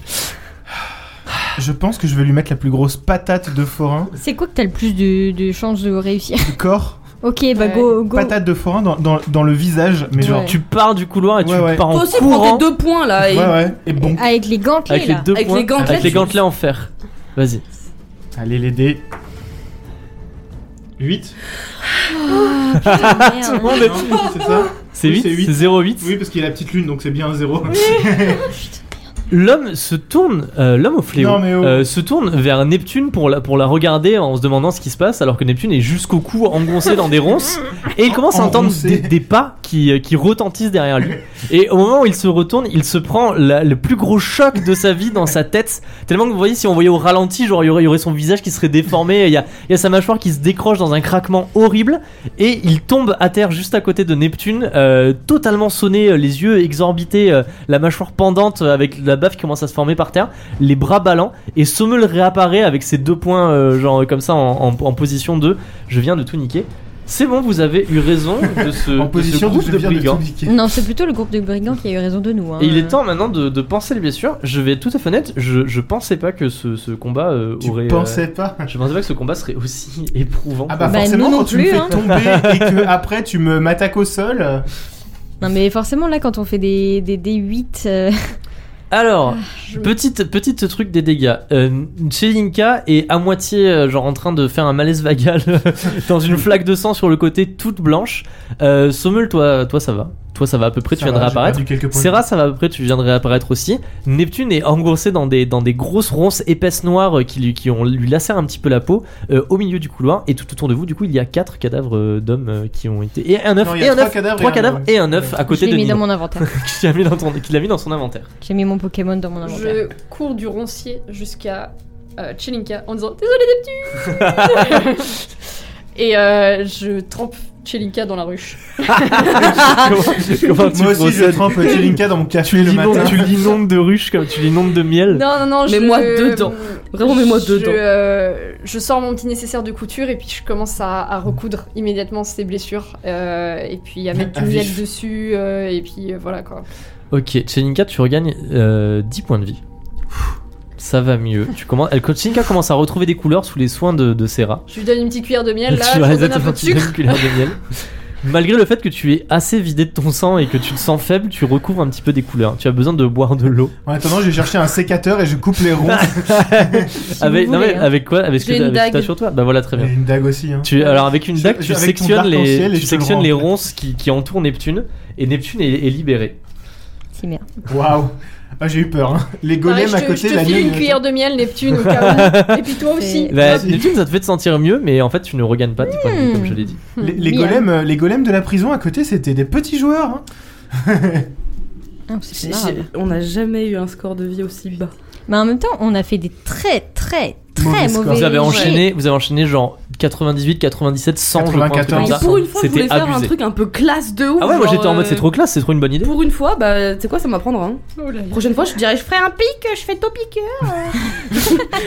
Speaker 1: <laughs>
Speaker 4: Je pense que je vais lui mettre la plus grosse patate de forain
Speaker 3: mots. C'est quoi que t'as le plus de, de chances de réussir <laughs>
Speaker 4: du corps.
Speaker 3: Ok, bah
Speaker 5: Ouais.
Speaker 3: go, go.
Speaker 4: Patate de forain dans, dans, dans le visage, mais
Speaker 3: Ouais.
Speaker 4: genre.
Speaker 1: Tu pars du couloir et tu
Speaker 4: Ouais, ouais.
Speaker 1: pars en
Speaker 2: Toi aussi, prends
Speaker 1: courant
Speaker 2: tes deux points
Speaker 3: Ah,
Speaker 2: là. et-
Speaker 4: Ouais, ouais. Et bon.
Speaker 3: Avec les gantelets,
Speaker 1: avec les
Speaker 3: là.
Speaker 1: deux
Speaker 2: Avec
Speaker 1: points,
Speaker 2: les gantelets,
Speaker 1: avec les
Speaker 2: tu-
Speaker 1: gantelets en fer. Vas-y.
Speaker 4: Allez, les dés. 8
Speaker 3: Merde.
Speaker 4: C'est ça
Speaker 1: C'est
Speaker 4: Oui, <laughs>
Speaker 1: 8
Speaker 4: c'est huit.
Speaker 1: C'est 0,8
Speaker 4: Oui, parce qu'il y a la petite lune, donc c'est bien un zéro.
Speaker 1: L'homme se tourne, euh, l'homme au fléau,
Speaker 4: Non, mais oh.
Speaker 1: euh, se tourne vers Neptune pour la, pour la regarder en se demandant ce qui se passe, alors que Neptune est jusqu'au cou engoncé dans des
Speaker 4: <laughs>
Speaker 1: ronces, et il commence à entendre
Speaker 4: Engoncé.
Speaker 1: des, des pas qui, euh, qui retentissent derrière lui. Et au moment où il se retourne, il se prend la- le plus gros choc de sa vie dans sa tête, tellement que vous voyez, si on voyait au ralenti, genre il y aurait, il y aurait son visage qui serait déformé, il y a, il y a sa mâchoire qui se décroche dans un craquement horrible, et il tombe à terre juste à côté de Neptune, euh, totalement sonné, euh, les yeux exorbités, euh, la mâchoire pendante euh, avec la baffe qui commence à se former par terre, les bras ballants, et Sommel réapparaît avec ses deux points, euh, genre euh, comme ça, en, en- en position de je viens de tout niquer. C'est bon, vous avez eu raison
Speaker 4: <laughs>
Speaker 1: de ce, de
Speaker 4: En
Speaker 1: ce
Speaker 4: position
Speaker 1: groupe de
Speaker 4: devenir de
Speaker 1: brigands.
Speaker 4: tout niquer.
Speaker 3: Non, c'est plutôt le groupe de brigands qui a eu raison de nous. hein.
Speaker 1: Et il est temps maintenant de, de penser les blessures. Je vais être tout à fait honnête, je, je pensais pas que ce, ce combat euh,
Speaker 4: Tu
Speaker 1: aurait. euh,
Speaker 4: pensais pas
Speaker 1: Je pensais pas que ce combat serait aussi <laughs> éprouvant.
Speaker 4: Ah bah,
Speaker 3: Bah,
Speaker 4: forcément
Speaker 3: nous non
Speaker 4: quand tu me
Speaker 3: plus,
Speaker 4: fais
Speaker 3: hein.
Speaker 4: tomber et que après tu me m'attaques au sol, euh,
Speaker 3: Non, mais forcément, là, quand on fait des, des D8, euh, Ah,
Speaker 1: Alors, petite, petite truc des dégâts. Euh, Chelinka est à moitié euh, genre en train de faire un malaise vagal <laughs> dans une flaque de sang sur le côté toute blanche. Euh, Sommel, toi, toi ça va. Toi ça va à peu près,
Speaker 4: ça
Speaker 1: tu viens
Speaker 4: va,
Speaker 1: de
Speaker 4: j'ai
Speaker 1: réapparaître.
Speaker 4: perdu quelques points de
Speaker 1: Serra, ça va à peu près, tu viens de réapparaître aussi. Neptune est engoncé dans des, dans des grosses ronces épaisses noires euh, qui lui, qui ont, lui lacèrent un petit peu la peau euh, au milieu du couloir. Et tout autour de vous, du coup, il y a quatre cadavres euh, d'hommes euh, qui ont été. Et un œuf,
Speaker 4: Non, il y
Speaker 1: et
Speaker 4: a
Speaker 1: un
Speaker 4: trois
Speaker 1: œuf,
Speaker 4: cadavres
Speaker 1: trois
Speaker 4: et un
Speaker 1: cadavres
Speaker 4: homme.
Speaker 1: et un œuf à
Speaker 3: je
Speaker 1: côté
Speaker 3: l'ai
Speaker 1: de
Speaker 3: mis dans
Speaker 1: Nino.
Speaker 3: mon inventaire.
Speaker 1: <laughs> Qu'il a mis dans ton- qu'il a mis dans son inventaire.
Speaker 3: J'ai mis mon Pokémon dans mon inventaire.
Speaker 5: Je cours du roncier jusqu'à euh, Chelinka en disant Désolé Neptune Et euh, je trempe Chelinka dans la ruche.
Speaker 1: comment, comment tu
Speaker 4: Moi aussi je
Speaker 1: procèdes
Speaker 4: trempe Chelinka dans mon
Speaker 1: Tu
Speaker 4: café le matin.
Speaker 1: l'inondes- tu l'inondes de ruches comme tu l'inondes de miel.
Speaker 5: Non, non, non, je.
Speaker 2: Mets-moi dedans. Vraiment, mets-moi
Speaker 5: je,
Speaker 2: dedans.
Speaker 5: euh, je sors mon petit nécessaire de couture et puis je commence à, à recoudre immédiatement ses blessures. euh, et puis à mettre
Speaker 4: À
Speaker 5: du miel
Speaker 4: vif.
Speaker 5: dessus. euh, et puis euh, voilà quoi.
Speaker 1: Ok, Chelinka, tu regagnes euh, 10 points de vie. Ça va mieux. Tu commences, elle, Chelinka commence à retrouver des couleurs sous les soins de, de Serra.
Speaker 5: Je lui donne une petite cuillère
Speaker 1: <laughs>
Speaker 5: de miel là,
Speaker 1: Tu
Speaker 5: je
Speaker 1: vas
Speaker 5: lui
Speaker 1: les
Speaker 5: donne un peu de
Speaker 1: atteindre,
Speaker 5: sucre.
Speaker 1: tu donnes une cuillère de miel. Malgré le fait que tu es assez vidé de ton sang et que tu te sens faible, tu recouvres un petit peu des couleurs. Tu as besoin de boire de l'eau.
Speaker 4: En attendant, j'ai cherché un sécateur et je coupe les
Speaker 1: <laughs>
Speaker 4: ronds.
Speaker 3: Si
Speaker 1: Avec,
Speaker 3: vous
Speaker 1: non,
Speaker 3: voulez,
Speaker 1: Ah, mais
Speaker 3: hein.
Speaker 1: avec quoi Avec ce que
Speaker 2: J'ai
Speaker 1: t'as-
Speaker 2: une
Speaker 1: avec ce que t'as
Speaker 2: dague.
Speaker 1: sur toi Bah voilà, très
Speaker 4: Et
Speaker 1: bien.
Speaker 4: une dague aussi. Hein.
Speaker 1: Tu, alors avec une
Speaker 4: Je-
Speaker 1: dague, tu
Speaker 4: avec ton
Speaker 1: sectionnes les,
Speaker 4: arc-en-ciel et
Speaker 1: tu
Speaker 4: je te le
Speaker 1: sectionnes
Speaker 4: rends,
Speaker 1: les
Speaker 4: en fait.
Speaker 1: ronces qui, qui entourent Neptune et Neptune est, est libéré. euh,
Speaker 3: Si, merde.
Speaker 4: Waouh. Ah, j'ai eu peur. hein. Les
Speaker 5: Pareil,
Speaker 4: golems
Speaker 5: Bah, je
Speaker 4: à
Speaker 5: te,
Speaker 4: côté,
Speaker 5: je te
Speaker 4: la
Speaker 5: file
Speaker 4: nuit,
Speaker 5: une
Speaker 4: euh,
Speaker 5: cuillère de miel, Neptune, au cas où. Et puis toi aussi.
Speaker 3: C'est-
Speaker 1: Bah,
Speaker 4: Vas-y.
Speaker 1: Neptune, ça te fait te sentir mieux, mais en fait, tu ne regagnes pas tes points de vie,
Speaker 3: Hmm.
Speaker 1: comme je l'ai dit.
Speaker 4: Les, les
Speaker 3: Bien.
Speaker 4: golems, euh, les golems de la prison à côté, c'était des petits joueurs. hein.
Speaker 3: Ah, c'est
Speaker 2: J'ai-
Speaker 3: pas grave.
Speaker 2: j'ai- On n'a jamais eu un score de vie aussi bas.
Speaker 3: Mais en même temps, on a fait des très, très, très
Speaker 4: Mauvais score.
Speaker 3: mauvais
Speaker 1: Vous avez
Speaker 3: jets.
Speaker 1: enchaîné, vous avez enchaîné genre 98, 97, 100, je crois, un truc comme
Speaker 4: 94.
Speaker 1: ça.
Speaker 2: Et pour une fois, je
Speaker 1: C'était
Speaker 2: voulais faire un
Speaker 1: abusé.
Speaker 2: truc un peu classe de ouf.
Speaker 1: Ah ouais, moi
Speaker 2: genre,
Speaker 1: j'étais en mode
Speaker 2: euh,
Speaker 1: c'est trop classe, c'est trop une bonne idée.
Speaker 2: Pour une fois, bah, tu sais quoi, ça m'apprendra. Hein.
Speaker 5: Oh là là.
Speaker 2: Prochaine fois, je dirais, je ferai un pic, je fais
Speaker 1: <laughs>
Speaker 2: top piqueur.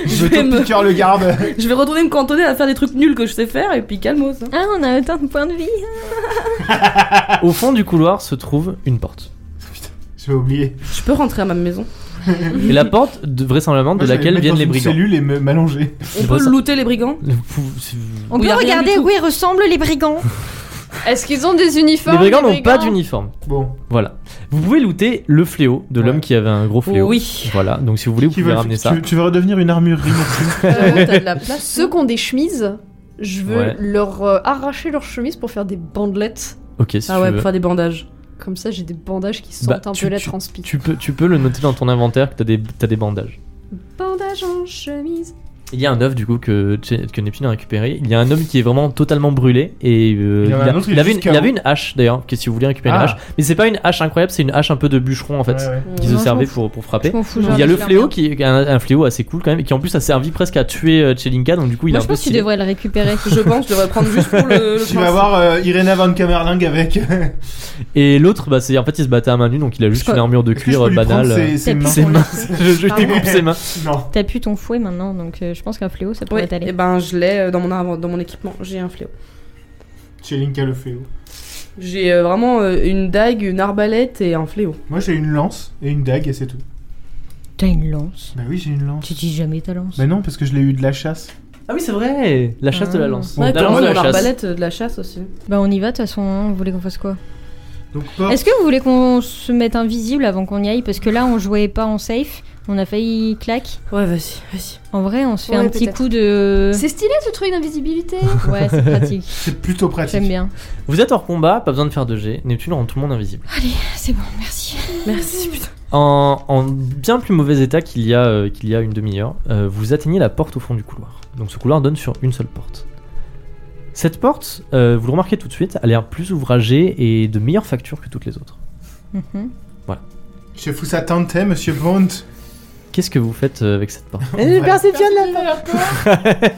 Speaker 4: Je
Speaker 2: vais me-
Speaker 4: te piqueur le <laughs> garde.
Speaker 2: Je vais retourner me cantonner à faire des trucs nuls que je sais faire et puis calmos. hein.
Speaker 3: Ah, on a autant de points de vie. hein.
Speaker 2: Ah.
Speaker 1: Au fond du couloir se trouve une porte.
Speaker 4: J'ai oublié.
Speaker 2: Je peux rentrer à ma maison. Mhm.
Speaker 1: Et la porte, de, vraisemblablement,
Speaker 4: Moi,
Speaker 1: de
Speaker 4: je vais
Speaker 1: laquelle
Speaker 4: me mettre
Speaker 1: viennent
Speaker 4: dans
Speaker 1: les
Speaker 4: une
Speaker 1: brigands.
Speaker 4: cellule et me- m'allonger.
Speaker 2: On
Speaker 1: pas
Speaker 2: peut
Speaker 1: ça.
Speaker 2: looter les brigands.
Speaker 1: Le pou- c'est-
Speaker 3: On
Speaker 2: Où y
Speaker 3: peut
Speaker 2: a rien
Speaker 3: regarder
Speaker 2: du tout.
Speaker 3: où ils ressemblent les brigands.
Speaker 5: Est-ce qu'ils ont des uniformes
Speaker 1: Les brigands n'ont pas d'uniforme.
Speaker 4: Bon,
Speaker 1: Voilà. Vous pouvez looter le fléau de l'homme
Speaker 4: Ouais.
Speaker 1: qui avait un gros fléau.
Speaker 2: Oui.
Speaker 1: Voilà, donc si vous voulez, vous
Speaker 4: Qui
Speaker 1: pouvez
Speaker 4: veulent-
Speaker 1: ramener ça.
Speaker 4: tu, tu veux redevenir une armurerie Maxime
Speaker 1: <laughs>
Speaker 5: Euh,
Speaker 2: T'as de la place.
Speaker 5: Ceux qui ont des chemises, je veux
Speaker 1: Ouais.
Speaker 5: leur euh, arracher leurs chemises pour faire des bandelettes.
Speaker 1: Ok, si
Speaker 2: Ah
Speaker 1: tu
Speaker 2: ouais,
Speaker 1: veux.
Speaker 2: pour faire des bandages.
Speaker 5: Comme ça, j'ai des bandages qui sentent
Speaker 1: Bah,
Speaker 5: un
Speaker 1: tu-
Speaker 5: peu la transpi.
Speaker 1: Tu peux, tu peux le noter dans ton inventaire que t'as des, t'as des bandages.
Speaker 5: Bandages en chemise.
Speaker 1: Il y a un œuf du coup que, que Neptune a récupéré. Il y a un homme qui est vraiment totalement brûlé et euh,
Speaker 4: Il y en a un autre, il est
Speaker 1: avait une,
Speaker 4: juste
Speaker 1: il
Speaker 4: KO.
Speaker 1: avait une hache d'ailleurs que si vous voulez récupérer
Speaker 4: Ah.
Speaker 1: une hache. Mais c'est pas une hache incroyable, c'est une hache un peu de bûcheron en fait
Speaker 4: Ouais, ouais.
Speaker 1: qui se
Speaker 3: Non, je
Speaker 1: servait
Speaker 3: m'en
Speaker 1: pour, pour frapper.
Speaker 3: Je m'en fous, j'ai
Speaker 1: Il y
Speaker 3: envie
Speaker 1: a
Speaker 3: de
Speaker 1: le
Speaker 3: faire
Speaker 1: fléau
Speaker 3: bien.
Speaker 1: qui est un, un fléau assez cool quand même et qui en plus a servi presque à tuer euh, Chelinka donc du coup il
Speaker 3: Moi,
Speaker 1: est
Speaker 3: je
Speaker 1: un peu
Speaker 3: pense que tu
Speaker 1: stylé.
Speaker 3: devrais le récupérer.
Speaker 2: Je pense, que je devrais prendre juste pour le. le
Speaker 4: Tu vas voir euh, Irena Van Kamerling avec. <laughs> Est-ce
Speaker 1: Et l'autre bah c'est en fait il se battait à main nue donc il a juste
Speaker 3: Parce
Speaker 1: une
Speaker 3: que-
Speaker 1: armure de
Speaker 4: que je
Speaker 1: cuir
Speaker 4: peux
Speaker 1: euh,
Speaker 4: lui prendre
Speaker 1: banale. <laughs>
Speaker 4: ses- ses
Speaker 3: T'as
Speaker 4: mains
Speaker 3: plus
Speaker 1: ses
Speaker 3: ton-
Speaker 1: mains. je, je découpe
Speaker 4: Pardon.
Speaker 1: ses mains.
Speaker 4: Non.
Speaker 3: T'as plus ton fouet maintenant, donc euh, je pense qu'un fléau, ça
Speaker 2: Oui,
Speaker 3: pourrait t'aller.
Speaker 2: et ben je l'ai euh, dans mon, invent- dans mon équipement, j'ai un fléau.
Speaker 4: Chelinka le fléau.
Speaker 2: J'ai euh, vraiment euh, une dague, une arbalète et un fléau.
Speaker 4: Moi j'ai une lance et une dague et c'est tout.
Speaker 3: T'as une lance.
Speaker 4: Bah oui, j'ai une lance.
Speaker 3: Tu dis jamais ta lance.
Speaker 4: Bah non, parce que je l'ai eu de la chasse.
Speaker 1: Ah oui c'est vrai. La chasse de la
Speaker 3: Ah.
Speaker 1: lance.
Speaker 4: Bon,
Speaker 2: Ouais,
Speaker 1: la
Speaker 2: comme
Speaker 1: lance de
Speaker 2: dans
Speaker 1: la chasse.
Speaker 2: l'arbalète euh, de la chasse aussi.
Speaker 3: Bah on y va de toute façon, hein. vous voulez qu'on fasse quoi
Speaker 4: Donc porte.
Speaker 3: Est-ce que vous voulez qu'on se mette invisible avant qu'on y aille Parce que là on jouait pas en safe, on a failli claque.
Speaker 2: Ouais, vas-y, vas-y.
Speaker 3: En vrai on se fait
Speaker 5: Ouais,
Speaker 3: un petit
Speaker 5: peut-être.
Speaker 3: coup de...
Speaker 5: C'est stylé ce
Speaker 1: <laughs>
Speaker 5: truc d'invisibilité.
Speaker 3: Ouais
Speaker 2: <laughs>
Speaker 3: c'est pratique,
Speaker 4: C'est plutôt
Speaker 3: j'aime
Speaker 4: pratique.
Speaker 3: bien.
Speaker 1: Vous êtes hors combat, pas besoin de faire de G. Neptune rend tout le monde invisible.
Speaker 3: C'est bon, merci.
Speaker 2: Merci, putain.
Speaker 1: en, en bien plus mauvais état qu'il y a, euh, qu'il y a une demi-heure, euh, vous atteignez la porte au fond du couloir. Donc ce couloir donne sur une seule porte. Cette porte, euh, vous le remarquez tout de suite, elle a l'air plus ouvragée et de meilleure facture que toutes les autres.
Speaker 3: Mhm.
Speaker 4: Je fous sa tante, monsieur Bond.
Speaker 1: Qu'est-ce que vous faites euh, avec cette porte
Speaker 4: Ouais.
Speaker 5: Perception de la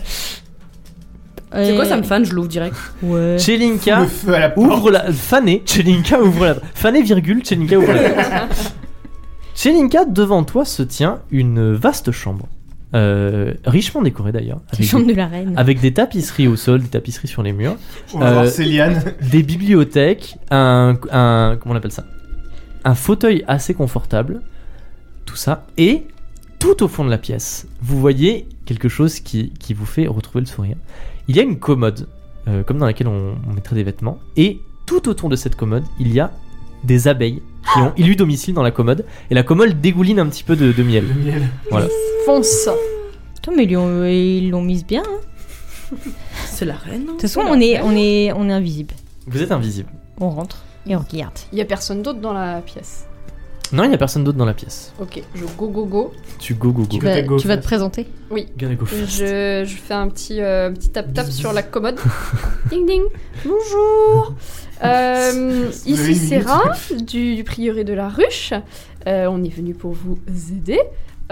Speaker 2: C'est quoi,
Speaker 3: Et-
Speaker 2: ça me fan Je l'ouvre direct.
Speaker 3: Euh,
Speaker 2: <laughs>
Speaker 3: Ouais.
Speaker 1: Chelinka
Speaker 4: Le feu à la porte.
Speaker 1: ouvre la... Fané, Chelinka ouvre la... Fané, virgule, Chelinka ouvre la... Chelinka, devant toi se tient une vaste chambre. Euh, richement décorée d'ailleurs.
Speaker 3: La
Speaker 1: Avec,
Speaker 3: chambre de la reine.
Speaker 1: avec des tapisseries au sol, des tapisseries sur les murs.
Speaker 4: On va voir
Speaker 1: Euh,
Speaker 4: Céliane. <laughs>
Speaker 1: des bibliothèques, un, un- comment on appelle ça Un fauteuil assez confortable, tout ça, et tout au fond de la pièce, vous voyez quelque chose qui, qui vous fait retrouver le sourire. Il y a une commode, euh, comme dans laquelle on, on mettrait des vêtements, et tout autour de cette commode, il y a des abeilles qui ont élu domicile dans la commode, et la commode dégouline un petit peu de, de miel.
Speaker 4: Le miel. <laughs>
Speaker 5: Fonce
Speaker 3: Putain, mais ils l'ont- ils l'ont mise bien. hein. Bah
Speaker 2: C'est la reine. hein.
Speaker 3: De toute façon, on est, on est, on est invisible.
Speaker 1: Vous êtes invisible.
Speaker 3: On rentre et on regarde.
Speaker 5: Il y a personne d'autre dans la pièce.
Speaker 1: Non, il n'y a personne d'autre dans la pièce.
Speaker 5: Ok, je go go go.
Speaker 1: Tu go go go.
Speaker 4: Tu vas- Gotta go tu vas te first.
Speaker 3: présenter
Speaker 1: Gotta go first.
Speaker 5: Je, je fais un petit, euh, petit tap tap sur
Speaker 4: <laughs>
Speaker 5: la commode. ding ding. Bonjour. Euh,
Speaker 4: Vous avez
Speaker 5: ici
Speaker 4: une minute.
Speaker 5: Serra du, du prieuré de la ruche. Euh, on est venu pour vous aider.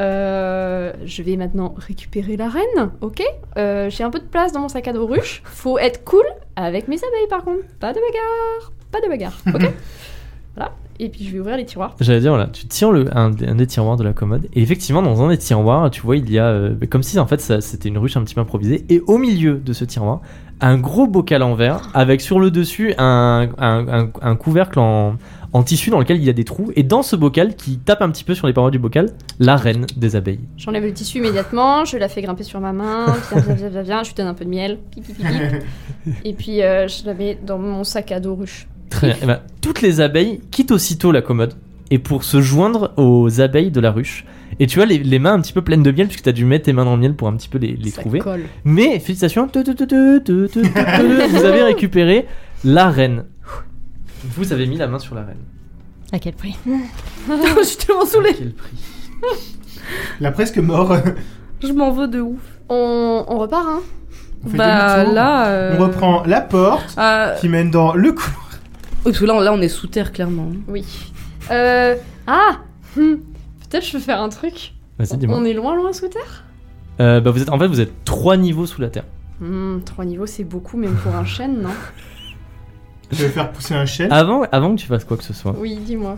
Speaker 5: Euh, je vais maintenant récupérer la reine, ok Euh, J'ai un peu de place dans mon sac à dos ruche. Faut être cool avec mes abeilles par contre. Pas de bagarre, pas de bagarre,
Speaker 4: <laughs>
Speaker 5: ok Voilà. Et puis je vais ouvrir les tiroirs.
Speaker 1: J'allais dire, voilà, tu tires le, un, un des tiroirs de la commode, et effectivement, dans un des tiroirs, tu vois, il y a. euh, comme si, en fait, ça- c'était une ruche un petit peu improvisée, et au milieu de ce tiroir, un gros bocal en verre, avec sur le dessus un, un- un- un couvercle en, en tissu dans lequel il y a des trous, et dans ce bocal, qui tape un petit peu sur les parois du bocal, la reine des abeilles.
Speaker 5: J'enlève le tissu immédiatement, je la fais grimper sur ma main, viens, viens, viens, viens, viens, je lui donne un peu de miel, pip, pip, pip, pip. et puis euh, je la mets dans mon sac à dos ruche.
Speaker 1: Très bien. Eh ben, toutes les abeilles quittent aussitôt la commode et pour se joindre aux abeilles de la ruche. Et tu vois les, les mains un petit peu pleines de miel puisque t'as dû mettre tes mains dans le miel pour un petit peu les, les
Speaker 5: Ça
Speaker 1: trouver.
Speaker 2: <laughs>
Speaker 5: colle.
Speaker 1: Mais félicitations, tu, tu, tu, tu, tu, tu, tu, tu, vous avez récupéré la reine. Vous avez mis la main sur la reine.
Speaker 3: à quel prix
Speaker 2: je suis tellement saoulée.
Speaker 1: Quel prix
Speaker 4: La presque mort. On
Speaker 2: Je m'en veux de ouf.
Speaker 5: On, on repart, hein
Speaker 4: fait
Speaker 2: bah
Speaker 4: demi-tour.
Speaker 2: là. euh,
Speaker 4: On reprend la porte
Speaker 2: euh,
Speaker 4: qui mène dans le cou.
Speaker 2: Parce que là, on- là, on est sous terre, clairement.
Speaker 5: Oui. Euh, ah <laughs> hmm, Peut-être je peux faire un truc.
Speaker 1: Vas-y, dis-moi.
Speaker 5: On est loin, loin sous terre
Speaker 1: Euh, bah, vous êtes, en fait, vous êtes trois niveaux sous la terre.
Speaker 5: Hmm, Trois niveaux, c'est beaucoup, même pour un chêne, non
Speaker 4: Je vais faire pousser un chêne.
Speaker 1: Avant, avant que tu fasses quoi que ce soit,
Speaker 5: Oui, dis-moi.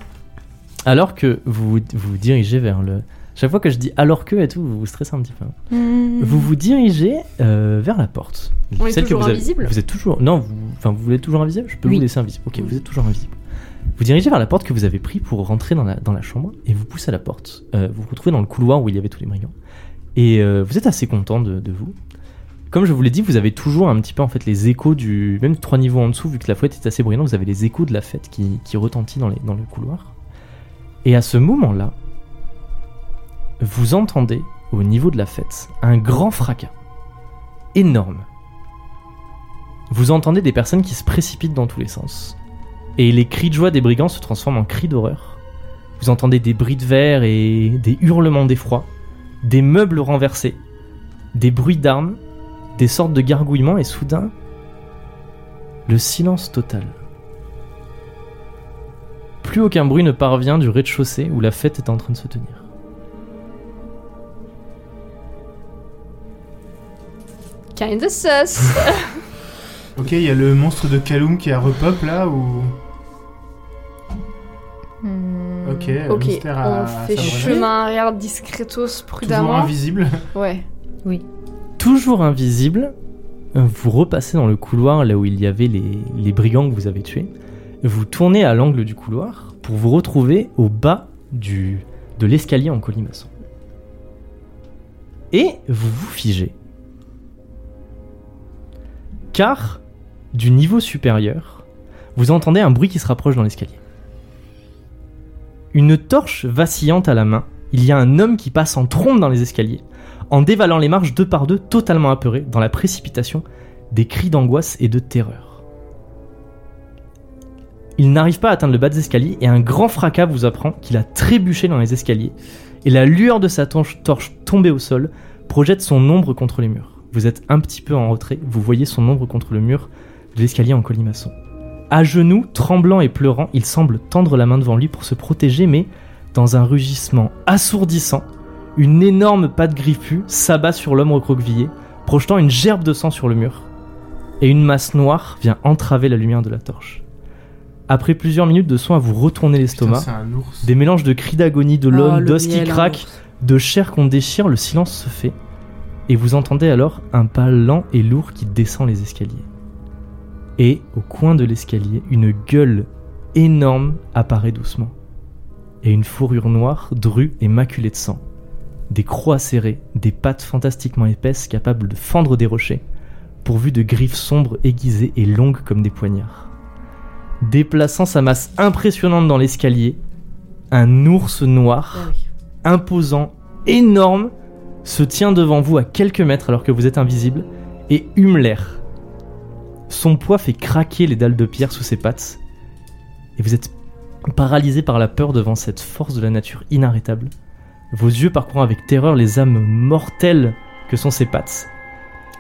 Speaker 1: alors que vous vous vous dirigez vers le. Chaque fois que je dis alors que et tout, vous vous stressez un petit peu. hein.
Speaker 3: Mm.
Speaker 1: Vous vous dirigez euh, vers la porte.
Speaker 5: On est toujours
Speaker 1: vous avez-
Speaker 5: invisible
Speaker 1: Vous êtes toujours. Non, vous, enfin, vous voulez toujours invisible Je peux
Speaker 3: Oui.
Speaker 1: vous laisser invisible. Ok, vous êtes toujours invisible. Vous dirigez vers la porte que vous avez pris pour rentrer dans la, dans la chambre et vous poussez à la porte. Euh, vous vous retrouvez dans le couloir où il y avait tous les brigands. Et euh, vous êtes assez content de, de vous. Comme je vous l'ai dit, vous avez toujours un petit peu en fait les échos du. Même trois niveaux en dessous, vu que la fouette est assez bruyante, vous avez les échos de la fête qui, qui retentit dans, les, dans le couloir. Et à ce moment-là, vous entendez au niveau de la fête un grand fracas. Énorme. Vous entendez des personnes qui se précipitent dans tous les sens. Et les cris de joie des brigands se transforment en cris d'horreur. Vous entendez des bris de verre et des hurlements d'effroi, des meubles renversés, des bruits d'armes, des sortes de gargouillements et soudain, le silence total. Plus aucun bruit ne parvient du rez-de-chaussée où la fête est en train de se tenir.
Speaker 5: Kind of sus
Speaker 4: Ok, il y a le monstre de Kaloum qui a repop là ou.
Speaker 3: Hmm.
Speaker 4: Ok, le
Speaker 5: Ok,
Speaker 4: mystère à-
Speaker 5: on
Speaker 4: à
Speaker 5: fait
Speaker 4: Sabrina.
Speaker 5: chemin arrière discretos,
Speaker 4: Toujours
Speaker 5: prudemment.
Speaker 4: invisible.
Speaker 5: Ouais.
Speaker 1: toujours invisible, euh, vous repassez dans le couloir là où il y avait les, les brigands que vous avez tués. Vous tournez à l'angle du couloir pour vous retrouver au bas du, de l'escalier en colimaçon. Et vous vous figez. Car, du niveau supérieur, vous entendez un bruit qui se rapproche dans l'escalier. Une torche vacillante à la main, il y a un homme qui passe en trombe dans les escaliers en dévalant les marches deux par deux, totalement apeurés, dans la précipitation, des cris d'angoisse et de terreur. Il n'arrive pas à atteindre le bas des escaliers et un grand fracas vous apprend qu'il a trébuché dans les escaliers et la lueur de sa torche, torche tombée au sol projette son ombre contre les murs. Vous êtes un petit peu en retrait, vous voyez son ombre contre le mur de l'escalier en colimaçon. À genoux, tremblant et pleurant, il semble tendre la main devant lui pour se protéger, mais dans un rugissement assourdissant, une énorme patte griffue s'abat sur l'homme recroquevillé, projetant une gerbe de sang sur le mur, et une masse noire vient entraver la lumière de la torche. Après plusieurs minutes de soins à vous retourner
Speaker 4: Putain,
Speaker 1: l'estomac,
Speaker 4: c'est un ours.
Speaker 1: des mélanges de cris d'agonie de l'homme,
Speaker 2: Oh, le
Speaker 1: d'os qui
Speaker 2: miel, hein.
Speaker 1: craquent, de chair qu'on déchire, le silence se fait, et vous entendez alors un pas lent et lourd qui descend les escaliers. Et au coin de l'escalier, une gueule énorme apparaît doucement, et une fourrure noire, drue et maculée de sang, des croix serrées, des pattes fantastiquement épaisses capables de fendre des rochers, pourvues de griffes sombres aiguisées et longues comme des poignards. Déplaçant sa masse impressionnante dans l'escalier, un ours noir
Speaker 2: Ah oui.
Speaker 1: imposant, énorme, se tient devant vous à quelques mètres alors que vous êtes invisible et hume l'air. Son poids fait craquer les dalles de pierre sous ses pattes et vous êtes paralysé par la peur devant cette force de la nature inarrêtable. Vos yeux parcourent avec terreur les âmes mortelles que sont ses pattes.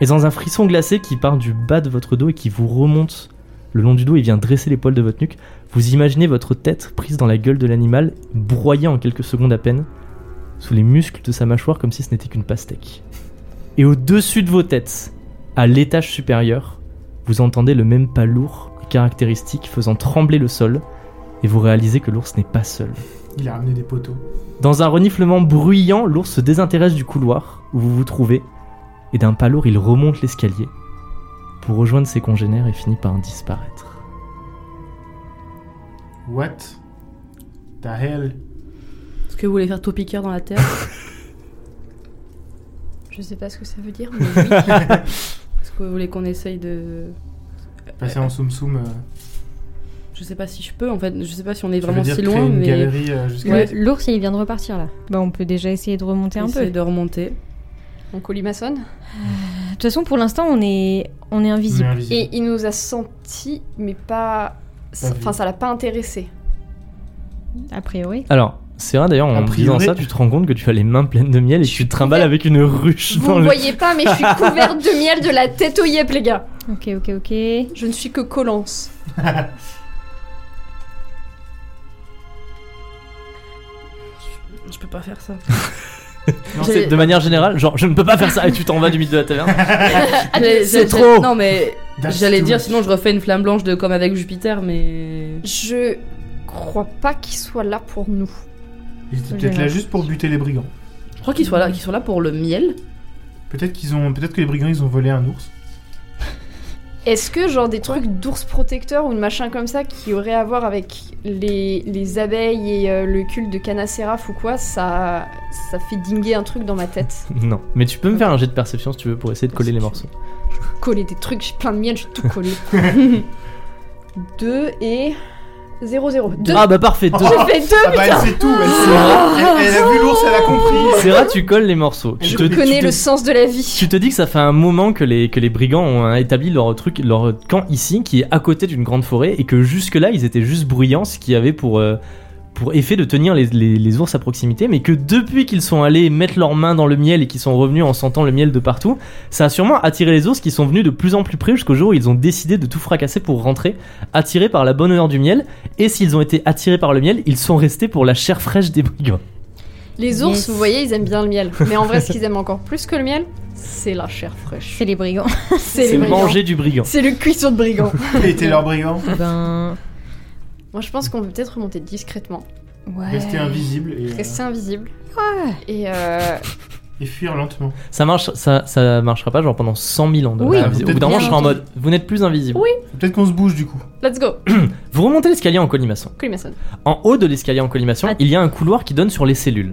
Speaker 1: Et dans un frisson glacé qui part du bas de votre dos et qui vous remonte le long du dos et vient dresser les poils de votre nuque, vous imaginez votre tête prise dans la gueule de l'animal, broyée en quelques secondes à peine, sous les muscles de sa mâchoire comme si ce n'était qu'une pastèque. Et au-dessus de vos têtes, à l'étage supérieur, vous entendez le même pas lourd et caractéristique faisant trembler le sol, et vous réalisez que l'ours n'est pas seul.
Speaker 4: Il a ramené des poteaux.
Speaker 1: Dans un reniflement bruyant, l'ours se désintéresse du couloir où vous vous trouvez, et d'un pas lourd, il remonte l'escalier pour rejoindre ses congénères et finit par disparaître.
Speaker 4: What the hell
Speaker 2: Est-ce que vous voulez faire topiqueur dans la terre <laughs>
Speaker 5: Je sais pas ce que ça veut dire, mais
Speaker 2: <laughs>
Speaker 5: oui.
Speaker 2: Est-ce que vous voulez qu'on essaye de.
Speaker 4: Passer en soum euh, soum,
Speaker 2: Je sais pas si je peux en fait, je sais pas si on est
Speaker 4: je veux
Speaker 2: vraiment
Speaker 4: dire
Speaker 2: si
Speaker 4: créer
Speaker 2: loin,
Speaker 4: une
Speaker 2: mais.
Speaker 4: galerie euh, jusqu'à...
Speaker 2: Ouais.
Speaker 3: Le- L'ours, il vient de repartir là. Bah, on peut déjà essayer de remonter un peu.
Speaker 2: Essayer
Speaker 3: De
Speaker 2: de remonter.
Speaker 5: On colimaçonne.
Speaker 3: toute façon, pour l'instant, on est, on est
Speaker 4: On est
Speaker 3: invisible.
Speaker 4: invisible.
Speaker 5: Et il nous a senti, mais pas.
Speaker 4: Pas vu.
Speaker 5: Enfin, ça l'a pas intéressé.
Speaker 3: A priori.
Speaker 1: Alors, c'est vrai d'ailleurs,
Speaker 4: A
Speaker 1: en
Speaker 4: priori,
Speaker 1: disant ça,
Speaker 4: tu-
Speaker 1: tu te rends compte que tu as les mains pleines de miel et que tu te trimbales avec une ruche
Speaker 5: Vous
Speaker 1: dans
Speaker 5: me
Speaker 1: le
Speaker 5: voyez pas, mais je suis couverte de miel de la tête aux yeux, les gars.
Speaker 3: Ok, ok, ok.
Speaker 5: Je ne suis que collance.
Speaker 2: Je peux pas faire ça.
Speaker 4: <laughs> Non,
Speaker 2: J'ai-
Speaker 1: C'est- De manière générale, genre je ne peux pas faire ça et tu t'en vas du mythe de la taverne.
Speaker 2: Mais
Speaker 1: c'est
Speaker 2: j'ai-
Speaker 1: trop.
Speaker 2: Ah, Non mais
Speaker 4: That's
Speaker 2: j'allais
Speaker 4: too
Speaker 2: dire
Speaker 4: much.
Speaker 2: sinon je refais une flamme blanche de comme avec Jupiter mais
Speaker 5: Je crois pas qu'il soit là pour nous.
Speaker 4: Ils étaient peut-être là juste pour buter les brigands.
Speaker 2: je crois qu'ils soient là, qu'ils sont là pour le miel.
Speaker 4: Peut-être qu'ils ont, peut-être que les brigands ils ont volé un ours.
Speaker 2: Ah,
Speaker 5: Est-ce que genre des trucs d'ours protecteur ou de machin comme ça qui aurait à voir avec les, les abeilles et euh, le culte de Canacéraf ou quoi, ça, ça fait dinguer un truc dans ma tête.
Speaker 1: <laughs> <laughs> Non, mais tu peux me faire un jet de perception si tu veux pour essayer de coller les morceaux.
Speaker 5: Coller des trucs, j'ai plein de miel, je suis
Speaker 1: <laughs>
Speaker 5: tout collé. 2 et 0, 0. 2
Speaker 1: Ah bah parfait, deux.
Speaker 5: J'ai fait 2
Speaker 4: Ah bah elle sait tout, elle sait.
Speaker 2: Ah.
Speaker 4: Elle, elle a vu l'ours, elle a compris.
Speaker 1: C'est vrai, tu colles les morceaux. Tu
Speaker 4: Je
Speaker 1: te,
Speaker 5: Je connais le sens de la vie.
Speaker 1: tu te dis que ça fait un moment que les, que les brigands ont hein, établi leur truc, leur camp ici, qui est à côté d'une grande forêt, et que jusque-là ils étaient juste bruyants, ce qui avait pour, euh, pour effet de tenir les, les- les ours à proximité, mais que depuis qu'ils sont allés mettre leurs mains dans le miel et qu'ils sont revenus en sentant le miel de partout, ça a sûrement attiré les ours qui sont venus de plus en plus près jusqu'au jour où ils ont décidé de tout fracasser pour rentrer, attirés par la bonne odeur du miel, et s'ils ont été attirés par le miel, ils sont restés pour la chair fraîche des brigands.
Speaker 5: Les ours,
Speaker 3: Yes.
Speaker 5: vous voyez, ils aiment bien
Speaker 1: <laughs>
Speaker 5: le miel. Mais en vrai, ce qu'ils aiment encore plus que le miel, c'est la chair fraîche.
Speaker 3: C'est les brigands.
Speaker 5: C'est
Speaker 1: C'est
Speaker 5: le brigand.
Speaker 1: manger du brigand.
Speaker 5: C'est le cuisson de brigand.
Speaker 2: Ah.
Speaker 4: Péter leurs brigands,
Speaker 3: <laughs> Eh ben.
Speaker 5: Moi, je pense qu'on peut peut-être remonter discrètement,
Speaker 3: Ouais.
Speaker 4: rester invisible et, euh,
Speaker 5: rester invisible
Speaker 3: Ouais.
Speaker 5: et euh,
Speaker 4: et fuir lentement.
Speaker 1: Ça marche, ça, ça marchera pas genre pendant 100 000 ans. De
Speaker 3: Oui,
Speaker 1: la vie. au bout d'un
Speaker 4: peut-être
Speaker 1: moment,
Speaker 4: bien
Speaker 1: je serai en
Speaker 4: entendu.
Speaker 1: mode, vous n'êtes plus invisible.
Speaker 5: Oui.
Speaker 4: Peut-être qu'on se bouge du coup.
Speaker 5: let's go.
Speaker 1: Vous remontez l'escalier en colimaçon.
Speaker 5: Colimaçon.
Speaker 1: En haut de l'escalier en colimaçon,
Speaker 3: Att-
Speaker 1: il y a un couloir qui donne sur les cellules.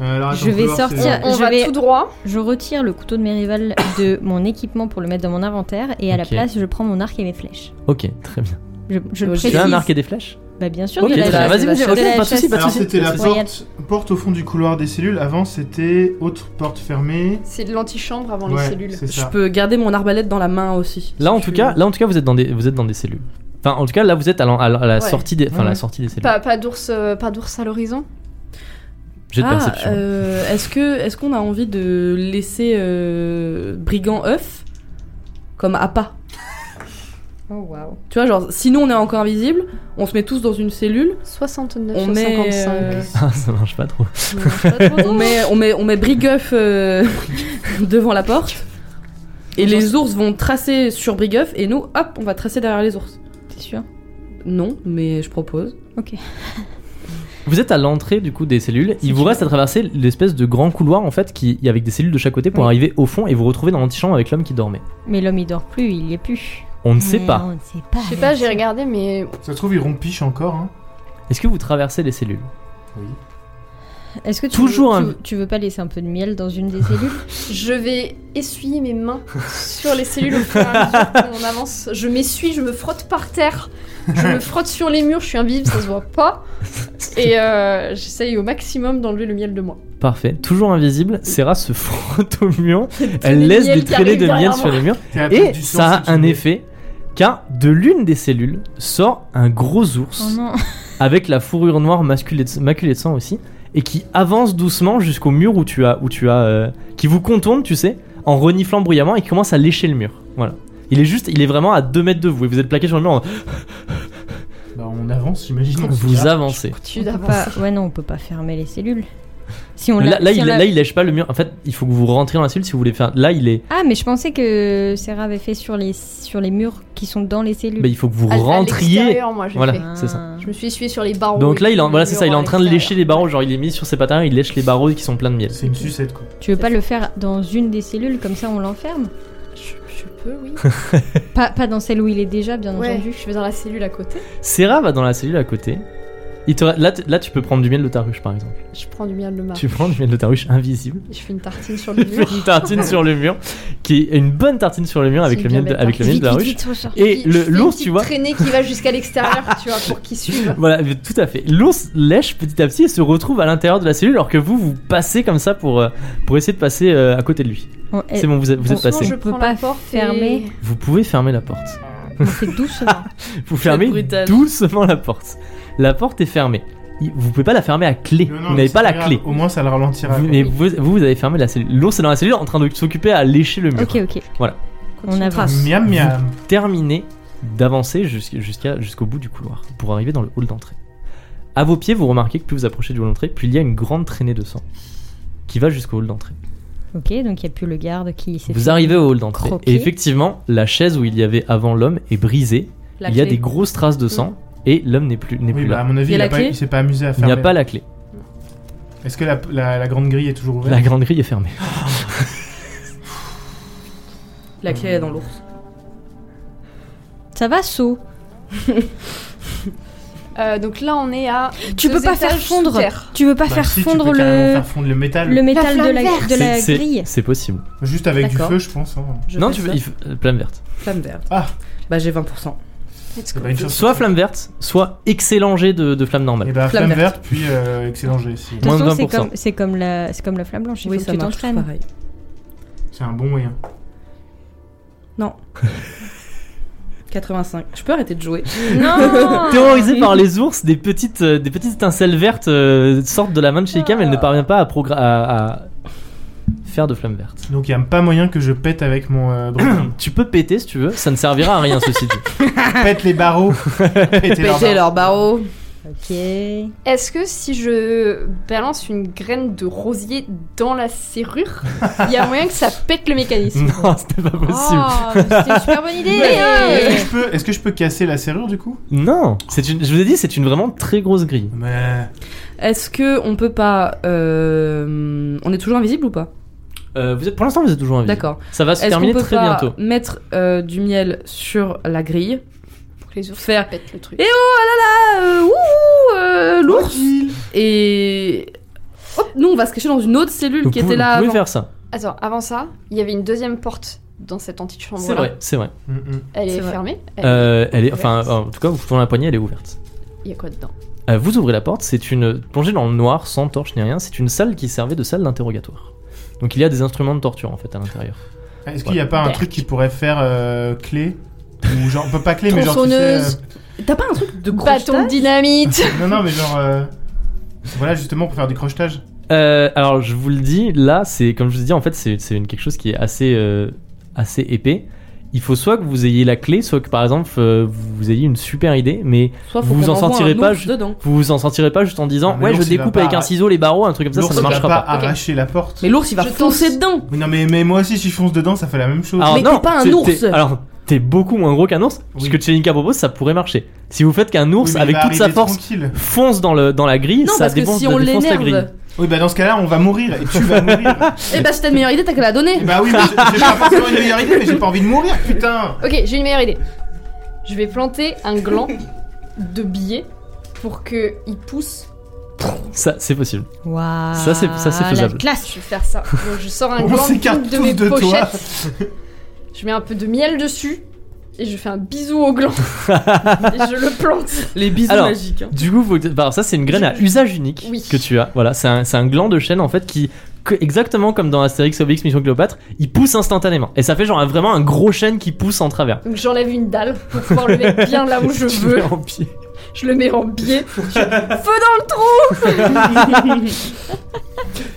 Speaker 4: Euh, alors, attends,
Speaker 3: Je vais
Speaker 4: couloir, c'est-
Speaker 3: sortir.
Speaker 5: On
Speaker 3: Je
Speaker 5: va
Speaker 3: vais-
Speaker 5: tout droit.
Speaker 3: Je retire le couteau de mes rivales de mon équipement pour le mettre dans mon inventaire et à la
Speaker 1: Ok.
Speaker 3: place, je prends mon arc et mes flèches.
Speaker 1: Ok, très bien.
Speaker 3: Je, je le
Speaker 2: Tu
Speaker 1: Tu as un arc
Speaker 3: précise.
Speaker 1: et des flèches
Speaker 3: Bah bien sûr,
Speaker 1: Ok,
Speaker 3: de
Speaker 1: très
Speaker 3: la
Speaker 1: bien.
Speaker 3: chasse.
Speaker 1: Vas-y, vas-y,
Speaker 3: de
Speaker 1: ok,
Speaker 3: la
Speaker 1: pas de soucis,
Speaker 3: chasse.
Speaker 1: pas de
Speaker 4: Alors
Speaker 1: soucis.
Speaker 4: c'était la
Speaker 3: c'est-
Speaker 4: porte, porte au fond du couloir des cellules. Avant c'était autre porte fermée.
Speaker 5: C'est de l'antichambre avant
Speaker 4: Ouais,
Speaker 5: les cellules.
Speaker 4: c'est
Speaker 2: Je
Speaker 4: ça.
Speaker 2: peux garder mon arbalète dans la main aussi.
Speaker 1: Là, en
Speaker 2: Si
Speaker 1: tout
Speaker 2: tu
Speaker 1: cas,
Speaker 2: veux.
Speaker 1: là, en tout cas, vous êtes dans des, vous êtes dans des cellules. Enfin, en tout cas, là, vous êtes à la, à la- à la
Speaker 5: Ouais.
Speaker 1: sortie des, enfin,
Speaker 4: Ouais,
Speaker 1: la
Speaker 4: ouais.
Speaker 1: sortie des cellules.
Speaker 5: Pas, pas d'ours euh, pas d'ours à l'horizon
Speaker 1: J'ai de
Speaker 2: Ah,
Speaker 1: perception.
Speaker 2: euh, est-ce que est-ce qu'on a envie de laisser euh, brigand œuf comme appât
Speaker 3: Oh, waouh.
Speaker 2: Tu vois, genre, si nous on est encore invisible, on se met tous dans une cellule,
Speaker 5: 69
Speaker 2: on
Speaker 5: sur
Speaker 2: met,
Speaker 5: 55.
Speaker 2: euh,
Speaker 1: Ah, <laughs> ça marche pas trop.
Speaker 2: on met, on met, on met Brigoff euh, <laughs> devant la porte. Et les ours vont tracer sur Brigoff et nous, hop, on va tracer derrière les ours.
Speaker 3: T'es sûr
Speaker 2: Non, mais je propose.
Speaker 1: Vous êtes à l'entrée du coup des cellules. Il vous reste à traverser l'espèce de grand couloir en fait qui avec des cellules de chaque côté pour
Speaker 3: Oui.
Speaker 1: arriver au fond et vous retrouver dans l'antichambre avec l'homme qui dormait.
Speaker 3: Mais l'homme il dort plus, il y est plus.
Speaker 1: On ne sait pas.
Speaker 3: On ne sait pas.
Speaker 5: Je sais pas, j'ai regardé, mais
Speaker 4: Ça se trouve ils rompichent encore. Hein.
Speaker 1: Est-ce que vous traversez les cellules
Speaker 3: Est-ce que tu,
Speaker 1: Toujours
Speaker 3: veux,
Speaker 1: un-
Speaker 3: tu, tu veux pas laisser un peu de miel dans une
Speaker 1: <laughs>
Speaker 3: des cellules
Speaker 5: je vais essuyer mes mains sur les cellules au fur et à mesure qu'on avance. Je m'essuie, je me frotte par terre, je me frotte sur les murs, je suis invisible, ça se voit pas. Et euh, j'essaye au maximum d'enlever le miel de moi.
Speaker 1: Parfait. Toujours invisible, Sarah se <laughs> frotte au mur.
Speaker 5: de
Speaker 1: Elle laisse
Speaker 5: miel
Speaker 1: des
Speaker 5: qui
Speaker 1: traînées de
Speaker 5: arrivent
Speaker 1: miel
Speaker 5: derrière
Speaker 1: sur
Speaker 5: moi.
Speaker 1: les murs.
Speaker 4: T'es à
Speaker 1: Et
Speaker 4: peine du sang,
Speaker 1: ça
Speaker 4: c'est
Speaker 1: a un
Speaker 4: une-
Speaker 1: effet, car de l'une des cellules sort un gros ours
Speaker 3: Oh non.
Speaker 1: avec la fourrure noire masculée de- maculée de sang aussi, et qui avance doucement jusqu'au mur où tu as, où tu as, euh, qui vous contourne, tu sais, en reniflant bruyamment et qui commence à lécher le mur. Voilà. Il est juste, il est vraiment à 2 mètres de vous et vous êtes plaqué sur le mur. En...
Speaker 4: Bah, on avance, j'imagine. on se
Speaker 1: Vous
Speaker 4: garde.
Speaker 1: avancez.
Speaker 5: Tu
Speaker 3: On peut
Speaker 5: d'avancer.
Speaker 3: pas- Ouais non, on peut pas fermer les cellules. Si on
Speaker 1: Là,
Speaker 3: l'a-
Speaker 1: là,
Speaker 3: si
Speaker 1: il,
Speaker 3: on l'a-
Speaker 1: là, il lèche pas le mur. En fait, il faut que vous rentriez dans la cellule si vous voulez faire. Là, il est.
Speaker 3: Ah mais je pensais que Sarah avait fait sur les sur les murs qui sont dans les cellules.
Speaker 1: bah, il faut que vous
Speaker 5: À- à
Speaker 1: rentriez.
Speaker 5: l'extérieur, moi, j'ai
Speaker 1: Voilà.
Speaker 5: fait.
Speaker 1: c'est ça.
Speaker 3: Ah.
Speaker 5: Je me suis essuyée sur les barreaux.
Speaker 1: Donc là, il est en,
Speaker 5: et
Speaker 1: voilà,
Speaker 5: les
Speaker 1: c'est ça. Il est
Speaker 5: murs
Speaker 1: en
Speaker 5: à
Speaker 1: train de lécher
Speaker 5: l'extérieur.
Speaker 1: les barreaux. Genre, il est mis sur ses patins, il lèche les barreaux qui sont pleins de miel.
Speaker 4: C'est une sucette quoi.
Speaker 3: Tu veux pas le faire dans une des cellules comme ça on l'enferme
Speaker 5: Je, je peux,
Speaker 1: <laughs>
Speaker 5: oui.
Speaker 3: Pas pas dans celle où il est déjà bien
Speaker 5: Ouais,
Speaker 3: entendu.
Speaker 5: je vais dans la cellule à côté.
Speaker 1: Serra va dans la cellule à côté. Il te- Là, t- là, tu peux prendre du miel de ta ruche, par exemple.
Speaker 5: Je prends du miel de ma.
Speaker 1: Tu prends du miel de ta ruche
Speaker 5: <laughs>
Speaker 1: invisible.
Speaker 5: Je fais une
Speaker 1: <laughs>
Speaker 5: tartine sur le
Speaker 1: Tu fais
Speaker 5: mur.
Speaker 1: une tartine sur le mur, qui est une bonne tartine sur le mur avec
Speaker 5: C'est
Speaker 1: le
Speaker 5: une
Speaker 1: miel de,
Speaker 5: bien belle
Speaker 1: avec le miel de la ruche. Et
Speaker 5: Je
Speaker 1: le-
Speaker 5: fais
Speaker 1: l'ours,
Speaker 5: une
Speaker 1: tu
Speaker 5: petite
Speaker 1: vois. Bah,
Speaker 5: traînée qui va jusqu'à
Speaker 1: <laughs>
Speaker 5: l'extérieur, tu vois, pour qu'ils suivent.
Speaker 1: Voilà, mais tout à fait. L'ours lèche petit à petit et se retrouve à l'intérieur de la cellule, alors que vous, vous passez comme ça pour, euh, pour essayer de passer euh, à côté de lui.
Speaker 3: On- eh,
Speaker 1: C'est bon, vous êtes, vous êtes
Speaker 5: Franchement,
Speaker 1: passé.
Speaker 5: Je
Speaker 3: On peut
Speaker 5: prends
Speaker 3: pas
Speaker 5: la porte
Speaker 3: fermer.
Speaker 5: et-
Speaker 1: Vous pouvez fermer la porte.
Speaker 3: on
Speaker 1: <laughs>
Speaker 3: fait doucement.
Speaker 1: Vous fermez
Speaker 2: brutal.
Speaker 1: doucement la porte. La porte est fermée. Il- Vous pouvez pas la fermer à clé.
Speaker 4: Non, non,
Speaker 1: vous n'avez
Speaker 4: c'est
Speaker 1: pas la
Speaker 4: grave,
Speaker 1: clé.
Speaker 4: Au moins ça le ralentira.
Speaker 1: Vous,
Speaker 4: quoi.
Speaker 1: mais vous, vous, vous avez fermé la cellule. L'ours est dans la cellule en train de s'occuper à lécher le mur.
Speaker 3: ok ok.
Speaker 1: Voilà.
Speaker 3: On avance.
Speaker 4: Miam miam.
Speaker 1: terminer d'avancer jusqu'- jusqu'à- jusqu'au bout du couloir pour arriver dans le hall d'entrée. À vos pieds, vous remarquez que plus vous approchez du hall d'entrée, plus il y a une grande traînée de sang qui va jusqu'au hall d'entrée.
Speaker 3: Ok donc il y a plus le garde qui s'est.
Speaker 1: Vous
Speaker 3: fait-
Speaker 1: arrivez au hall d'entrée
Speaker 3: croquer.
Speaker 1: et effectivement, la chaise où il y avait avant l'homme est brisée.
Speaker 2: La
Speaker 1: il y a
Speaker 2: clé. Mm.
Speaker 1: des grosses traces de sang et l'homme n'est plus, n'est
Speaker 4: Oui,
Speaker 1: plus
Speaker 4: bah, à
Speaker 1: là.
Speaker 4: mon avis,
Speaker 2: Il y a
Speaker 4: il, a
Speaker 2: la
Speaker 4: pas-
Speaker 2: clé
Speaker 4: il s'est pas amusé à
Speaker 1: Il
Speaker 4: faire.
Speaker 1: n'y a pas la clé.
Speaker 4: Est-ce que la, la- la grande grille est toujours ouverte
Speaker 1: La grande grille est fermée.
Speaker 2: La clé est dans l'ours.
Speaker 3: Ça va saut.
Speaker 5: Euh, donc là, on est à.
Speaker 3: Tu
Speaker 5: deux
Speaker 3: peux pas
Speaker 5: étages
Speaker 3: faire fondre.
Speaker 5: sous terre.
Speaker 3: Tu veux pas
Speaker 4: Bah,
Speaker 3: faire
Speaker 4: si, tu
Speaker 3: fondre
Speaker 4: peux carrément
Speaker 3: le
Speaker 4: faire fondre le métal.
Speaker 3: le métal de la
Speaker 5: flamme
Speaker 3: de la
Speaker 1: C'est- c'est-
Speaker 3: grille.
Speaker 1: C'est possible.
Speaker 4: Juste avec du
Speaker 2: D'accord.
Speaker 4: feu, je pense. hein.
Speaker 2: Je
Speaker 1: non,
Speaker 2: fais
Speaker 1: tu
Speaker 2: ça.
Speaker 1: veux. il faut- euh, Flamme verte.
Speaker 2: Flamme verte.
Speaker 4: Ah.
Speaker 2: Bah j'ai 20%.
Speaker 5: Let's
Speaker 4: C'est
Speaker 5: go.
Speaker 4: pas une chose.
Speaker 1: Soit flamme verte, soit excellent jet de, de flamme normale.
Speaker 4: Et bah,
Speaker 2: Flamme
Speaker 4: flamme verte, puis euh, excellent jet. si.
Speaker 3: De toute
Speaker 1: Moins de
Speaker 3: façon, c'est
Speaker 1: 20%.
Speaker 3: comme, c'est comme la, c'est comme la flamme blanche. Il
Speaker 2: Oui,
Speaker 3: faut
Speaker 2: ça
Speaker 3: que tu
Speaker 2: marche
Speaker 3: t'entraînes.
Speaker 2: pareil.
Speaker 4: C'est un bon moyen.
Speaker 2: 85. Je peux arrêter de jouer. Ah.
Speaker 3: Non
Speaker 1: Terrorisé par les ours, des petites, euh, des petites étincelles vertes euh, sortent de la main de Sheikah, mais elle ne
Speaker 2: Ah.
Speaker 1: parvient pas à, progra- à, à faire de flamme verte.
Speaker 4: Donc, il y a pas moyen que je pète avec mon. euh, briquet.
Speaker 1: Tu peux péter si tu veux, ça ne servira à rien ceci
Speaker 2: <laughs>
Speaker 1: dit.
Speaker 4: pète
Speaker 1: <laughs>
Speaker 4: les barreaux. Pétez leurs
Speaker 2: Péter
Speaker 4: barreaux.
Speaker 2: leur barreau.
Speaker 3: Ok.
Speaker 5: Est-ce que si je balance une graine de rosier dans la serrure, il y a moyen que ça pète le mécanisme
Speaker 1: <laughs> Non, c'était pas possible.
Speaker 2: Ah.
Speaker 5: Oh, c'était une super bonne
Speaker 1: <laughs>
Speaker 5: idée
Speaker 4: Est-ce que
Speaker 5: hein
Speaker 4: je peux- Est-ce que je peux casser la serrure du coup
Speaker 1: Non, c'est une, je vous ai dit, c'est une vraiment très grosse grille.
Speaker 4: Mais
Speaker 2: Est-ce que on peut pas euh, on est toujours invisible ou pas
Speaker 1: Euh, vous êtes, pour l'instant, vous êtes toujours en vie.
Speaker 2: D'accord.
Speaker 1: Ça va se
Speaker 2: Est-ce qu'on
Speaker 1: terminer
Speaker 2: peut
Speaker 1: très
Speaker 2: pas
Speaker 1: bientôt.
Speaker 2: mettre euh, du miel sur la grille
Speaker 5: Pour que les ours
Speaker 2: Faire-
Speaker 5: pètent le truc.
Speaker 2: Et Ah euh, ouh, euh, l'ours et hop, nous on va se cacher dans une autre cellule
Speaker 1: Vous
Speaker 2: qui
Speaker 1: pouvez,
Speaker 2: était là
Speaker 1: vous pouvez
Speaker 2: avant.
Speaker 1: faire ça.
Speaker 5: Attends, avant ça, il y avait une deuxième porte dans cette antichambre.
Speaker 1: C'est vrai, c'est vrai.
Speaker 4: Mm, mm.
Speaker 5: Elle est,
Speaker 2: C'est vrai.
Speaker 5: fermée. Elle-
Speaker 1: Euh, elle est,
Speaker 5: ouverte.
Speaker 1: enfin, en tout cas, vous pouvez la poignée, elle est ouverte.
Speaker 5: il y a quoi dedans
Speaker 1: Euh, vous ouvrez la porte, c'est une plongée dans le noir, sans torche ni rien, c'est une salle qui servait de salle d'interrogatoire. Donc il y a des instruments de torture en fait à l'intérieur.
Speaker 4: Est-ce qu'il n'y a pas un truc qui pourrait faire euh, clé Ou genre, pas clé, mais genre. tu sais,
Speaker 5: Tronçonneuse.
Speaker 2: T'as pas un truc de
Speaker 5: Bâton
Speaker 2: crochetage
Speaker 5: dynamite
Speaker 4: euh, Non, non, mais genre. euh, Voilà, justement, pour faire du crochetage.
Speaker 1: Euh, alors je vous le dis, là c'est comme je vous ai dit en fait c'est c'est une- quelque chose qui est assez euh, assez épais. Il faut soit que vous ayez la clé, soit que par exemple euh, vous ayez une super idée, mais
Speaker 2: Soit
Speaker 1: Vous
Speaker 2: qu'on
Speaker 1: en
Speaker 2: renvoie
Speaker 1: sortirez
Speaker 2: un
Speaker 1: pas,
Speaker 2: ours
Speaker 1: je-
Speaker 2: dedans.
Speaker 1: vous vous en sentirez pas juste en disant
Speaker 4: Ah, mais
Speaker 1: ouais je
Speaker 4: l'ours, il va
Speaker 1: découpe
Speaker 4: pas
Speaker 1: avec un
Speaker 4: arrêter.
Speaker 1: ciseau les barreaux un truc comme ça
Speaker 4: L'ours,
Speaker 1: ça ne
Speaker 4: il va
Speaker 1: marchera
Speaker 4: pas
Speaker 1: pas.
Speaker 4: arracher la porte.
Speaker 2: Mais l'ours il va
Speaker 5: Je
Speaker 2: foncer
Speaker 5: tente.
Speaker 2: dedans.
Speaker 4: Mais non, mais, mais moi aussi, si je fonce dedans, ça fait la même chose.
Speaker 1: Alors
Speaker 2: Mais
Speaker 1: non,
Speaker 2: t'es pas un
Speaker 1: tu-
Speaker 2: ours.
Speaker 1: t'es- Alors t'es beaucoup moins gros qu'un ours.
Speaker 4: Oui.
Speaker 1: Ce que Chelinka propose ça pourrait marcher. Si vous faites qu'un
Speaker 4: Oui,
Speaker 1: ours
Speaker 4: mais il
Speaker 1: avec
Speaker 4: va
Speaker 1: toute sa
Speaker 4: arriver
Speaker 1: force
Speaker 4: tranquille.
Speaker 1: fonce dans le dans la grille,
Speaker 2: Non,
Speaker 1: ça
Speaker 2: parce que
Speaker 1: défonce,
Speaker 2: si
Speaker 1: ça
Speaker 2: on
Speaker 1: défonce la grille.
Speaker 2: l'énerve.
Speaker 4: Oui, bah dans ce cas-là, on va mourir et tu
Speaker 1: <laughs>
Speaker 4: vas mourir.
Speaker 2: <laughs> Eh bah, si t'as une meilleure idée, t'as qu'à la donner.
Speaker 4: bah oui, mais j'ai- j'ai pas forcément une meilleure idée, mais j'ai pas envie de mourir, putain.
Speaker 5: Ok, j'ai une meilleure idée. Je vais planter un gland de billets pour que il pousse.
Speaker 1: Ça c'est possible.
Speaker 3: Waouh.
Speaker 1: Ça, c'est- ça, c'est
Speaker 3: la
Speaker 1: faisable.
Speaker 5: Je
Speaker 2: Ah.
Speaker 3: classe.
Speaker 5: vais faire ça. Donc, je sors un
Speaker 4: On
Speaker 5: gland
Speaker 4: s'écarte
Speaker 5: de
Speaker 4: tous
Speaker 5: mes
Speaker 4: de toi.
Speaker 5: pochettes.
Speaker 2: <laughs>
Speaker 5: Je mets un peu de miel dessus et je fais un bisou
Speaker 2: <laughs>
Speaker 5: au gland. et je le plante.
Speaker 2: Les bisous
Speaker 1: Alors,
Speaker 2: magiques. hein.
Speaker 1: Du coup, faut que- bah, ça c'est une graine à usage unique
Speaker 5: Oui.
Speaker 1: que tu as. Voilà, c'est un, c'est un gland de chêne en fait qui, que- exactement comme dans Astérix, Obélix, Mission Cléopâtre, il pousse instantanément. Et ça fait genre un- vraiment un gros chêne qui pousse en travers.
Speaker 5: Donc j'enlève une dalle pour pouvoir le mettre bien là où
Speaker 1: <laughs>
Speaker 2: <laughs>
Speaker 5: je
Speaker 1: Tu
Speaker 5: veux.
Speaker 1: mets en pied.
Speaker 5: Je le mets en biais.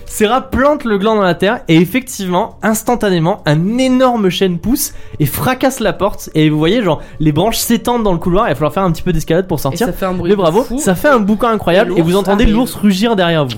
Speaker 1: Serra plante le gland dans la terre et effectivement, instantanément, un énorme chêne pousse et fracasse la porte. Et vous voyez, genre, les branches s'étendent dans le couloir et il va falloir faire un petit peu d'escalade pour
Speaker 2: Et
Speaker 1: sortir.
Speaker 2: ça fait un bruit.
Speaker 1: Mais bravo,
Speaker 2: fou.
Speaker 1: ça fait un boucan incroyable
Speaker 2: Et
Speaker 1: et, vous
Speaker 2: l'ours ah,
Speaker 1: entendez
Speaker 2: arrive.
Speaker 1: l'ours rugir derrière vous.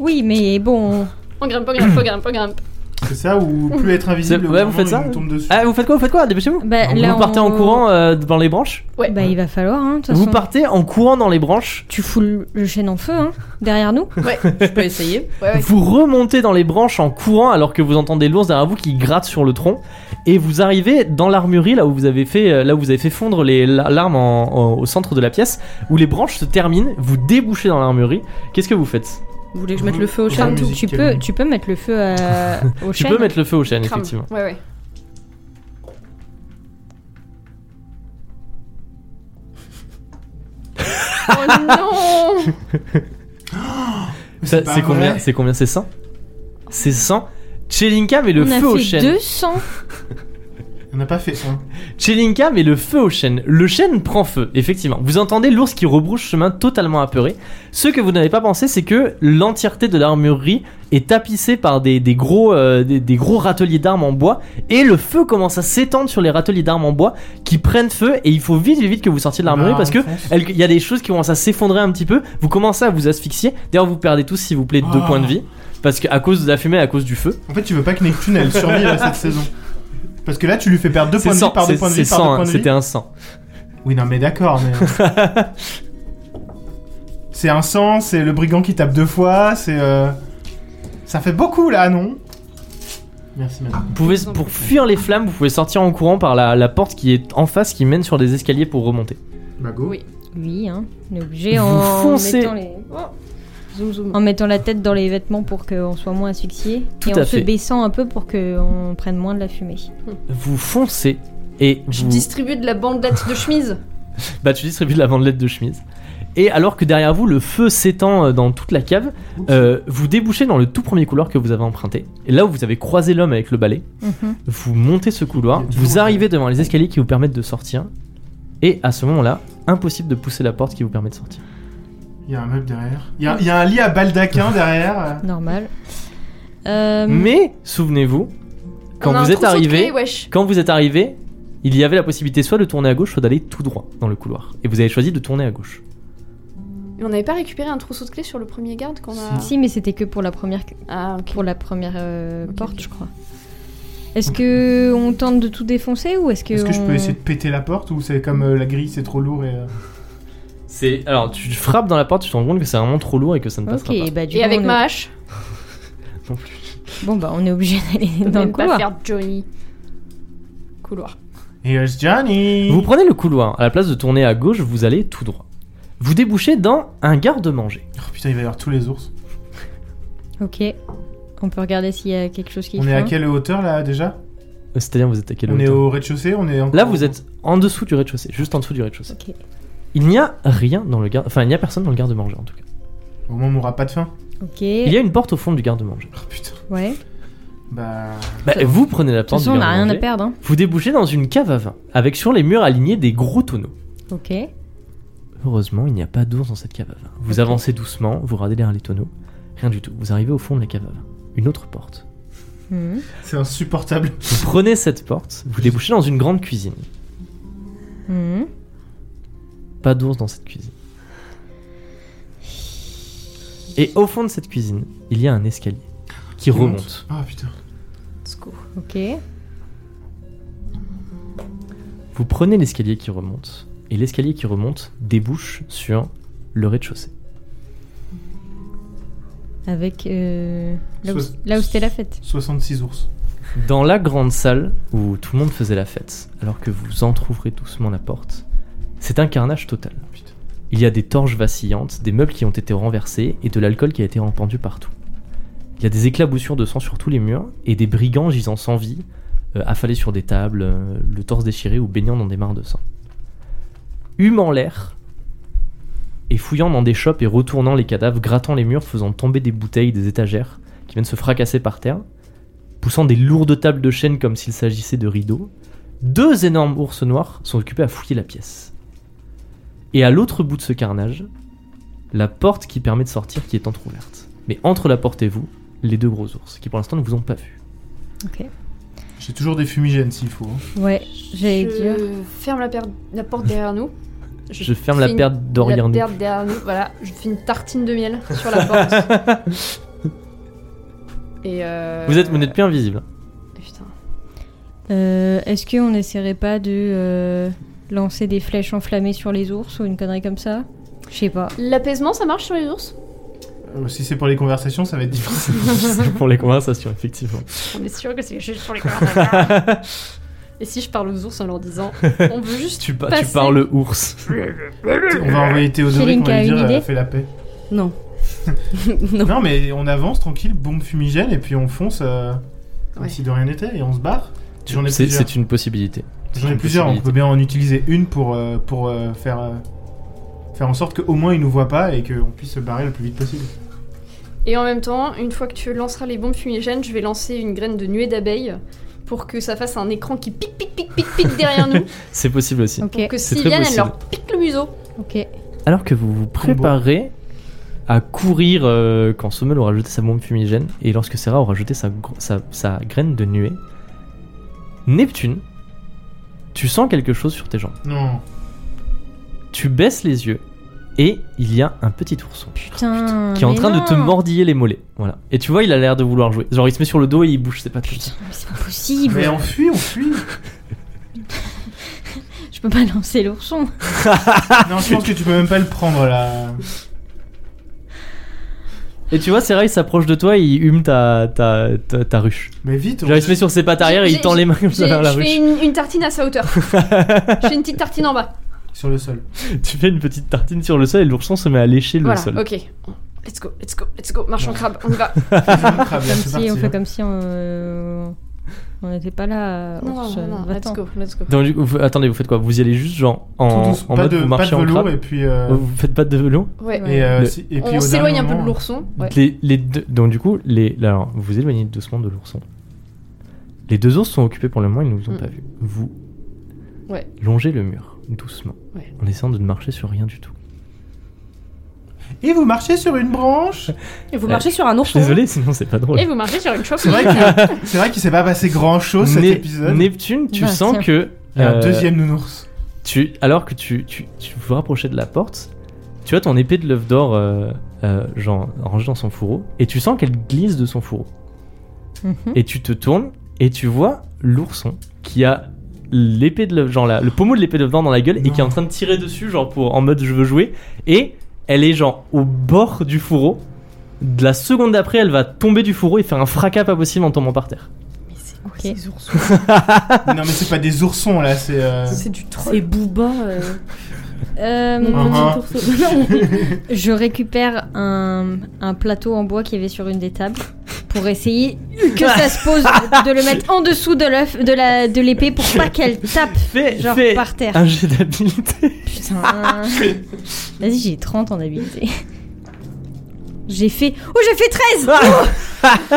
Speaker 3: Oui, mais bon.
Speaker 5: On grimpe, on grimpe, on grimpe, on grimpe.
Speaker 4: C'est ça ou plus être invisible
Speaker 1: C'est-
Speaker 4: au
Speaker 1: ouais,
Speaker 4: moment
Speaker 1: vous faites
Speaker 4: où
Speaker 1: ça
Speaker 4: on tombe dessus.
Speaker 1: Ah, vous faites quoi Vous faites quoi Dépêchez-vous.
Speaker 3: Bah, là,
Speaker 1: vous partez en
Speaker 3: on-
Speaker 1: courant euh, dans les branches
Speaker 5: Ouais.
Speaker 3: Bah, il va falloir, hein. de toute
Speaker 1: Vous
Speaker 3: façon.
Speaker 1: partez en courant dans les branches,
Speaker 3: Tu fous le le chêne en feu, hein, derrière nous.
Speaker 2: Je peux essayer.
Speaker 5: Ouais, ouais.
Speaker 1: vous remontez dans les branches en courant alors que vous entendez l'ours derrière vous qui gratte sur le tronc, et vous arrivez dans l'armurerie là où vous avez fait, euh, là où vous avez fait fondre les la- larmes en- en- au centre de la pièce, où les branches se terminent, vous débouchez dans l'armurerie. Qu'est-ce que vous faites
Speaker 2: Vous voulez que je mette le feu au
Speaker 4: Vous-
Speaker 2: chêne
Speaker 4: vous-
Speaker 3: Tu
Speaker 4: Musique,
Speaker 3: peux,
Speaker 4: euh,
Speaker 3: tu peux mettre le feu
Speaker 1: <laughs>
Speaker 3: à- au
Speaker 1: Tu
Speaker 3: chêne.
Speaker 1: peux mettre le feu au chêne,
Speaker 5: Crame.
Speaker 1: effectivement.
Speaker 5: Ouais, ouais.
Speaker 1: <laughs>
Speaker 5: oh non
Speaker 1: Ça,
Speaker 4: pas
Speaker 1: C'est combien
Speaker 4: vrai.
Speaker 1: C'est combien C'est 100 C'est 100 Chelinka met le
Speaker 3: On a
Speaker 1: feu au
Speaker 3: fait
Speaker 1: chêne.
Speaker 3: 200.
Speaker 4: On n'a pas fait ça. hein.
Speaker 1: Chelinka met le feu au chêne. Le chêne prend feu, effectivement. Vous entendez l'ours qui rebrouche chemin totalement apeuré. Ce que vous n'avez pas pensé, c'est que l'entièreté de l'armurerie est tapissée par des, des gros, euh, des, des gros râteliers d'armes en bois. Et le feu commence à s'étendre sur les râteliers d'armes en bois qui prennent feu. Et il faut vite, vite, vite que vous sortiez de l'armurerie
Speaker 4: Bah,
Speaker 1: parce que
Speaker 4: on fonce.
Speaker 1: elle- il y a des choses qui commencent à s'effondrer un petit peu. Vous commencez à vous asphyxier. D'ailleurs, vous perdez tous, s'il vous plaît, deux
Speaker 4: Ah.
Speaker 1: points de vie. Parce que à cause de la fumée, à cause du feu.
Speaker 4: En fait, tu veux pas que Neptune elle survive à cette saison. Parce que là, tu lui fais perdre deux
Speaker 1: C'est
Speaker 4: points de
Speaker 1: 100,
Speaker 4: vie par deux
Speaker 1: c'est
Speaker 4: points de
Speaker 1: c'est
Speaker 4: vie par deux
Speaker 1: 100, hein,
Speaker 4: points de vie.
Speaker 1: c'était un 100.
Speaker 4: Oui, non, mais d'accord, mais.
Speaker 1: <laughs>
Speaker 4: c'est un sang, c'est le brigand qui tape deux fois, c'est. euh, Ça fait beaucoup là, non Merci, madame.
Speaker 1: Vous pouvez, pour fuir les flammes, vous pouvez sortir en courant par la, la porte qui est en face, qui mène sur des escaliers pour remonter.
Speaker 4: Bah, go.
Speaker 5: Oui.
Speaker 3: Oui, hein. On est obligé
Speaker 1: Vous
Speaker 3: en
Speaker 1: foncez.
Speaker 3: mettant, les-
Speaker 5: Zoom, zoom.
Speaker 3: en mettant la tête dans les vêtements pour qu'on soit moins asphyxié.
Speaker 1: Tout
Speaker 3: et
Speaker 1: à
Speaker 3: en se
Speaker 1: fait.
Speaker 3: baissant un peu pour qu'on prenne moins de la fumée.
Speaker 1: Vous foncez et
Speaker 5: Je
Speaker 1: vous-
Speaker 5: distribue de la bandelette de chemise.
Speaker 1: bah, tu distribues de la bandelette de chemise. Et alors que derrière vous, le feu s'étend euh, dans toute la cave, euh, vous débouchez dans le tout premier couloir que vous avez emprunté. Et là où vous avez croisé l'homme avec le balai,
Speaker 3: Mhm.
Speaker 1: vous montez ce couloir,
Speaker 4: Il y a toujours
Speaker 5: hein.
Speaker 1: vous
Speaker 4: un-
Speaker 1: arrivez devant les escaliers qui vous permettent de sortir. Et à ce moment-là, impossible de pousser la porte qui vous permet de sortir.
Speaker 4: Il y a un meuble derrière. Il y, a- il y a un lit à baldaquin derrière.
Speaker 3: Normal. Euh,
Speaker 1: Mais souvenez-vous, quand
Speaker 5: Hum. On a un
Speaker 1: vous êtes
Speaker 5: trousseau de
Speaker 1: arrivé,
Speaker 5: clés, wesh.
Speaker 1: Quand vous êtes arrivé, il y avait la possibilité soit de tourner à gauche, soit d'aller tout droit dans le couloir. Et vous avez choisi de tourner à gauche.
Speaker 5: Mais on n'avait pas récupéré un trousseau de clés sur le premier garde qu'on a.
Speaker 3: Si, mais c'était que pour la première,
Speaker 5: Ah, ok.
Speaker 3: pour la première euh,
Speaker 5: Ok,
Speaker 3: porte,
Speaker 5: ok.
Speaker 3: je crois. Est-ce que on tente de tout défoncer ou est-ce que
Speaker 4: Est-ce que je
Speaker 3: on-
Speaker 4: peux essayer de péter la porte ou c'est comme euh, la grille, c'est trop lourd et. euh,
Speaker 1: C'est alors tu frappes dans la porte, tu te rends compte que c'est vraiment trop lourd et que ça ne passera
Speaker 3: Ok, bah du
Speaker 5: Et
Speaker 3: coup,
Speaker 5: avec
Speaker 3: on est-
Speaker 5: ma hache,
Speaker 3: Bon bah on est obligé d'aller
Speaker 5: on
Speaker 3: dans le
Speaker 5: peut pas
Speaker 3: couloir.
Speaker 5: faire Johnny. Couloir.
Speaker 4: Here's
Speaker 1: pas.
Speaker 4: Johnny
Speaker 1: Vous prenez le couloir. À la place de tourner à gauche, vous allez tout droit. Vous débouchez dans un garde-manger.
Speaker 4: Oh putain, il va y avoir tous les ours.
Speaker 3: Ok. On peut regarder s'il y a quelque chose qui.
Speaker 4: On est à quelle hauteur là déjà
Speaker 1: Euh, C'est-à-dire vous êtes à quelle
Speaker 4: On est
Speaker 1: hauteur
Speaker 4: au rez-de-chaussée, on est en-
Speaker 1: Là, vous êtes en dessous du rez-de-chaussée, juste en dessous du rez-de-chaussée.
Speaker 3: Ok.
Speaker 1: Il n'y a rien dans le garde... Enfin, il n'y a personne dans le garde-manger, en tout cas.
Speaker 4: Au moins, on mourra pas de faim.
Speaker 3: Ok.
Speaker 1: Il y a une porte au fond du garde-manger.
Speaker 4: Oh putain.
Speaker 3: Ouais. De
Speaker 4: Bah.
Speaker 1: Bah,
Speaker 3: Ça-
Speaker 1: vous prenez la
Speaker 3: toute
Speaker 1: porte
Speaker 3: façon, on
Speaker 1: du
Speaker 3: a rien à
Speaker 1: garde-manger.
Speaker 3: perdre. hein.
Speaker 1: Vous débouchez dans une cave à vin, avec sur les murs alignés des gros tonneaux.
Speaker 3: Ok.
Speaker 1: Heureusement, il n'y a pas d'ours dans cette cave à vin. Vous
Speaker 3: Ok.
Speaker 1: avancez doucement, vous regardez derrière les tonneaux. Rien du tout. Vous arrivez au fond de la cave à vin. Une autre porte.
Speaker 3: Hmm.
Speaker 4: C'est insupportable. <laughs>
Speaker 1: Vous prenez cette porte, vous débouchez dans une grande cuisine.
Speaker 3: Hmm.
Speaker 1: Pas d'ours dans cette cuisine. Et au fond de cette cuisine, il y a un escalier qui
Speaker 4: Monte.
Speaker 1: remonte.
Speaker 4: Ah putain.
Speaker 5: Let's go.
Speaker 3: Ok.
Speaker 1: Vous prenez l'escalier qui remonte, et l'escalier qui remonte débouche sur le rez-de-chaussée.
Speaker 3: Avec euh, là où,
Speaker 4: Sois-
Speaker 3: là où c'était la fête.
Speaker 4: 66 ours.
Speaker 1: Dans la grande salle où tout le monde faisait la fête, alors que vous entrouvrez doucement la porte, c'est un carnage total.
Speaker 4: Putain.
Speaker 1: Il y a des torches vacillantes, des meubles qui ont été renversés et de l'alcool qui a été répandu partout. Il y a des éclaboussures de sang sur tous les murs et des brigands gisant sans vie, euh, affalés sur des tables, euh, le torse déchiré ou baignant dans des mares de sang. Humant l'air et fouillant dans des chopes et retournant les cadavres, grattant les murs, faisant tomber des bouteilles, des étagères qui viennent se fracasser par terre, poussant des lourdes tables de chêne comme s'il s'agissait de rideaux, deux énormes ours noirs sont occupés à fouiller la pièce. Et à l'autre bout de ce carnage, la porte qui permet de sortir qui est entr'ouverte. Mais entre la porte et vous, les deux gros ours, qui pour l'instant ne vous ont pas vu.
Speaker 4: J'ai toujours des fumigènes s'il faut. hein.
Speaker 3: Ouais. J'allais dire.
Speaker 5: Je ferme la, per- la porte derrière nous.
Speaker 1: <laughs> Je ferme la
Speaker 5: fais une-
Speaker 1: perte
Speaker 5: La
Speaker 1: d'Orient.
Speaker 5: perte derrière nous, voilà. Je fais une tartine de miel sur la porte.
Speaker 1: <laughs>
Speaker 5: Et euh...
Speaker 1: Vous êtes, vous n'êtes plus invisible.
Speaker 5: Putain.
Speaker 3: Euh, Est-ce qu'on n'essaierait pas de euh, lancer des flèches enflammées sur les ours ou une connerie comme ça Je sais pas.
Speaker 5: L'apaisement, ça marche sur les ours
Speaker 4: Euh, si c'est pour les conversations, ça va être difficile.
Speaker 1: hein.
Speaker 5: <laughs>
Speaker 1: <laughs> pour les conversations, effectivement.
Speaker 5: On est sûr que c'est juste <laughs> sur les conversations. Et si je parle aux ours en leur disant On veut juste.
Speaker 1: Tu, pa- tu
Speaker 5: Passer.
Speaker 1: parles ours.
Speaker 4: on va envoyer Théodoric,
Speaker 3: Céline
Speaker 4: on
Speaker 3: qui
Speaker 4: va
Speaker 3: a
Speaker 4: lui dire
Speaker 3: une
Speaker 4: euh,
Speaker 3: idée
Speaker 4: fais la paix. <laughs>
Speaker 2: Non.
Speaker 4: Non mais on avance tranquille, bombe fumigène et puis on fonce euh, comme
Speaker 5: Ouais.
Speaker 4: si de rien n'était et on se barre. J'en ai
Speaker 1: C'est
Speaker 4: plusieurs.
Speaker 1: c'est une possibilité.
Speaker 4: J'en
Speaker 1: une
Speaker 4: ai plusieurs, on peut bien en utiliser une pour, euh, pour euh, faire, euh, faire en sorte qu'au moins ils nous voient pas et qu'on puisse se barrer le plus vite possible.
Speaker 5: Et en même temps, une fois que tu lanceras les bombes fumigènes, je vais lancer une graine de nuée d'abeilles pour que ça fasse un écran qui pique, pique, pique, pique, pique derrière nous.
Speaker 1: C'est possible aussi.
Speaker 3: Ok.
Speaker 5: que
Speaker 1: C'est
Speaker 5: s'ils
Speaker 1: très
Speaker 5: viennent, elles
Speaker 1: possible.
Speaker 5: leur piquent le museau.
Speaker 3: Ok.
Speaker 1: Alors que vous vous préparez à courir euh, quand Sommel aura jeté sa bombe fumigène et lorsque Serra aura jeté sa, gro- sa- sa graine de nuée, Neptune, tu sens quelque chose sur tes jambes.
Speaker 4: Non.
Speaker 1: Tu baisses les yeux et il y a un petit ourson
Speaker 3: Putain.
Speaker 1: qui est en
Speaker 3: Oh, mais
Speaker 1: train
Speaker 3: non.
Speaker 1: de te mordiller les mollets. Voilà. Et tu vois, il a l'air de vouloir jouer. Genre, il se met sur le dos et il bouge ses pattes.
Speaker 3: Putain, mais c'est pas possible.
Speaker 4: Mais on fuit, on fuit.
Speaker 3: Je peux pas lancer l'ourson.
Speaker 4: non, je pense que tu peux même pas le prendre là.
Speaker 1: Et tu vois, Serra, il s'approche de toi et il hume ta, ta, ta, ta ruche.
Speaker 4: Mais vite.
Speaker 1: Genre, il se met sur ses pattes arrière et il
Speaker 5: J'ai-
Speaker 1: tend les mains comme
Speaker 5: J'ai-
Speaker 1: ça vers la
Speaker 5: Je
Speaker 1: ruche.
Speaker 5: fais une, une tartine à sa hauteur. je fais une petite tartine en bas.
Speaker 4: Sur le sol.
Speaker 1: Tu fais une petite tartine sur le sol et l'ourson se met à lécher le
Speaker 5: voilà,
Speaker 1: sol.
Speaker 5: ok. Let's go, let's go, let's go. Marchons crabe, on y va.
Speaker 4: Incroyable,
Speaker 3: Comme
Speaker 4: là,
Speaker 3: si
Speaker 4: Ah, c'est parti. hein.
Speaker 3: on fait comme si on euh, on n'était pas là.
Speaker 5: Non,
Speaker 3: ours,
Speaker 5: non, non, let's
Speaker 3: va-t'en.
Speaker 5: go, let's go.
Speaker 1: Donc, du coup, vous- attendez, vous faites quoi Vous y allez juste genre
Speaker 4: Tout
Speaker 1: en,
Speaker 4: douce,
Speaker 1: en
Speaker 4: pas
Speaker 1: mode
Speaker 4: de,
Speaker 1: vous
Speaker 4: pas de
Speaker 1: marchez en
Speaker 4: vélo
Speaker 1: crabe
Speaker 4: et puis. euh,
Speaker 1: Vous faites pas de vélo
Speaker 5: Ouais.
Speaker 4: et, euh,
Speaker 1: Le-
Speaker 4: si- et puis
Speaker 5: on
Speaker 4: au
Speaker 5: s'éloigne
Speaker 4: dernier
Speaker 5: un peu de
Speaker 4: moment,
Speaker 5: l'ourson. Ouais.
Speaker 1: les, les deux, Donc du coup, les, là, alors, vous éloignez doucement de l'ourson. Les deux ours sont occupés pour le moment, ils ne vous ont
Speaker 5: Mm.
Speaker 1: pas vu. Vous
Speaker 5: Ouais.
Speaker 1: longez le mur doucement,
Speaker 5: Ouais.
Speaker 1: en essayant de ne marcher sur rien du tout.
Speaker 4: Et vous marchez sur une branche
Speaker 2: Et vous
Speaker 1: Ouais.
Speaker 2: marchez sur un
Speaker 1: Je
Speaker 2: ourson.
Speaker 1: suis désolé, sinon c'est pas drôle.
Speaker 4: <laughs>
Speaker 5: Et vous marchez sur une chope.
Speaker 4: C'est vrai
Speaker 5: <laughs>
Speaker 4: que- c'est vrai qu'il s'est pas passé grand chose cet
Speaker 1: Ne-
Speaker 4: épisode.
Speaker 1: Neptune, tu
Speaker 3: Bah,
Speaker 1: sens
Speaker 3: tiens.
Speaker 1: que
Speaker 4: Il y a un
Speaker 1: euh, <laughs>
Speaker 4: deuxième nounours.
Speaker 1: tu, alors que tu, tu, tu vous rapprochais de la porte, tu vois ton épée de l'œuf d'or euh, euh, genre rangée dans son fourreau, et tu sens qu'elle glisse de son fourreau.
Speaker 3: Mhm.
Speaker 1: Et tu te tournes et tu vois l'ourson qui a l'épée de l'œuf, genre la- le pommeau de l'épée de l'œuf dans la gueule et qui est en train de tirer dessus, genre pour en mode je veux jouer. Et elle est genre au bord du fourreau. De la seconde d'après, elle va tomber du fourreau et faire un fracas pas possible en tombant par terre.
Speaker 3: Ok.
Speaker 4: non mais c'est pas des oursons là, c'est. euh,
Speaker 2: C'est du troll. C'est Booba. euh,
Speaker 3: Euh,
Speaker 2: mon petit
Speaker 4: Ah.
Speaker 2: ourson.
Speaker 3: <laughs>
Speaker 2: Non,
Speaker 3: Je récupère un, un plateau en bois qui avait sur une des tables pour essayer que ça se pose, de le mettre en dessous de l'œuf, de la- de l'épée pour pas qu'elle tape
Speaker 1: Fais,
Speaker 3: genre
Speaker 1: fais Ah.
Speaker 3: par terre.
Speaker 1: un jet d'habilité.
Speaker 3: Putain. Vas-y, j'ai 30 en habilité. J'ai fait. Oh, j'ai fait 13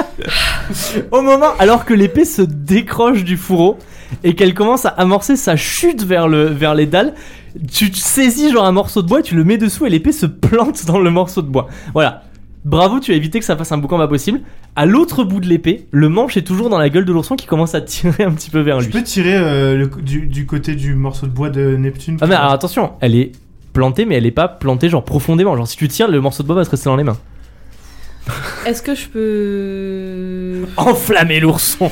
Speaker 1: Au moment, alors que l'épée se décroche du fourreau et qu'elle commence à amorcer sa chute vers, le, vers les dalles, tu saisis genre un morceau de bois, tu le mets dessous et l'épée se plante dans le morceau de bois. Voilà. Bravo, tu as évité que ça fasse un boucan pas possible. À l'autre bout de l'épée, le manche est toujours dans la gueule de l'ourson qui commence à tirer un petit peu vers
Speaker 4: Je
Speaker 1: lui.
Speaker 4: peux tirer euh, le- du, du côté du morceau de bois de Neptune.
Speaker 1: Ah mais alors, attention, elle est plantée mais elle est pas plantée genre profondément. Genre si tu tires, le morceau de bois va se rester dans les mains.
Speaker 2: Est-ce que je peux.
Speaker 1: Enflammer l'ourson.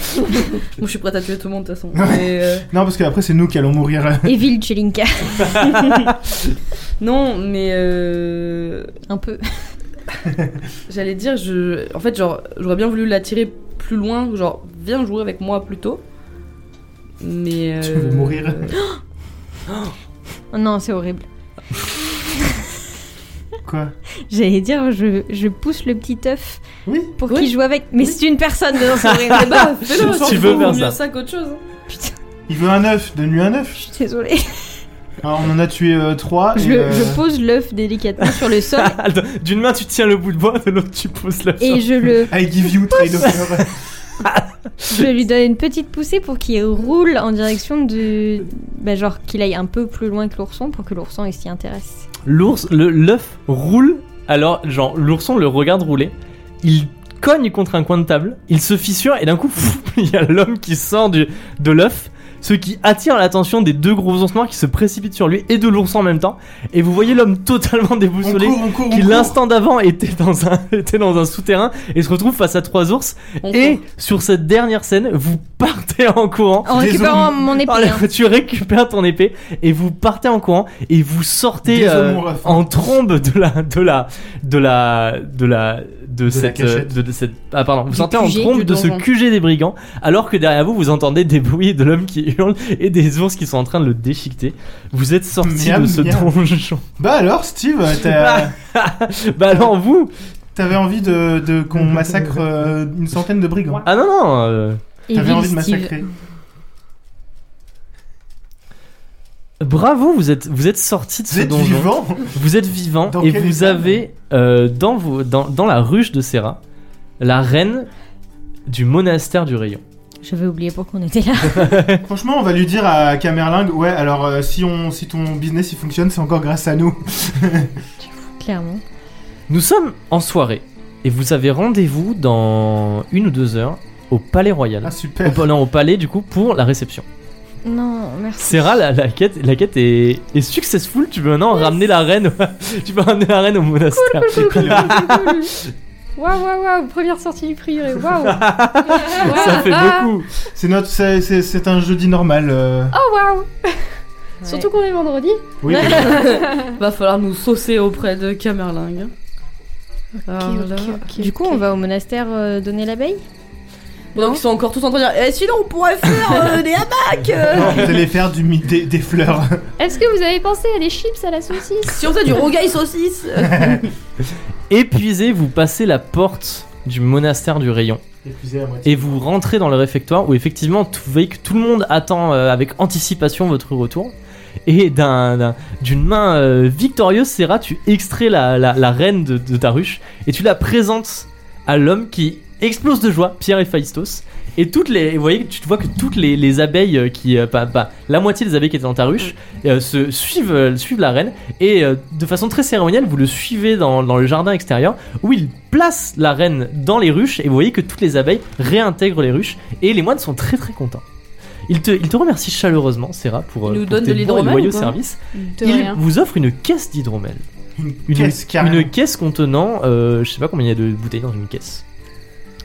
Speaker 2: Bon, je suis prête à tuer tout le monde de toute façon. mais, euh,
Speaker 4: Non, parce qu'après, c'est nous qui allons mourir. <laughs>
Speaker 3: Evil Chelinka.
Speaker 2: Non, mais. euh,
Speaker 3: Un peu.
Speaker 2: J'allais dire, je... en fait, genre, j'aurais bien voulu l'attirer plus loin, genre, viens jouer avec moi plus tôt. Mais.
Speaker 4: Tu
Speaker 2: euh,
Speaker 4: veux mourir
Speaker 3: Oh non, c'est horrible.
Speaker 4: Quoi
Speaker 3: J'allais dire, je, je pousse le petit œuf
Speaker 4: Oui
Speaker 3: pour
Speaker 2: Oui.
Speaker 3: qu'il joue avec. Mais c'est une personne dedans, c'est horrible.
Speaker 2: Eh bah, fais-le,
Speaker 1: Si
Speaker 2: hein,
Speaker 1: tu
Speaker 2: c'est
Speaker 1: veux
Speaker 2: mieux
Speaker 1: faire ça.
Speaker 2: ça. qu'autre chose. hein.
Speaker 3: Putain,
Speaker 4: Il veut un œuf, donne-lui un
Speaker 3: je
Speaker 4: œuf.
Speaker 3: suis désolée.
Speaker 4: Alors, on en a tué euh, 3.
Speaker 3: Je, le- je pose l'œuf délicatement sur le
Speaker 4: <laughs>
Speaker 3: sol
Speaker 1: <laughs> Attends, D'une main tu tiens le bout de bois, de l'autre tu pousses la
Speaker 3: et je le.
Speaker 4: I give you trade
Speaker 1: <laughs>
Speaker 4: offer.
Speaker 3: Je lui donne une petite poussée pour qu'il roule en direction du. Bah, genre qu'il aille un peu plus loin que l'ourson pour que l'ourson il s'y intéresse.
Speaker 1: L'ours, le- l'œuf roule. Alors, genre, l'ourson le regarde rouler. Il cogne contre un coin de table. Il se fissure et d'un coup, pfff, <laughs> il y a l'homme qui sort du, de l'œuf. Ce qui attire l'attention des deux gros ours noirs qui se précipitent sur lui et de l'ourson en même temps. Et vous voyez l'homme totalement <laughs>
Speaker 4: On
Speaker 1: déboussolé.
Speaker 4: court, on court, on
Speaker 1: Qui
Speaker 4: court.
Speaker 1: l'instant d'avant était dans un <laughs> était dans un souterrain et se retrouve face à trois ours
Speaker 2: On
Speaker 1: et
Speaker 2: court.
Speaker 1: sur cette dernière scène vous partez en courant
Speaker 3: En
Speaker 4: Désolé.
Speaker 3: récupérant mon épée.
Speaker 1: Oh là,
Speaker 3: hein.
Speaker 1: tu récupères ton épée et vous partez en courant et vous sortez
Speaker 4: Désolé,
Speaker 1: euh,
Speaker 4: mon ref.
Speaker 1: en trombe de la de la de la de la de,
Speaker 4: la
Speaker 1: cette euh,
Speaker 4: cachette.
Speaker 1: de, de cette ah pardon vous
Speaker 2: Du
Speaker 1: sortez en
Speaker 2: QG,
Speaker 1: trombe
Speaker 2: du
Speaker 1: de ce
Speaker 2: donjon.
Speaker 1: QG des brigands alors que derrière vous vous entendez des bruits de l'homme qui hurle et des ours qui sont en train de le déchiqueter vous êtes sorti
Speaker 4: Miam,
Speaker 1: de ce
Speaker 4: miam.
Speaker 1: donjon
Speaker 4: Bah alors, Steve, t'as-
Speaker 1: bah alors vous
Speaker 4: t'avais envie de, de
Speaker 1: <laughs>
Speaker 4: qu'on massacre euh, une centaine de brigands.
Speaker 1: ah non non euh,
Speaker 4: T'avais
Speaker 3: Evil
Speaker 4: envie de
Speaker 3: Steve.
Speaker 4: massacrer.
Speaker 1: bravo vous êtes vous êtes sorti de
Speaker 4: Vous
Speaker 1: ce
Speaker 4: êtes
Speaker 1: donjon
Speaker 4: vivant <laughs>
Speaker 1: Vous êtes vivant
Speaker 4: Dans
Speaker 1: et
Speaker 4: quel
Speaker 1: vous
Speaker 4: état
Speaker 1: avez euh, dans, vos, dans, dans la ruche de Serra la reine du monastère du rayon.
Speaker 3: J'avais oublié pourquoi on était là. <laughs>
Speaker 4: Franchement, on va lui dire à Camerlingue, ouais, alors euh, si, on, si ton business il fonctionne, c'est encore grâce à nous.
Speaker 3: Clairement.
Speaker 1: Nous sommes en soirée et vous avez rendez-vous dans une ou deux heures au palais royal.
Speaker 4: Ah,
Speaker 1: Au,
Speaker 4: super.
Speaker 1: pa- non, au palais du coup pour la réception.
Speaker 3: Non, merci.
Speaker 1: Serra, la, la quête, la quête est, est successful. Tu peux maintenant ramener la reine. tu peux ramener la reine au <laughs> monastère.
Speaker 5: Waouh, waouh, waouh, première sortie du prieuré, waouh!
Speaker 1: Ça fait beaucoup.
Speaker 4: C'est notre, c'est, c'est- c'est un jeudi normal. euh.
Speaker 5: Oh waouh!
Speaker 3: Ouais.
Speaker 5: Surtout qu'on est vendredi.
Speaker 4: Oui.
Speaker 2: Va falloir nous saucer auprès de Camerlingue.
Speaker 3: Oh
Speaker 2: Alors là-
Speaker 3: Du coup, on va au monastère euh, donner l'abeille
Speaker 2: Bon, donc ils sont encore tous en train de dire Eh, sinon, on pourrait faire euh, des hamacs
Speaker 4: <laughs>
Speaker 2: euh.
Speaker 4: Vous allez faire du, mi- des, des fleurs.
Speaker 5: Est-ce que vous avez pensé à des chips à la saucisse?
Speaker 2: Si on fait du rogaille saucisse
Speaker 1: Épuisé, vous passez la porte du monastère du rayon.
Speaker 4: Épuisé à moitié.
Speaker 1: et vous rentrez dans le réfectoire où effectivement tout- vous voyez que tout le monde attend euh, avec anticipation votre retour. Et d'un- d'un- d'une main euh, victorieuse, Serra, tu extrais la, la- la reine de, de ta ruche et tu la présentes à l'homme qui explose de joie, Pierre et Phaistos. Et toutes les, vous voyez, tu te vois que toutes les, les abeilles euh, qui, euh, pas, pas- la moitié des abeilles qui étaient dans ta ruche, euh, se suivent, euh, suivent la reine et euh, de façon très cérémonielle, vous le suivez dans, dans le jardin extérieur où il place la reine dans les ruches et vous voyez que toutes les abeilles réintègrent les ruches et les moines sont très très contents. Il te, il te remercie chaleureusement, Serra, pour, euh,
Speaker 2: Il nous
Speaker 1: pour
Speaker 2: donne
Speaker 1: tes bons
Speaker 2: de
Speaker 1: et
Speaker 2: l'hydromel
Speaker 1: loyaux
Speaker 2: ou pas
Speaker 1: services.
Speaker 5: De
Speaker 1: Il vous offre une caisse d'hydromel.
Speaker 4: Une,
Speaker 1: Une,
Speaker 4: caisse, carrément.
Speaker 1: une caisse contenant, euh, je sais pas combien il y a de bouteilles dans une caisse.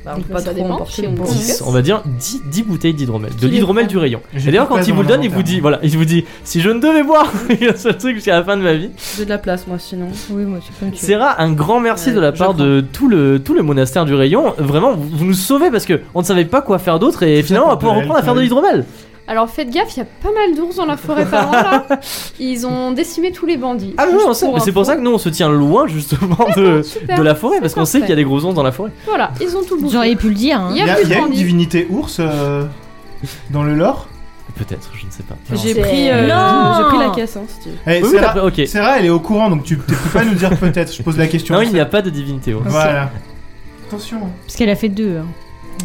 Speaker 2: Bah, on peut pas
Speaker 5: Ça
Speaker 2: trop
Speaker 5: dépend,
Speaker 2: emporter
Speaker 5: si
Speaker 2: une
Speaker 5: on
Speaker 2: grosse
Speaker 5: peut.
Speaker 2: caisse.
Speaker 1: 10, on va dire 10, 10 bouteilles d'hydromel, de
Speaker 2: Qui les
Speaker 1: l'hydromel
Speaker 2: prend
Speaker 1: du rayon.
Speaker 4: J'ai
Speaker 1: Et d'ailleurs,
Speaker 4: tout
Speaker 1: quand
Speaker 4: pas
Speaker 1: il vous
Speaker 4: dans
Speaker 1: le donne, il
Speaker 4: l'inventaire.
Speaker 1: vous dit voilà, il vous dit si je ne devais boire, <laughs> il y a ce truc jusqu'à la fin de ma vie.
Speaker 2: J'ai de la place, moi, sinon.
Speaker 3: Oui, moi, tu peux me tuer.
Speaker 1: Serra, un grand merci
Speaker 2: Ouais,
Speaker 1: de la
Speaker 2: je
Speaker 1: part de tout le, tout le monastère du rayon. Vraiment, vous, vous nous sauvez parce que on ne savait pas quoi faire d'autre et
Speaker 4: Tout ça
Speaker 1: finalement on va
Speaker 4: pour
Speaker 1: pouvoir
Speaker 4: de
Speaker 1: reprendre à faire de
Speaker 4: l'alcool.
Speaker 1: l'hydromel.
Speaker 5: Alors faites gaffe, il y a pas mal d'ours dans la forêt par an, là. Ils ont décimé tous les bandits.
Speaker 1: Ah mais oui,
Speaker 5: Juste
Speaker 1: on sait, mais c'est pour
Speaker 5: info.
Speaker 1: ça que nous on se tient loin justement
Speaker 2: <laughs>
Speaker 1: de,
Speaker 5: Super.
Speaker 1: de la forêt parce qu'on sait
Speaker 5: parfait.
Speaker 1: qu'il y a des gros onces dans la forêt.
Speaker 5: Voilà, ils ont tout bouffé.
Speaker 3: J'aurais pu le dire. hein.
Speaker 5: Il y
Speaker 4: Il y
Speaker 5: a
Speaker 4: a,
Speaker 5: plus
Speaker 4: il y a
Speaker 5: de
Speaker 4: une
Speaker 5: bandits.
Speaker 4: divinité ours euh, dans le lore
Speaker 1: Peut-être, je ne sais pas.
Speaker 2: J'ai
Speaker 5: C'est-
Speaker 2: pris, euh,
Speaker 3: Non
Speaker 2: j'ai pris la caisse, hein, si tu veux.
Speaker 4: Eh,
Speaker 1: Oui, oui,
Speaker 4: Sarah,
Speaker 1: t'as- ok.
Speaker 4: Sarah, elle est au courant, donc tu ne peux pas nous dire peut-être. Je pose la question.
Speaker 1: Non, <laughs> il n'y a pas de divinité. ouais.
Speaker 4: Voilà. Attention.
Speaker 3: Parce qu'elle a fait deux. hein.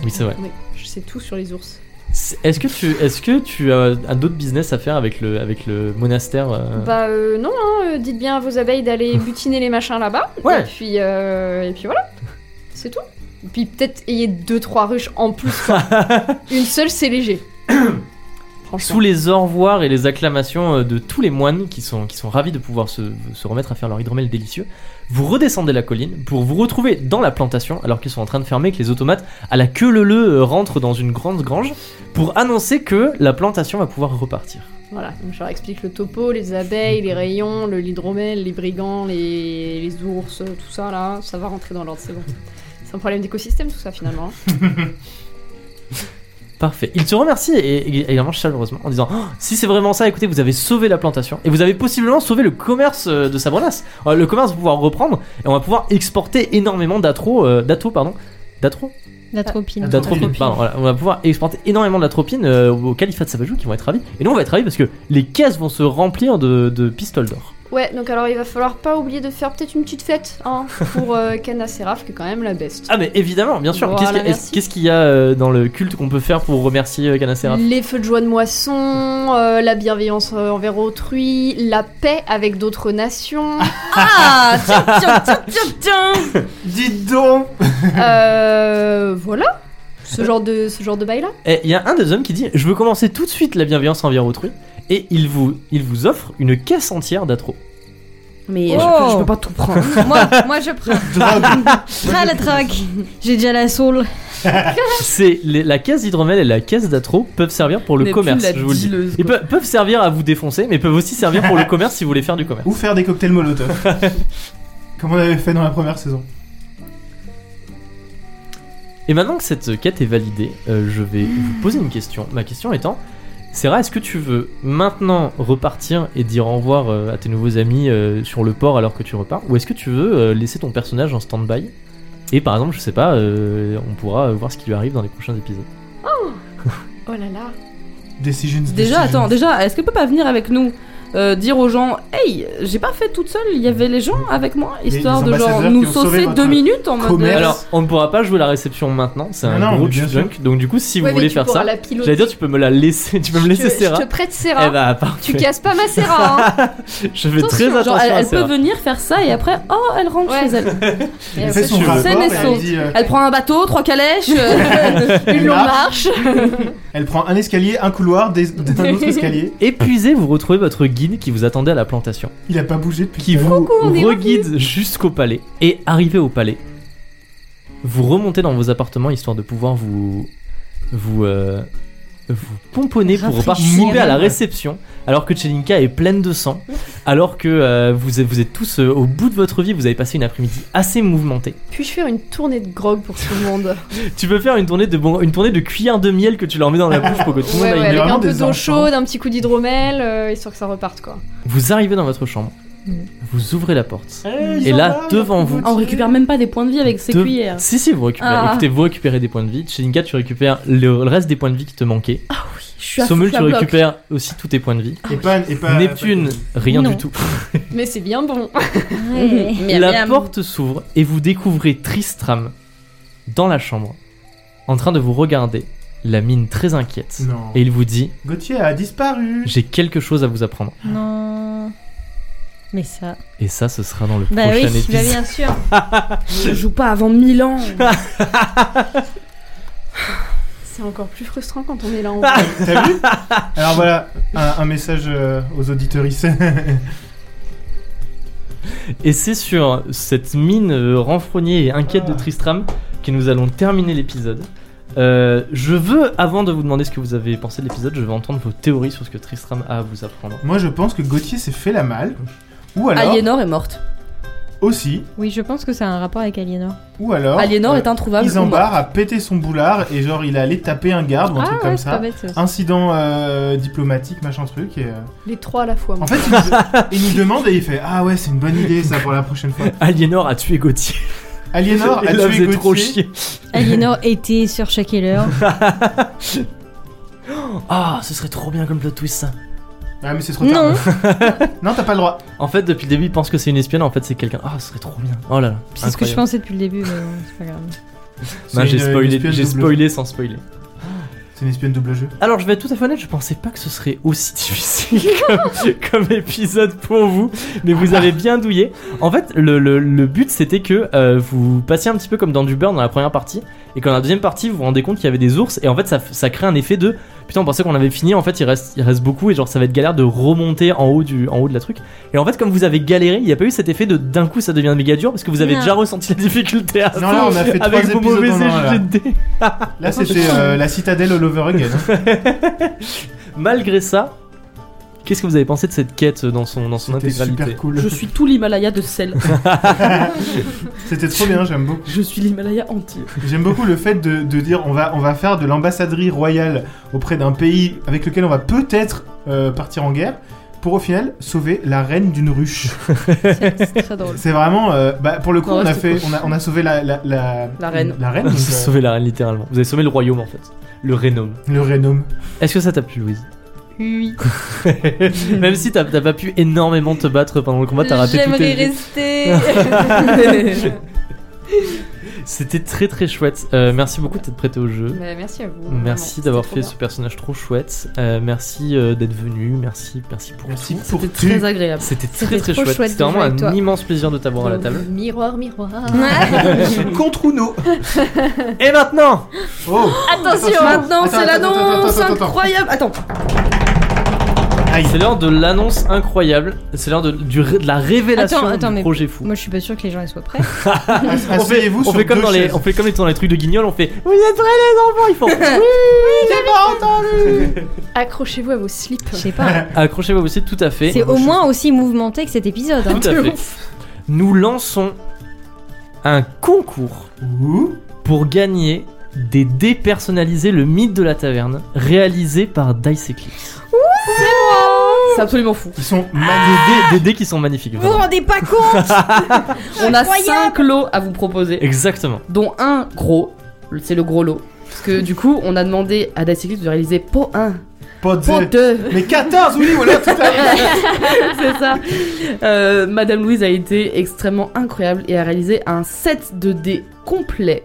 Speaker 1: Oui, c'est vrai.
Speaker 5: Mais je sais tout sur les ours.
Speaker 1: C'est- Est-ce que tu, est-ce que tu as un d'autres business à faire avec le, avec le monastère euh,
Speaker 5: Bah euh, non, hein, euh, dites bien à vos abeilles
Speaker 1: <laughs>
Speaker 5: d'aller butiner les machins là-bas.
Speaker 1: Ouais.
Speaker 5: Et puis, euh, et puis voilà, c'est tout. Et puis peut-être ayez deux trois ruches en plus.
Speaker 1: <laughs>
Speaker 5: quoi. Une seule,
Speaker 1: <coughs>
Speaker 5: c'est léger.
Speaker 1: Sous
Speaker 5: Franchement.
Speaker 1: les au revoir et les acclamations euh, de tous les moines qui sont, qui sont ravis de pouvoir se, se remettre à faire leur hydromel délicieux, vous redescendez la colline pour vous retrouver dans la plantation alors qu'ils sont en train de fermer, que les automates à la queue leu leu euh, rentrent dans une grande grange pour annoncer que la plantation va pouvoir repartir.
Speaker 5: Voilà, donc je leur explique le topo, les abeilles, les rayons, le l'hydromel, les brigands, les, les ours, tout ça là. Ça va rentrer dans l'ordre, c'est bon. C'est un problème d'écosystème tout ça finalement.
Speaker 1: Parfait. Il te remercie et, et- et il en mange chaleureusement en disant Oh, Si c'est vraiment ça, écoutez, vous avez sauvé la plantation et vous avez possiblement sauvé le commerce euh, de Sabrenas. Euh, Le commerce va pouvoir reprendre et on va pouvoir exporter énormément d'atro, euh, d'atro, pardon. D'atro
Speaker 3: D'atropine.
Speaker 1: D'atropine, pardon. Voilà. On va pouvoir exporter énormément d'atropine euh, au califat de Sabajou qui vont être ravis. Et nous, on va être ravis parce que les caisses vont se remplir de, de pistoles d'or.
Speaker 5: Ouais, donc alors il va falloir pas oublier de faire peut-être une petite fête hein, pour euh, Cana Seraph, qui est quand même la best.
Speaker 1: Ah, mais évidemment, bien sûr.
Speaker 5: Voilà,
Speaker 1: Qu'est-ce qu'il y a- est-ce-
Speaker 5: merci.
Speaker 1: qu'est-ce qu'il y a euh, dans le culte qu'on peut faire pour remercier euh, Canacera
Speaker 2: Mm.
Speaker 5: Les feux de joie de moisson, euh, la bienveillance euh, envers autrui, la paix avec
Speaker 1: <laughs>
Speaker 5: d'autres nations,
Speaker 2: Ah tiens, tiens, tiens, tiens, tiens
Speaker 4: Dites donc
Speaker 5: euh, voilà, ce genre de ce genre de bail là.
Speaker 1: Et Eh, il y a un des hommes qui dit Je veux commencer tout de suite la bienveillance envers autrui. Et il vous, il vous offre une caisse entière d'atro.
Speaker 2: Mais
Speaker 3: Oh.
Speaker 2: je, peux, je peux pas tout prendre. <laughs>
Speaker 3: moi, moi, je prends. Prends Ah, la troc. J'ai déjà la soul.
Speaker 1: C'est les- la caisse d'hydromel et la caisse d'atro peuvent servir pour le
Speaker 2: Mais plus
Speaker 1: commerce,
Speaker 2: la
Speaker 1: je vous le dis.
Speaker 2: dealeuse,
Speaker 1: Ils
Speaker 2: quoi.
Speaker 1: pe- peuvent servir à vous défoncer, mais peuvent aussi servir
Speaker 2: <laughs>
Speaker 1: pour le commerce si vous voulez faire du commerce.
Speaker 4: Ou faire des
Speaker 1: <laughs>
Speaker 4: cocktails Molotov. Comme on avait fait dans la première saison.
Speaker 1: Et maintenant que cette quête est validée, euh, je vais vous poser une question. Ma question étant Sarah, est-ce que tu veux maintenant repartir et dire au revoir euh, à tes nouveaux amis euh, sur le port alors que tu repars Ou est-ce que tu veux euh, laisser ton personnage en stand-by Et par exemple, je sais pas, euh, on pourra euh, voir ce qui lui arrive dans les prochains épisodes.
Speaker 5: Oh là là.
Speaker 4: Decisions.
Speaker 2: Déjà,
Speaker 4: decisions.
Speaker 2: attends, déjà, est-ce qu'elle peut pas venir avec nous euh, dire aux gens, hey, j'ai pas fait toute seule, il y avait les gens avec moi,
Speaker 4: Les-
Speaker 2: histoire
Speaker 4: les
Speaker 2: de genre
Speaker 4: ambassadeurs
Speaker 2: nous
Speaker 4: qui ont sauvé
Speaker 2: saucer
Speaker 4: votre
Speaker 2: deux minutes en mode.
Speaker 4: commerce.
Speaker 2: euh,
Speaker 1: Alors, on ne pourra pas jouer la réception maintenant, c'est un
Speaker 4: Ah Non, non,
Speaker 1: gros
Speaker 4: mais bien
Speaker 1: junk. Donc, du coup, si
Speaker 5: Ouais,
Speaker 1: vous
Speaker 5: mais
Speaker 1: voulez
Speaker 5: tu
Speaker 1: faire
Speaker 5: pourras
Speaker 1: ça,
Speaker 5: la piloter.
Speaker 1: j'allais dire, tu peux me la laisser, tu peux me
Speaker 5: je,
Speaker 1: laisser
Speaker 5: te- je
Speaker 1: Sarah.
Speaker 5: te prête
Speaker 1: Eh
Speaker 5: Serra.
Speaker 1: bah,
Speaker 5: Tu
Speaker 1: parfait.
Speaker 5: casses pas ma Serra. Hein.
Speaker 1: Je fais très
Speaker 2: attention,
Speaker 1: attention
Speaker 2: genre, elle,
Speaker 1: à
Speaker 2: elle peut
Speaker 1: Sarah.
Speaker 2: venir faire ça et après, oh, elle rentre
Speaker 5: Ouais.
Speaker 2: chez elle.
Speaker 5: Et
Speaker 4: Elle
Speaker 5: après,
Speaker 4: fait son
Speaker 5: tu-
Speaker 4: rapport
Speaker 2: scène
Speaker 4: et
Speaker 2: et
Speaker 4: elle
Speaker 2: saute.
Speaker 4: dit, euh,
Speaker 2: Elle prend un bateau, trois calèches, euh,
Speaker 1: <laughs>
Speaker 4: Et
Speaker 2: une longue
Speaker 4: là-
Speaker 2: marche.
Speaker 4: Elle prend un escalier, un couloir, des, un autre escalier.
Speaker 1: Épuisé, vous retrouvez votre guide qui vous attendait à la plantation.
Speaker 4: Il a pas bougé depuis.
Speaker 1: qui
Speaker 4: tout à l'heure.
Speaker 1: vous
Speaker 5: on est
Speaker 1: reguide jusqu'au palais. Et arrivé au palais, vous remontez dans vos appartements histoire de pouvoir vous vous euh, vous pomponner pour
Speaker 3: Rafraîchir.
Speaker 1: participer à la réception, alors que Chelinka est pleine de sang, alors que euh, vous, êtes- vous êtes tous euh, au bout de votre vie, vous avez passé une après-midi assez mouvementée.
Speaker 5: Puis-je faire une tournée de grog pour tout le monde
Speaker 1: Tu peux faire une tournée de bon, une tournée de cuillère de miel que tu leur mets dans la bouche pour que tout le
Speaker 5: Ouais,
Speaker 1: monde aille
Speaker 5: ouais, avec
Speaker 1: bien.
Speaker 5: un
Speaker 4: vraiment
Speaker 5: peu
Speaker 4: des
Speaker 5: d'eau
Speaker 4: enfants.
Speaker 5: chaude, un petit coup d'hydromel, euh, histoire que ça reparte quoi.
Speaker 1: Vous arrivez dans votre chambre,
Speaker 5: Mm.
Speaker 3: Mhm.
Speaker 1: vous ouvrez la porte.
Speaker 4: Eh, ils
Speaker 1: Et
Speaker 4: sont
Speaker 1: là,
Speaker 4: ils
Speaker 1: devant
Speaker 4: sont
Speaker 1: vous.
Speaker 4: foutus.
Speaker 2: Ah, on récupère même pas des points de vie avec ses
Speaker 1: Deux-
Speaker 2: cuillères.
Speaker 1: Si, si, vous récupérez.
Speaker 2: Ah.
Speaker 1: Écoutez, vous récupérez des points de vie. Chelinka, tu récupères le reste des points de vie qui te manquaient.
Speaker 2: Je suis à
Speaker 1: Sommel,
Speaker 2: fond
Speaker 1: tu
Speaker 2: la bloque.
Speaker 1: récupères aussi tous tes points de vie.
Speaker 3: Ah
Speaker 4: Et pas, et pas-
Speaker 1: Neptune, rien
Speaker 3: Non.
Speaker 1: du tout.
Speaker 5: Mais c'est bien bon.
Speaker 3: Ouais.
Speaker 2: Miam,
Speaker 1: la
Speaker 2: miam.
Speaker 1: porte s'ouvre et vous découvrez Tristram dans la chambre, en train de vous regarder, la mine très inquiète.
Speaker 4: Non.
Speaker 1: Et il vous dit
Speaker 4: Gauthier a disparu.
Speaker 1: J'ai quelque chose à vous apprendre.
Speaker 3: <laughs> Non. Mais ça.
Speaker 1: Et ça, ce sera dans le
Speaker 3: Bah
Speaker 1: prochain
Speaker 3: oui,
Speaker 1: épisode.
Speaker 3: bah
Speaker 1: <laughs>
Speaker 3: bien sûr.
Speaker 2: Je joue pas avant 1000 ans.
Speaker 5: <laughs> C'est encore plus frustrant quand on est là en vrai.
Speaker 4: T'as vu <laughs> Alors voilà, un, un message euh, aux <laughs> auditeuristes.
Speaker 1: Et c'est sur cette mine euh, renfrognée et inquiète de
Speaker 4: Ah.
Speaker 1: Tristram que nous allons terminer l'épisode. Euh, je veux, avant de vous demander ce que vous avez pensé de l'épisode, je veux entendre vos théories sur ce que Tristram a à vous apprendre.
Speaker 4: Moi, je pense que Gauthier s'est fait la malle. Ou alors.
Speaker 2: Aliénor est morte.
Speaker 4: Aussi,
Speaker 3: Oui, je pense que ça a un rapport avec Aliénor.
Speaker 4: ou alors.
Speaker 2: Aliénor
Speaker 4: euh,
Speaker 2: est introuvable.
Speaker 4: Isambard a pété son boulard et genre il est allé taper un garde ou un truc
Speaker 3: Ah ouais,
Speaker 4: comme
Speaker 3: c'est pas
Speaker 4: ça.
Speaker 3: bête. ça.
Speaker 4: Incident euh, diplomatique, machin truc. Et, euh,
Speaker 5: Les trois à la fois. moi.
Speaker 4: En fait,
Speaker 1: <laughs>
Speaker 4: il nous, il nous demande et il fait Ah ouais, c'est une bonne idée ça pour la prochaine fois.
Speaker 1: Aliénor a tué
Speaker 4: <laughs>
Speaker 1: Gauthier.
Speaker 4: Aliénor a
Speaker 1: Il la
Speaker 4: tué
Speaker 1: faisait
Speaker 4: Gauthier.
Speaker 1: trop chier.
Speaker 3: Aliénor était sur Shakeler.
Speaker 4: <laughs>
Speaker 1: Ah, ce serait trop bien comme plot twist ça.
Speaker 4: Ah, mais c'est trop tard.
Speaker 3: Non.
Speaker 4: non, t'as pas le droit.
Speaker 1: En fait, depuis le début, il pense que c'est une espionne, en fait, c'est quelqu'un. Ah, ce serait trop bien. Oh là là.
Speaker 3: C'est ce que je
Speaker 1: incroyable.
Speaker 3: pensais depuis le début, mais bon, c'est pas grave.
Speaker 1: Non,
Speaker 4: C'est
Speaker 1: j'ai
Speaker 4: une- une
Speaker 1: spoilé,
Speaker 4: espionne
Speaker 1: j'ai
Speaker 4: double-
Speaker 1: spoilé sans spoiler.
Speaker 4: C'est une espionne double jeu.
Speaker 1: Alors, je vais être tout à fait honnête, je pensais pas que ce serait aussi <laughs> difficile comme, comme épisode pour vous, mais vous avez bien douillé. En fait, le, le- le but c'était que euh, vous passiez un petit peu comme dans du burn dans la première partie, et qu'en la deuxième partie, vous vous rendez compte qu'il y avait des ours, et en fait, ça, f- ça crée un effet de putain, on pensait qu'on avait fini, en fait, il reste, il reste beaucoup, et genre, ça va être galère de remonter en haut, du, en haut de la truc. Et en fait, comme vous avez galéré, il n'y a pas eu cet effet de d'un coup ça devient méga dur, parce que vous avez
Speaker 3: Non.
Speaker 1: déjà ressenti la difficulté à
Speaker 4: Non, là, on a fait trois
Speaker 1: avec vos
Speaker 4: épisodes
Speaker 1: mauvais
Speaker 4: en un, là.
Speaker 1: CGD.
Speaker 4: Là, c'était euh, la citadelle all over again. hein.
Speaker 1: <laughs> Malgré ça, qu'est-ce que vous avez pensé de cette quête dans son, dans son
Speaker 4: C'était
Speaker 1: intégralité
Speaker 4: super cool.
Speaker 2: Je suis tout l'Himalaya de sel. <laughs>
Speaker 4: C'était trop bien, j'aime beaucoup.
Speaker 2: Je suis l'Himalaya entier.
Speaker 4: J'aime beaucoup le fait de, de dire on va, on va faire de l'ambassaderie royale auprès d'un pays avec lequel on va peut-être euh, partir en guerre pour au final sauver la reine d'une ruche.
Speaker 5: C'est c'est très drôle.
Speaker 4: C'est vraiment euh, bah, pour le coup
Speaker 2: Non,
Speaker 4: on a
Speaker 2: c'était
Speaker 4: fait on a, on a sauvé la la, la,
Speaker 2: La reine.
Speaker 4: la
Speaker 1: <laughs>
Speaker 4: reine
Speaker 1: Vous
Speaker 4: donc,
Speaker 1: avez
Speaker 4: euh,
Speaker 1: <laughs> sauvé la reine littéralement. Vous avez sauvé le royaume en fait. Le Rhénome.
Speaker 4: le rhénome.
Speaker 1: Est-ce que ça t'a plu Louise
Speaker 3: Oui.
Speaker 1: <laughs> Même si t'as t'as pas pu énormément te battre pendant le combat, t'as raté tout
Speaker 3: J'aimerais
Speaker 1: tes...
Speaker 3: rester.
Speaker 1: C'était très très chouette. Euh, merci beaucoup d'être prêté au jeu.
Speaker 5: Mais Bah, merci à vous.
Speaker 1: Merci
Speaker 5: vraiment,
Speaker 1: d'avoir
Speaker 5: c'était
Speaker 1: fait
Speaker 5: trop
Speaker 1: ce personnage trop chouette. Euh, merci euh, d'être venu. Merci, merci pour
Speaker 4: Merci
Speaker 1: tout.
Speaker 4: pour
Speaker 2: C'était
Speaker 4: tu.
Speaker 2: très agréable.
Speaker 1: C'était très
Speaker 3: C'était
Speaker 1: très
Speaker 3: trop
Speaker 1: chouette.
Speaker 3: chouette de
Speaker 1: C'était vraiment
Speaker 3: jouer avec
Speaker 1: un
Speaker 3: toi. Mmh.
Speaker 1: immense plaisir de t'avoir à la table.
Speaker 5: bien. Miroir, miroir.
Speaker 4: Contre Uno.
Speaker 1: Et maintenant
Speaker 4: Oh
Speaker 2: Attention, maintenant
Speaker 4: Attends,
Speaker 2: c'est
Speaker 4: attends, attends,
Speaker 2: l'annonce
Speaker 4: attends, attends, attends.
Speaker 2: incroyable. Attends,
Speaker 4: aïe.
Speaker 1: C'est l'heure de l'annonce incroyable, c'est l'heure de, du ré- de la révélation
Speaker 3: Attends, attends,
Speaker 1: du
Speaker 3: mais-
Speaker 1: projet fou.
Speaker 3: Moi, je suis pas sûre que les gens ils soient prêts.
Speaker 1: on fait,
Speaker 4: Asseyez-vous
Speaker 1: on
Speaker 4: sur
Speaker 1: fait comme
Speaker 4: deux
Speaker 1: dans les,
Speaker 4: chaises.
Speaker 1: on fait comme dans les trucs de guignol, on fait Vous êtes prêts les enfants Ils
Speaker 3: <laughs>
Speaker 1: font Oui j'ai pas entendu
Speaker 5: Accrochez-vous à vos slips.
Speaker 3: Je sais
Speaker 4: <laughs>
Speaker 3: pas.
Speaker 1: Accrochez-vous aussi, tout à fait.
Speaker 3: C'est au moins aussi mouvementé que cet épisode. hein.
Speaker 1: Tout à fait. Nous lançons un concours
Speaker 4: Ouh.
Speaker 1: pour gagner des dés personnalisés, le mythe de la taverne, réalisé par Dice Eclipse.
Speaker 2: c'est absolument fou.
Speaker 4: Ils sont
Speaker 1: Ah, Des,
Speaker 4: magnifiques.
Speaker 1: dés, des dés qui sont magnifiques,
Speaker 3: Vous vous
Speaker 1: vraiment.
Speaker 3: rendez pas compte
Speaker 2: On a
Speaker 3: Incroyable.
Speaker 2: 5 lots à vous proposer,
Speaker 1: Exactement.
Speaker 2: dont un gros, c'est le gros lot. Parce que du coup, on a demandé à Dice Eclipse de réaliser pot 1,
Speaker 4: Pas
Speaker 2: pot
Speaker 4: de...
Speaker 2: 2,
Speaker 4: Mais 14 oui voilà tout à l'heure.
Speaker 2: <laughs> c'est ça. Euh, Madame Louise a été extrêmement incroyable et a réalisé un set de dés complet,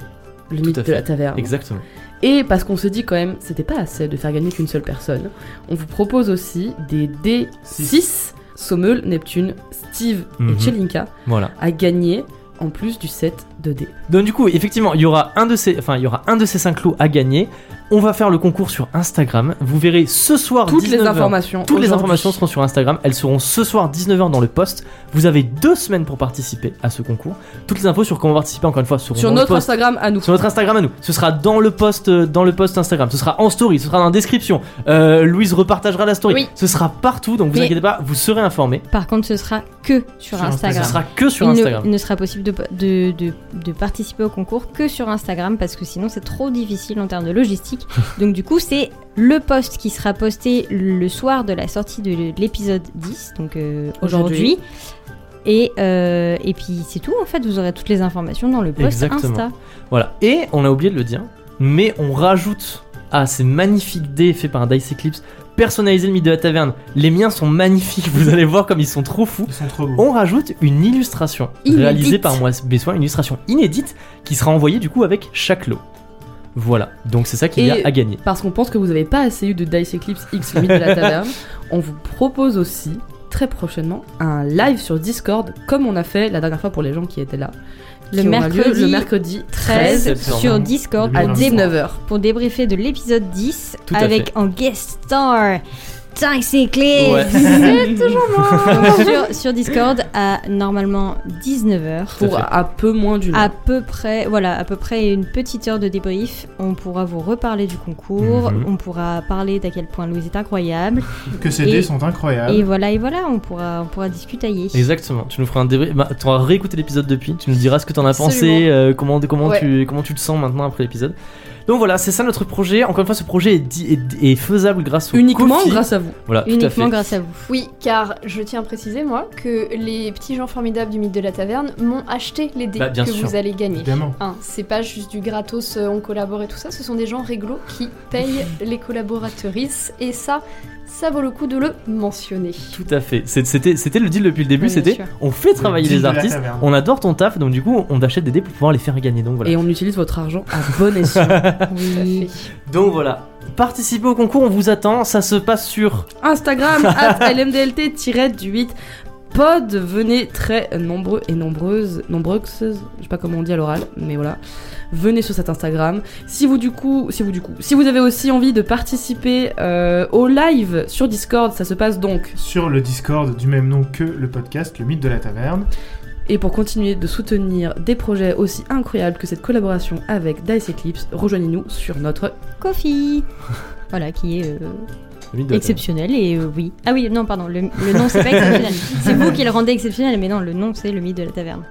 Speaker 2: le mythe
Speaker 1: à
Speaker 2: de la
Speaker 1: fait.
Speaker 2: taverne.
Speaker 1: Exactement.
Speaker 2: Et parce qu'on se dit quand même, c'était pas assez de faire gagner qu'une seule personne, on vous propose aussi des dés
Speaker 4: Six.
Speaker 2: 6, Sommel, Neptune, Steve
Speaker 1: Mhm.
Speaker 2: et Chelinka,
Speaker 1: Voilà.
Speaker 2: à gagner en plus du set de dés.
Speaker 1: Donc du coup, effectivement, il y aura un de ces, enfin, il y aura un de ces cinq lots à gagner. On va faire le concours sur Instagram. Vous verrez ce soir
Speaker 2: Toutes les
Speaker 1: 19 Oh, heures.
Speaker 2: informations.
Speaker 1: Toutes les
Speaker 2: aujourd'hui.
Speaker 1: informations seront sur Instagram. Elles seront ce soir 19h dans le post. Vous avez deux semaines pour participer à ce concours. Toutes les infos sur comment participer, encore une fois, seront
Speaker 2: sur
Speaker 1: dans le
Speaker 2: notre
Speaker 1: post.
Speaker 2: Instagram à nous.
Speaker 1: Sur notre Instagram à nous. Ce sera dans le post, euh, dans le post Instagram. Ce sera en story. Ce sera dans la description. Euh, Louise repartagera la story.
Speaker 3: Oui.
Speaker 1: Ce sera partout. Donc vous
Speaker 3: Mais-
Speaker 1: inquiétez pas, vous serez informés.
Speaker 3: Par contre, ce sera que sur
Speaker 4: Sur Instagram.
Speaker 1: Ce sera
Speaker 3: Instagram.
Speaker 1: que sur
Speaker 3: il, ne-
Speaker 1: Instagram.
Speaker 3: il Ne, sera possible de, de, de- de participer au concours que sur Instagram parce que sinon c'est trop difficile en termes
Speaker 1: <laughs>
Speaker 3: de logistique. Donc du coup c'est le post qui sera posté le soir de la sortie de l'épisode 10, donc euh,
Speaker 2: Aujourd'hui.
Speaker 3: aujourd'hui. Et, euh, et puis c'est tout en fait, vous aurez toutes les informations dans le post
Speaker 1: Exactement.
Speaker 3: Insta.
Speaker 1: Voilà. Et on a oublié de le dire, mais on rajoute à ces magnifiques dés faits par Dice Eclipse, personnaliser le mythe de la taverne. Les miens sont magnifiques, <laughs> vous allez voir comme ils sont trop fous.
Speaker 4: Ils sont trop beaux.
Speaker 1: On rajoute une illustration
Speaker 3: Inédite.
Speaker 1: réalisée par moi Bessoin, une illustration inédite qui sera envoyée du coup avec chaque lot. Voilà, donc c'est ça qu'il y a
Speaker 2: Et-
Speaker 1: à gagner.
Speaker 2: Parce qu'on pense que vous n'avez pas assez eu de Dice Eclipse X le mythe de
Speaker 1: <laughs>
Speaker 2: la taverne, on vous propose aussi très prochainement un live sur Discord, comme on a fait la dernière fois pour les gens qui étaient là.
Speaker 3: Le
Speaker 2: qui aura
Speaker 3: mercredi
Speaker 2: lieu le mercredi 13
Speaker 1: 13
Speaker 3: 13 sur
Speaker 1: septembre.
Speaker 3: Discord
Speaker 4: à
Speaker 2: à
Speaker 3: pour dé-
Speaker 2: 19h.
Speaker 3: pour débriefer de l'épisode 10
Speaker 1: Tout à
Speaker 3: avec en guest star putain que c'est clé <laughs>
Speaker 1: Ouais.
Speaker 5: C'est toujours moi
Speaker 3: sur, sur Discord à normalement 19h.
Speaker 1: Tout à
Speaker 2: Pour
Speaker 1: fait.
Speaker 2: un peu moins d'une
Speaker 3: À
Speaker 2: heure.
Speaker 3: peu près, voilà, à peu près une petite heure de débrief. On pourra vous reparler du concours,
Speaker 1: Mhm.
Speaker 3: on pourra parler d'à quel point Louise est incroyable,
Speaker 4: Que ces
Speaker 3: Et-
Speaker 4: dés sont incroyables.
Speaker 3: et voilà, et voilà, on pourra, on pourra discutailler.
Speaker 1: Exactement, tu nous feras un débrief. Bah, tu auras réécouté l'épisode depuis, tu nous diras ce que t'en as pensé,
Speaker 5: Absolument.
Speaker 1: euh, comment, comment,
Speaker 5: Ouais.
Speaker 1: tu, comment tu te sens maintenant après l'épisode. Donc voilà, c'est ça notre projet. Encore une fois, ce projet est, di- est- est faisable grâce au
Speaker 2: Uniquement
Speaker 1: Ko-fi.
Speaker 2: grâce à vous.
Speaker 1: Voilà, tout à fait.
Speaker 3: Uniquement grâce à vous.
Speaker 5: Oui, car je tiens à préciser, moi, que les petits gens formidables du mythe de la taverne m'ont acheté les dés
Speaker 1: Bah, bien
Speaker 5: que
Speaker 1: sûr.
Speaker 5: vous allez gagner.
Speaker 4: Évidemment.
Speaker 5: Hein, c'est pas juste du gratos, euh, on collabore et tout ça, ce sont des gens réglo qui payent les collaboratrices et ça, ça vaut le coup de le mentionner.
Speaker 1: Tout à fait. C'est- C'était c'était le deal depuis le début,
Speaker 3: Ouais, bien
Speaker 1: c'était
Speaker 3: sûr.
Speaker 1: on fait travailler
Speaker 4: deal
Speaker 1: les
Speaker 4: de la
Speaker 1: artistes,
Speaker 4: taverne.
Speaker 1: on adore ton taf, donc du coup on achète des dés pour pouvoir les faire gagner. Donc voilà.
Speaker 2: Et on utilise votre argent à bon escient.
Speaker 3: Oui.
Speaker 1: Donc voilà. Participez au concours, on vous attend, ça se passe sur...
Speaker 2: Instagram, at lmdlt-8. Pod, venez très nombreux et nombreuses, nombreuses, je sais pas comment on dit à l'oral, mais voilà. Venez sur cet Instagram. Si vous du coup, si vous du coup, si vous avez aussi envie de participer euh, au live sur Discord, ça se passe donc.
Speaker 4: Sur le Discord du même nom que le podcast, le mythe de la taverne.
Speaker 2: Et pour continuer de soutenir des projets aussi incroyables que cette collaboration avec Dice Eclipse, rejoignez-nous sur notre
Speaker 3: Kofi <laughs> Voilà, qui est euh,
Speaker 1: Exceptionnel.
Speaker 3: exceptionnel et euh, oui. Ah oui, non, pardon, le, le nom c'est pas exceptionnel.
Speaker 2: <laughs>
Speaker 3: c'est vous qui le rendez exceptionnel, mais non, le nom c'est le mythe de la taverne.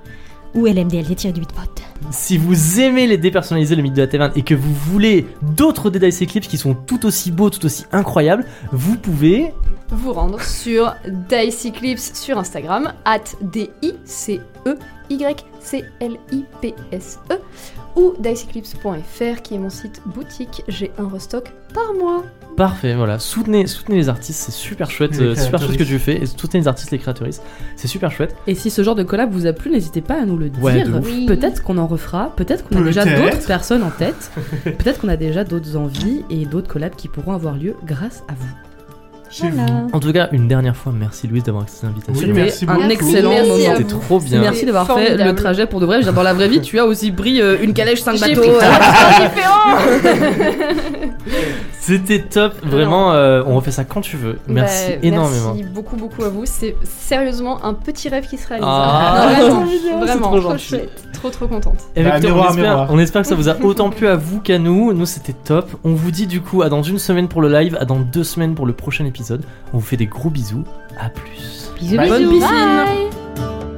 Speaker 3: Ou LMDLT-8 pot.
Speaker 1: Si vous aimez les dépersonnaliser le mythe de la taverne et que vous voulez d'autres dés Dice Eclipse qui sont tout aussi beaux, tout aussi incroyables, vous pouvez
Speaker 5: Vous rendre sur Dice Eclipse sur Instagram, at E D-I-C-E-Y-C-L-I-P-S-E, E, ou diceeclipse.fr qui est mon site boutique, j'ai un restock par mois.
Speaker 1: Parfait, voilà. Soutenez, soutenez les artistes, c'est super chouette,
Speaker 4: Et les
Speaker 1: euh, super chouette ce que
Speaker 4: créatrices.
Speaker 1: tu fais. Et soutenez les artistes, les créatrices, c'est super chouette.
Speaker 2: Et si ce genre de collab vous a plu, n'hésitez pas à nous le
Speaker 1: Ouais, de
Speaker 2: dire.
Speaker 1: ouf.
Speaker 3: Oui.
Speaker 2: Peut-être qu'on en refera, peut-être qu'on a déjà
Speaker 4: Peut-être.
Speaker 2: d'autres personnes en tête, <laughs> peut-être qu'on a déjà d'autres envies et d'autres collabs qui pourront avoir lieu grâce à vous.
Speaker 4: Chez vous.
Speaker 3: Voilà.
Speaker 1: En tout cas, une dernière fois, merci Louise d'avoir accepté l'invitation.
Speaker 4: Oui,
Speaker 2: C'était
Speaker 4: merci
Speaker 2: un
Speaker 4: beaucoup.
Speaker 2: excellent
Speaker 5: Merci
Speaker 2: moment.
Speaker 5: à
Speaker 1: C'était
Speaker 5: vous.
Speaker 1: trop bien.
Speaker 2: Merci d'avoir fait
Speaker 5: Formidable.
Speaker 2: le trajet pour de vrai. Je veux dire, dans la vraie vie, tu as aussi pris euh, une calèche, cinq
Speaker 5: J'ai
Speaker 2: bateaux.
Speaker 5: pris
Speaker 2: euh,
Speaker 1: C'était top, vraiment. euh, on refait ça quand tu veux. <laughs> Merci
Speaker 5: Bah,
Speaker 1: énormément.
Speaker 5: Merci beaucoup, beaucoup à vous. C'est sérieusement un petit rêve qui se réalise.
Speaker 1: Ah, <laughs>
Speaker 5: vraiment,
Speaker 1: c'est trop
Speaker 5: vraiment,
Speaker 1: gentil.
Speaker 5: chouette. Trop, trop contente.
Speaker 1: Eh ben,
Speaker 4: Bah,
Speaker 1: écoutez,
Speaker 4: miroir,
Speaker 1: on, espère,
Speaker 4: miroir.
Speaker 1: on espère que ça
Speaker 5: <laughs>
Speaker 1: vous a autant plu à vous qu'à nous. Nous, c'était top. On vous dit du coup à dans une semaine pour le live, à dans deux semaines pour le prochain épisode. On vous fait des gros bisous. À plus.
Speaker 3: Bisous,
Speaker 2: Bonne
Speaker 3: bisous.
Speaker 2: piscine.
Speaker 5: Bye.